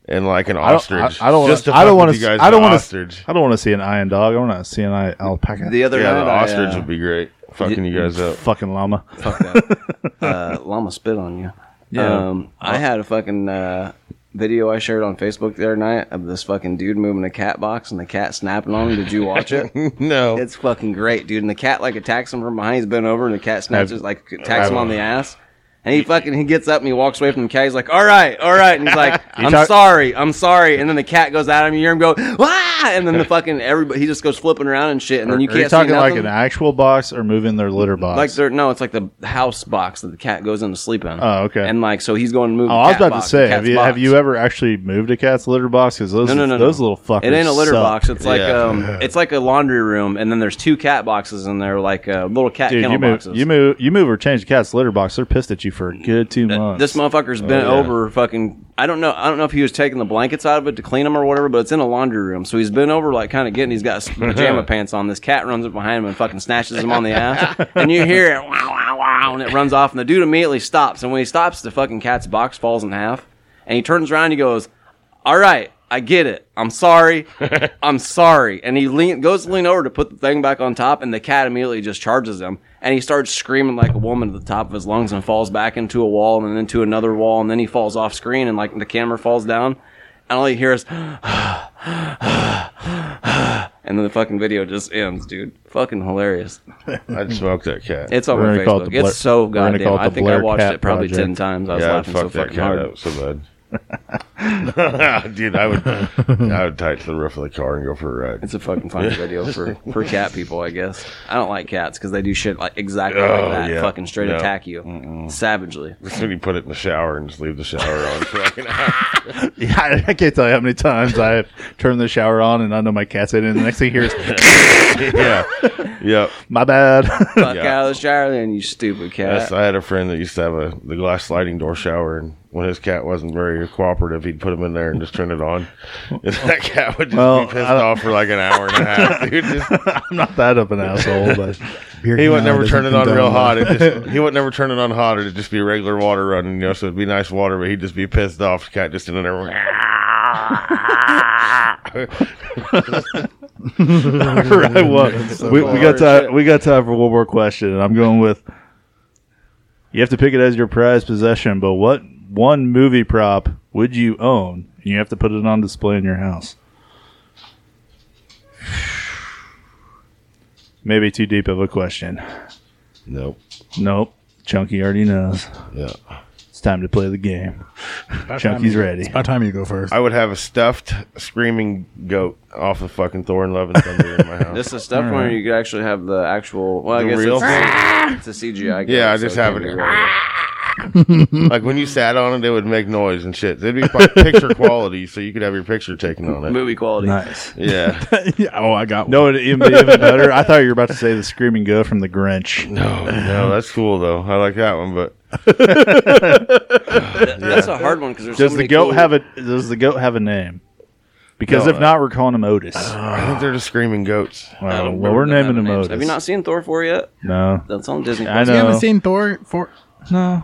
Speaker 4: and like an
Speaker 1: I don't. I,
Speaker 4: ostrich.
Speaker 1: I don't.
Speaker 4: Just
Speaker 1: Wanna,
Speaker 4: to
Speaker 1: I
Speaker 4: fuck
Speaker 1: don't
Speaker 4: with
Speaker 1: want
Speaker 4: you guys.
Speaker 1: I don't
Speaker 4: the
Speaker 1: want
Speaker 4: ostrich.
Speaker 1: I don't want to see an iron dog. I want to see an eye alpaca.
Speaker 3: the other
Speaker 4: Yeah,
Speaker 3: night,
Speaker 4: the
Speaker 3: I,
Speaker 4: ostrich
Speaker 3: uh,
Speaker 4: would be great. Fucking you guys up.
Speaker 1: Fucking llama.
Speaker 3: Fuck that. uh, llama spit on you.
Speaker 1: Yeah.
Speaker 3: Um, I had a fucking uh, video I shared on Facebook the other night of this fucking dude moving a cat box and the cat snapping on him. Did you watch it?
Speaker 4: no.
Speaker 3: It's fucking great, dude. And the cat like attacks him from behind. He's bent over, and the cat snaps his like attacks him on the ass. And he fucking he gets up and he walks away from the cat. He's like, "All right, all right," and
Speaker 1: [laughs]
Speaker 3: he's like, "I'm
Speaker 1: talk-
Speaker 3: sorry, I'm sorry." And then the cat goes at him. You hear him go, "Wah!"
Speaker 1: [laughs]
Speaker 3: And then the fucking everybody he just goes flipping around and shit. And then you
Speaker 1: Are
Speaker 3: can't
Speaker 1: you talking
Speaker 3: see
Speaker 1: like
Speaker 3: nothing.
Speaker 1: an actual box or moving their litter box?
Speaker 3: Like they're no, it's like the house box that the cat goes in to sleep in.
Speaker 1: Oh, okay.
Speaker 3: And like so, he's going to move.
Speaker 1: Oh,
Speaker 3: the
Speaker 1: I was
Speaker 3: cat
Speaker 1: about
Speaker 3: box,
Speaker 1: to
Speaker 3: the
Speaker 1: say, have
Speaker 3: cat's
Speaker 1: you, have
Speaker 3: box.
Speaker 1: you ever actually moved a cat's litter box? Because those,
Speaker 3: No, no, no,
Speaker 1: those
Speaker 3: no.
Speaker 1: little fuckers.
Speaker 3: It ain't a litter
Speaker 1: suck.
Speaker 3: box. It's like
Speaker 4: Yeah.
Speaker 3: um, it's like a laundry room, and then there's two cat boxes in there, like uh, little
Speaker 1: [laughs]
Speaker 3: cat
Speaker 1: Dude,
Speaker 3: kennel
Speaker 1: you move,
Speaker 3: boxes.
Speaker 1: you move, you move, or change the cat's litter box. They're pissed at you for a good two months.
Speaker 3: This motherfucker's bent
Speaker 4: yeah.
Speaker 3: over fucking. I don't know. I don't know if he was taking the blankets out of it to clean them or whatever, but it's in a laundry room. So he's bent over, like kind of getting. He's got s- pajama pants on. This cat runs up behind him and fucking snatches him on the ass. [laughs] And you hear it, wow, wow, wow, and it runs off. And the dude immediately stops. And when he stops, the fucking cat's box falls in half. And he turns around. And he goes, "All right." I get it.
Speaker 1: [laughs]
Speaker 3: I'm sorry. I'm sorry. And he lean, goes to lean over to put the thing back on top, and the cat immediately just charges him. And he starts screaming like a woman at the top of his lungs and falls back into a wall and then into another wall. And then he falls off screen, and like the camera falls down. And all you hear is, [sighs] and then the fucking video just ends, dude. Fucking hilarious.
Speaker 4: I'd smoke that cat.
Speaker 3: It's on
Speaker 1: We're
Speaker 3: my
Speaker 1: gonna call it
Speaker 3: Facebook.
Speaker 1: the Blair-
Speaker 3: it's so
Speaker 1: we're gonna
Speaker 3: goddamn.
Speaker 1: call it
Speaker 3: I
Speaker 1: the
Speaker 3: think I
Speaker 1: Blair
Speaker 3: watched
Speaker 1: Cat
Speaker 3: it probably
Speaker 1: Project.
Speaker 3: 10 times. I was
Speaker 4: yeah, I'd
Speaker 3: laughing so
Speaker 4: fuck that
Speaker 3: fucking
Speaker 4: cat
Speaker 3: hard.
Speaker 4: up so bad. [laughs] Dude, I would, I would tie it to the roof of the car and go for a ride.
Speaker 3: It's a fucking funny video for, for cat people, I guess. I don't like cats because they do shit like exactly
Speaker 4: Oh,
Speaker 3: like that.
Speaker 4: yeah.
Speaker 3: Fucking straight
Speaker 4: No.
Speaker 3: attack you savagely.
Speaker 4: That's when you put it in the shower and just leave the shower
Speaker 3: [laughs]
Speaker 4: on. for like an hour.
Speaker 1: [laughs] Yeah, I can't tell you how many times I have turned the shower on and I know my cat's in it. And the next thing you hear is,
Speaker 4: [laughs] yeah, yep.
Speaker 1: my bad. [laughs]
Speaker 3: Fuck
Speaker 4: Yeah.
Speaker 3: out of the shower, then you stupid cat.
Speaker 4: Yes, I had a friend that used to have a the glass sliding door shower, and when his cat wasn't very cooperative, he'd put him in there and just turn it on. [laughs] And that cat would just
Speaker 1: Well,
Speaker 4: be pissed
Speaker 1: I don't-
Speaker 4: off for like an hour and a half. [laughs] Dude, just,
Speaker 1: I'm not that up an asshole, but
Speaker 2: Beer
Speaker 4: he would
Speaker 2: canal
Speaker 4: never
Speaker 2: doesn't
Speaker 4: turn it on
Speaker 2: condone
Speaker 4: real
Speaker 2: that.
Speaker 4: hot. It [laughs] just, he would never turn it on hot. It'd just be regular water running, you know. So it'd be nice water, but he'd just be pissed off. The cat just in there.
Speaker 1: right one. we, we got time. We got time for one more question, and I'm going with. You have to pick it as your prized possession, but what one movie prop would you own? And you have to put it on display in your house. [sighs] Maybe too deep of a question.
Speaker 4: Nope.
Speaker 1: Nope. Chunky already knows.
Speaker 4: Yeah.
Speaker 1: It's time to play the game. Chunky's ready.
Speaker 2: About time you go first.
Speaker 4: I would have a stuffed screaming goat off the fucking Thor and Love and Thunder in my
Speaker 3: [laughs]
Speaker 4: house.
Speaker 3: This is stuff where you could actually have the actual. Well, I
Speaker 4: The
Speaker 3: guess
Speaker 4: real
Speaker 3: [laughs] it's, it's a CGI.
Speaker 4: Yeah,
Speaker 3: guy,
Speaker 4: I
Speaker 3: so
Speaker 4: just
Speaker 3: it
Speaker 4: have
Speaker 3: can't
Speaker 4: it.
Speaker 3: be real.
Speaker 4: [laughs] like when you sat on it, it would make noise and shit. It'd be fi- picture quality, so you could have your picture taken on it.
Speaker 3: Movie quality.
Speaker 1: Nice.
Speaker 3: [laughs]
Speaker 4: Yeah.
Speaker 2: [laughs] yeah, oh, I got one.
Speaker 1: No, it'd even be even better. I thought you were about to say the screaming go from the Grinch.
Speaker 4: No, no, that's cool though. I like that one, but
Speaker 3: That's a hard one because there's.
Speaker 1: Does
Speaker 3: so
Speaker 1: the
Speaker 3: many
Speaker 1: goat
Speaker 3: cool-
Speaker 1: have a Does the goat have a name? Because
Speaker 4: No,
Speaker 1: if not, we're calling him Otis.
Speaker 4: I think they're just screaming goats.
Speaker 3: I
Speaker 1: well,
Speaker 3: don't
Speaker 1: well, we're
Speaker 3: remember
Speaker 1: naming him
Speaker 3: the names.
Speaker 1: Otis.
Speaker 3: Have you not seen Thor four yet?
Speaker 1: No,
Speaker 3: That's on Disney.
Speaker 1: I
Speaker 3: Plus.
Speaker 2: You haven't
Speaker 1: No.
Speaker 2: seen Thor? For
Speaker 1: no,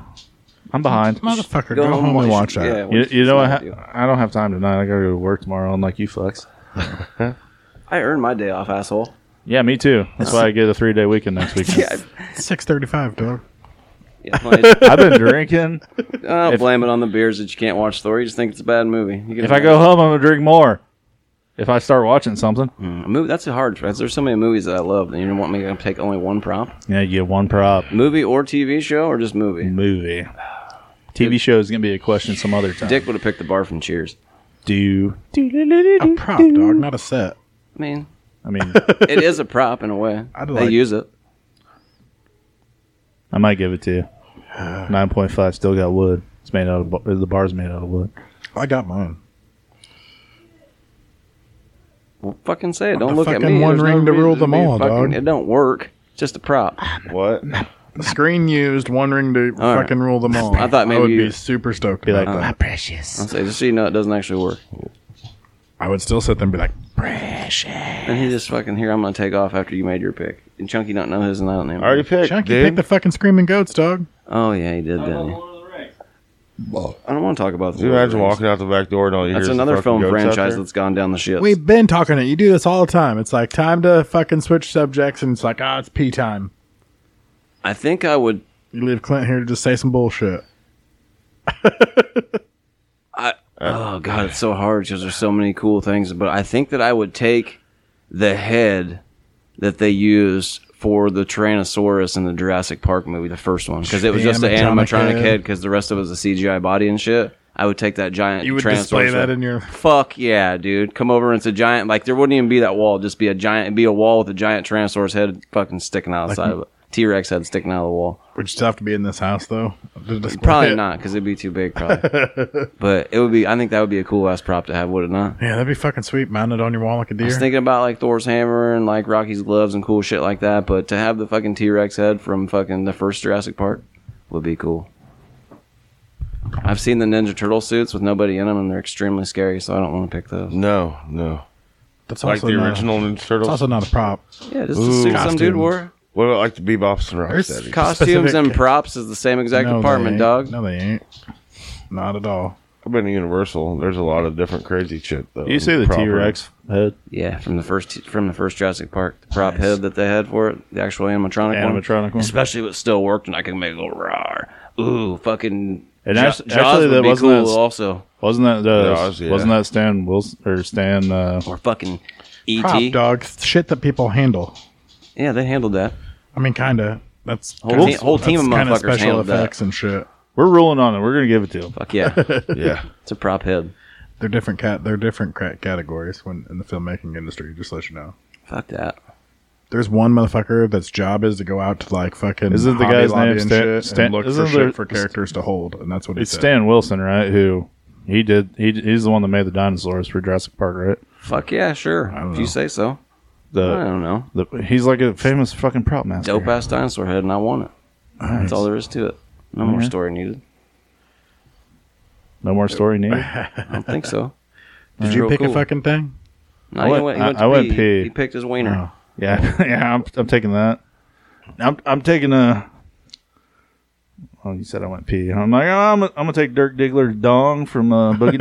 Speaker 1: I'm behind.
Speaker 2: motherfucker, go, home and watch that.
Speaker 3: Yeah,
Speaker 1: You,
Speaker 3: watch-
Speaker 1: you know, I,
Speaker 3: it's not
Speaker 1: ha- I don't have time tonight. I gotta go to work tomorrow, unlike you fucks.
Speaker 3: I earned my day off, asshole.
Speaker 1: Yeah, me too. That's why I get a three day weekend next weekend.
Speaker 3: Yeah,
Speaker 1: [laughs]
Speaker 2: Six thirty-five, dog.
Speaker 3: yeah, my-
Speaker 1: I've been drinking.
Speaker 3: I don't oh, blame it on the beers that you can't watch Thor. You just think it's a bad movie. You can-
Speaker 1: If I [laughs] go home, I'm gonna drink more. If I start watching something,
Speaker 3: a movie, that's a hard. There's so many movies that I love, and you don't want me to take only one prop.
Speaker 1: yeah, you get one prop
Speaker 3: Movie or TV show or just movie.
Speaker 1: movie. TV show is gonna be a question some other time.
Speaker 3: Dick would have picked the bar from Cheers.
Speaker 1: do
Speaker 2: A prop, dog, not a set.
Speaker 3: I mean,
Speaker 1: [laughs] I mean?
Speaker 3: it is a prop in a way.
Speaker 2: [laughs] I'd
Speaker 3: they
Speaker 2: like-
Speaker 3: use it.
Speaker 1: I might give it to [sighs] you. Nine point five still got wood. It's made out of bu- the bar's made out of wood.
Speaker 2: I got mine.
Speaker 3: Well, fucking say it. Don't
Speaker 2: the
Speaker 3: look at
Speaker 2: fucking
Speaker 3: me.
Speaker 2: one
Speaker 3: There's
Speaker 2: ring to
Speaker 3: reason
Speaker 2: rule them
Speaker 3: be
Speaker 2: all,
Speaker 3: fucking-
Speaker 2: dog.
Speaker 3: It don't work. Just a prop.
Speaker 4: What?
Speaker 2: screen used one ring to
Speaker 3: All right.
Speaker 2: fucking rule them all.
Speaker 3: I thought maybe
Speaker 2: would be
Speaker 3: you-
Speaker 2: super stoked
Speaker 1: Be
Speaker 2: about
Speaker 1: like,
Speaker 2: that.
Speaker 1: "My
Speaker 3: I'll
Speaker 1: precious.
Speaker 3: say, just so you know, it doesn't actually work.
Speaker 2: I would still sit there and be like, precious.
Speaker 3: And he just fucking here. I'm gonna take off after you made your pick. And Chunky don't know his, and I don't know.
Speaker 4: I already
Speaker 3: mine.
Speaker 4: picked,
Speaker 2: Chunky,
Speaker 4: dude.
Speaker 2: pick the fucking screaming goats, dog.
Speaker 3: Oh yeah, he did, didn't he? I don't want to talk about. The
Speaker 4: Can you imagine
Speaker 3: Wolverines.
Speaker 4: walking out the back door and all you
Speaker 3: That's
Speaker 4: hear is the
Speaker 3: another
Speaker 4: fucking
Speaker 3: film
Speaker 4: goats out
Speaker 3: franchise
Speaker 4: there?
Speaker 3: that's gone down the shit.
Speaker 2: We've been talking it. You do this all the time. It's like time to fucking switch subjects, and it's like, ah, it's pee time.
Speaker 3: I think I would.
Speaker 2: You leave Clint here to just say some bullshit.
Speaker 3: Oh god, it's so hard because there's so many cool things. But I think that I would take the head that they used for the Tyrannosaurus in the Jurassic Park movie, the first one, because it was
Speaker 2: The
Speaker 3: just an
Speaker 2: animatronic
Speaker 3: animatronic
Speaker 2: head.
Speaker 3: head. Because the rest of it was a CGI body and shit. I would take that giant.
Speaker 2: You would
Speaker 3: Tyrannosaurus
Speaker 2: display that
Speaker 3: head.
Speaker 2: in your.
Speaker 3: Fuck yeah, dude! Come over and it's a giant. Like there wouldn't even be that wall. It'd Just be a giant. It'd be a wall with a giant Tyrannosaurus head fucking sticking out of the side of it. T Rex head sticking out of the wall.
Speaker 2: Would you still have to be in this house though? to display
Speaker 3: Probably
Speaker 2: [laughs] it?
Speaker 3: not because it'd be too
Speaker 2: [laughs]
Speaker 3: big. Probably, but it would be. I think that would be a cool ass prop to have, would it not?
Speaker 2: Yeah, that'd be fucking sweet. Mounted on your wall like a
Speaker 3: I
Speaker 2: deer.
Speaker 3: was thinking about like Thor's hammer and like Rocky's gloves and cool shit like that. But to have the fucking T Rex head from fucking the first Jurassic Park would be cool. I've seen the Ninja Turtle suits with nobody in them, and they're extremely scary. So I don't want to pick those.
Speaker 4: No, no.
Speaker 2: That's
Speaker 4: like
Speaker 2: also
Speaker 4: the
Speaker 2: not a-
Speaker 4: original Ninja
Speaker 2: It's
Speaker 4: Turtles.
Speaker 2: also not a prop.
Speaker 3: Yeah, just the suit some dude
Speaker 2: costumes.
Speaker 3: wore.
Speaker 4: what about like the Bebops and
Speaker 2: There's
Speaker 4: Rocksteady?
Speaker 3: Costumes
Speaker 2: specific-
Speaker 3: and props is the same exact
Speaker 2: No, they
Speaker 3: department,
Speaker 2: ain't.
Speaker 3: dog.
Speaker 2: No, they ain't. Not at all.
Speaker 4: I've been to Universal. There's a lot of different crazy shit though.
Speaker 1: You say the
Speaker 4: Proper-
Speaker 1: T Rex head
Speaker 3: Yeah, from the first from the first Jurassic Park, the prop head that they had for it, the actual animatronic,
Speaker 1: animatronic
Speaker 3: one,
Speaker 1: one?
Speaker 3: especially if it still worked and I could make a little roar. Ooh, fucking.
Speaker 1: And
Speaker 3: Ja-
Speaker 1: actually-
Speaker 3: Jaws
Speaker 1: actually,
Speaker 3: would
Speaker 1: that
Speaker 3: be
Speaker 1: wasn't
Speaker 3: cool
Speaker 1: that-
Speaker 3: also,
Speaker 1: Wasn't that uh,
Speaker 4: Jaws, yeah.
Speaker 1: wasn't that Stan Wilson or Stan uh,
Speaker 3: or fucking
Speaker 2: Prop,
Speaker 3: ET.
Speaker 2: dog. Shit that people handle.
Speaker 3: Yeah, they handled that.
Speaker 2: I mean, kinda. That's
Speaker 3: Whole
Speaker 2: kinda-
Speaker 3: team- whole team of
Speaker 2: that's kinda
Speaker 3: motherfuckers
Speaker 2: special
Speaker 3: handled that.
Speaker 2: effects and shit.
Speaker 1: We're ruling on it. We're gonna give it to him.
Speaker 3: Fuck yeah,
Speaker 4: [laughs] Yeah.
Speaker 3: it's a prop head.
Speaker 2: They're different cat. They're different cat categories when in the filmmaking industry. Just to let you know.
Speaker 3: Fuck that.
Speaker 2: There's one motherfucker that's job is to go out to like fucking.
Speaker 1: Isn't the
Speaker 2: Hobby
Speaker 1: guy's
Speaker 2: Lobby
Speaker 1: name
Speaker 2: and
Speaker 1: Stan-
Speaker 2: shit
Speaker 1: Stan-
Speaker 2: and look for
Speaker 1: isn't
Speaker 2: shit
Speaker 1: there-
Speaker 2: for characters to hold, and that's what he
Speaker 1: It's
Speaker 2: said.
Speaker 1: Stan Wilson, right? Who he did he he's the one that made the dinosaurs for Jurassic Park, right?
Speaker 3: Fuck yeah, sure.
Speaker 2: don't
Speaker 3: If
Speaker 2: know.
Speaker 3: you say so. I
Speaker 1: The,
Speaker 3: don't know.
Speaker 1: the he's like a famous fucking prop master.
Speaker 3: Dope ass dinosaur head, and I want it. That's all there is to it. No more
Speaker 1: Alright.
Speaker 3: story needed.
Speaker 1: No more story [laughs] needed.
Speaker 3: I don't think so.
Speaker 2: Did you
Speaker 3: Real
Speaker 2: pick a
Speaker 3: cool.
Speaker 2: fucking thing?
Speaker 3: No,
Speaker 1: I
Speaker 3: he
Speaker 1: went-
Speaker 3: went, he
Speaker 1: I-
Speaker 3: went to
Speaker 1: I went
Speaker 3: pee.
Speaker 1: pee.
Speaker 3: He picked his wiener.
Speaker 2: Oh.
Speaker 1: Yeah, [laughs] yeah, I'm, I'm taking that. I'm I'm taking a. Oh, you said I went pee. I'm like, oh, I'm gonna- I'm gonna take Dirk Diggler's dong from uh, Boogie.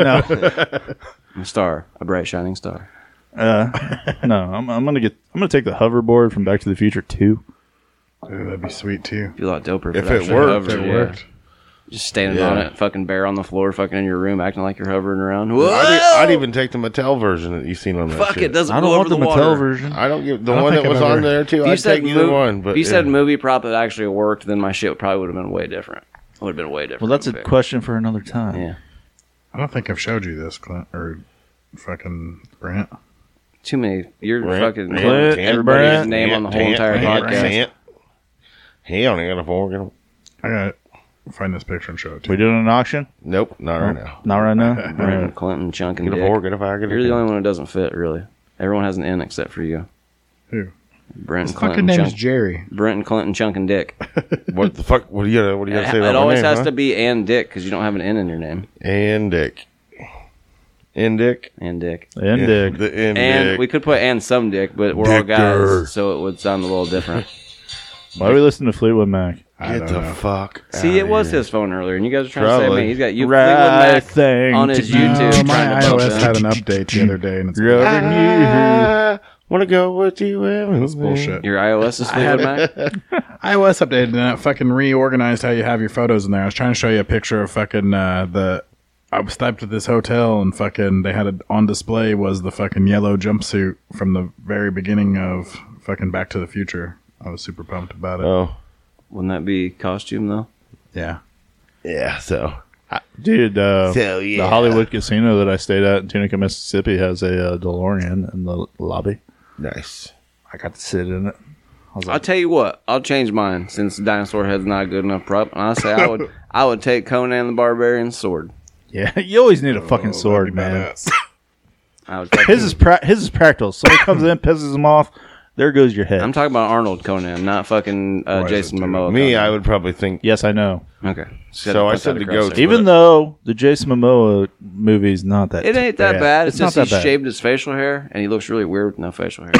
Speaker 1: [laughs] No,
Speaker 3: A star, a bright shining star.
Speaker 1: no, I'm, I'm gonna get I'm gonna take the hoverboard from Back to the Future Two.
Speaker 2: Ooh, that'd be sweet too.
Speaker 3: Be a lot doper
Speaker 4: If
Speaker 3: that
Speaker 4: it
Speaker 3: shit
Speaker 4: worked,
Speaker 3: hovered,
Speaker 4: it
Speaker 3: yeah.
Speaker 4: worked.
Speaker 3: Just standing
Speaker 4: Yeah.
Speaker 3: on it, fucking bare on the floor, fucking in your room, acting like you're hovering around. [laughs] Whoa!
Speaker 4: I'd, e- I'd even take the Mattel version that you seen on that.
Speaker 3: Fuck
Speaker 4: shit.
Speaker 3: it, doesn't
Speaker 1: I don't
Speaker 3: go
Speaker 1: want
Speaker 3: over
Speaker 1: the,
Speaker 3: the,
Speaker 1: Mattel
Speaker 3: water.
Speaker 1: version.
Speaker 4: I don't give the
Speaker 2: don't
Speaker 4: one
Speaker 2: think
Speaker 4: that
Speaker 2: I've
Speaker 4: was
Speaker 2: ever-
Speaker 4: on there too.
Speaker 3: If you
Speaker 4: I'd
Speaker 3: said,
Speaker 4: take either
Speaker 3: mov-
Speaker 4: one, but
Speaker 3: if you
Speaker 4: yeah.
Speaker 3: said movie prop that actually worked, then my shit probably would have been way different. Would have been way different.
Speaker 1: Well, that's a
Speaker 3: pick.
Speaker 1: question for another time.
Speaker 3: Yeah,
Speaker 2: I don't think I've showed you this, Clint or fucking Brent.
Speaker 3: too many. You're
Speaker 4: Brent,
Speaker 3: fucking
Speaker 4: Brent,
Speaker 1: Clint,
Speaker 4: Brent,
Speaker 3: everybody's
Speaker 4: Brent,
Speaker 3: name on the whole entire
Speaker 4: Brent,
Speaker 3: podcast.
Speaker 4: Brent. He only got a four.
Speaker 2: I gotta find this picture and show it to
Speaker 1: We
Speaker 2: you.
Speaker 1: doing an auction?
Speaker 4: Nope, not right now.
Speaker 1: Not [laughs] right now. All
Speaker 3: Brandon
Speaker 1: right.
Speaker 3: Clinton, Chunk, and
Speaker 4: Get a
Speaker 3: Dick.
Speaker 4: four, get a five, get a
Speaker 3: You're the
Speaker 4: ten.
Speaker 3: only one that doesn't fit, really. Everyone has an N except for you.
Speaker 2: Who?
Speaker 3: Brent,
Speaker 2: His fucking
Speaker 3: Clinton,
Speaker 2: name
Speaker 3: Chunk,
Speaker 2: is Jerry.
Speaker 3: Brent, and Clinton, Chunk, and Dick.
Speaker 4: What the fuck? What do you gotta,
Speaker 3: [laughs]
Speaker 4: what do you gotta say
Speaker 3: it
Speaker 4: about my
Speaker 3: always
Speaker 4: name,
Speaker 3: has
Speaker 4: huh?
Speaker 3: to be and Dick because you don't have an N in your name.
Speaker 4: And Dick. And Dick.
Speaker 3: And Dick.
Speaker 1: And Dick.
Speaker 4: The and,
Speaker 3: And
Speaker 4: Dick.
Speaker 3: we could put and some dick, but we're all
Speaker 4: Dictor.
Speaker 3: guys, so it would sound a little different.
Speaker 1: Why are we listening to Fleetwood Mac?
Speaker 2: I
Speaker 4: Get
Speaker 2: don't
Speaker 4: the
Speaker 2: know.
Speaker 4: fuck.
Speaker 3: See, it
Speaker 4: outta
Speaker 3: was
Speaker 4: here.
Speaker 3: his phone earlier, and you guys are trying to
Speaker 4: Probably.
Speaker 3: say, man, he's got you
Speaker 1: Right
Speaker 3: Fleetwood Mac
Speaker 1: thing
Speaker 3: on his
Speaker 1: to do.
Speaker 3: YouTube.
Speaker 2: No,
Speaker 3: trying
Speaker 2: my
Speaker 3: to bump
Speaker 2: iOS
Speaker 3: that.
Speaker 2: had an update the other day, and it's
Speaker 1: You're over [laughs] here.
Speaker 4: I wanna go with you. That's
Speaker 2: bullshit.
Speaker 3: Your iOS is Fleetwood Mac.
Speaker 2: iOS updated and it fucking reorganized how you have your photos in there. I was trying to show you a picture of fucking uh, the. I was stopped at this hotel and fucking they had it on display was the fucking yellow jumpsuit from the very beginning of fucking Back to the Future. I was super pumped about it.
Speaker 4: Oh.
Speaker 3: Wouldn't that be costume though?
Speaker 2: yeah,
Speaker 4: Yeah, so.
Speaker 1: Dude, uh,
Speaker 4: So, yeah.
Speaker 1: the Hollywood casino that I stayed at in Tunica, Mississippi has a uh, DeLorean in the lobby.
Speaker 4: Nice.
Speaker 1: I got to sit in it. I was
Speaker 3: I'll
Speaker 1: like,
Speaker 3: tell you what, I'll change mine since dinosaur head's not a good enough prop. And I say I would, I would take Conan the Barbarian's sword.
Speaker 1: yeah, [laughs] you always need a fucking sword, man.
Speaker 2: Badass.
Speaker 3: I would take
Speaker 1: His is pra- his is practical. Somebody comes in, pisses him off. There goes your head.
Speaker 3: I'm talking about Arnold Conan, not fucking uh,
Speaker 2: Why is it
Speaker 3: Jason
Speaker 2: too-
Speaker 3: Momoa.
Speaker 4: Me,
Speaker 3: Conan.
Speaker 4: I would probably think.
Speaker 1: yes, I know.
Speaker 3: okay. Just gotta
Speaker 4: So I
Speaker 3: put
Speaker 4: said
Speaker 3: that
Speaker 4: the
Speaker 3: across
Speaker 4: goat.
Speaker 3: there.
Speaker 1: Even though the Jason Momoa movie's not that
Speaker 3: It ain't that bad. It's,
Speaker 1: not
Speaker 3: just
Speaker 1: that
Speaker 3: he
Speaker 1: bad.
Speaker 3: shaved his facial hair and he looks really weird with no facial hair.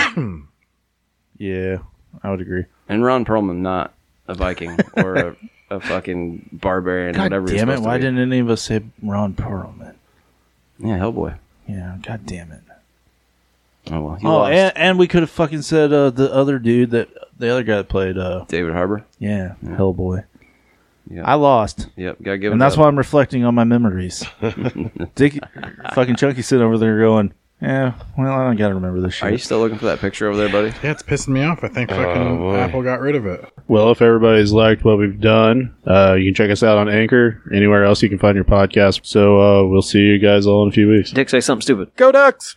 Speaker 1: Yeah, I would agree.
Speaker 3: and Ron Perlman, not a Viking or a, a fucking barbarian,
Speaker 1: God
Speaker 3: whatever. he's
Speaker 1: damn it!
Speaker 3: supposed to
Speaker 1: Why
Speaker 3: be.
Speaker 1: didn't any of us say Ron Perlman?
Speaker 3: yeah Hellboy?
Speaker 1: Yeah, god damn it.
Speaker 3: Oh well, he
Speaker 1: oh,
Speaker 3: lost.
Speaker 1: and, and we could have fucking said uh, the other dude that the other guy that played uh
Speaker 3: David Harbor.
Speaker 1: yeah, Hellboy.
Speaker 3: Yeah.
Speaker 1: I lost.
Speaker 3: Yep, gotta give.
Speaker 1: And
Speaker 3: it
Speaker 1: that's
Speaker 3: up.
Speaker 1: why I'm reflecting on
Speaker 5: [laughs]
Speaker 1: my memories. Dick fucking Chunky sitting over there going, Yeah, well I don't gotta remember this shit.
Speaker 3: Are you still looking for that picture over there, buddy?
Speaker 2: Yeah, it's pissing me off. I think fucking
Speaker 4: boy.
Speaker 2: Apple got rid of it.
Speaker 5: Well, if everybody's liked what we've done, uh, you can check us out on Anchor, anywhere else you can find your podcast. So uh, we'll see you guys all in a few weeks.
Speaker 6: Dick, say something stupid.
Speaker 2: Go Ducks!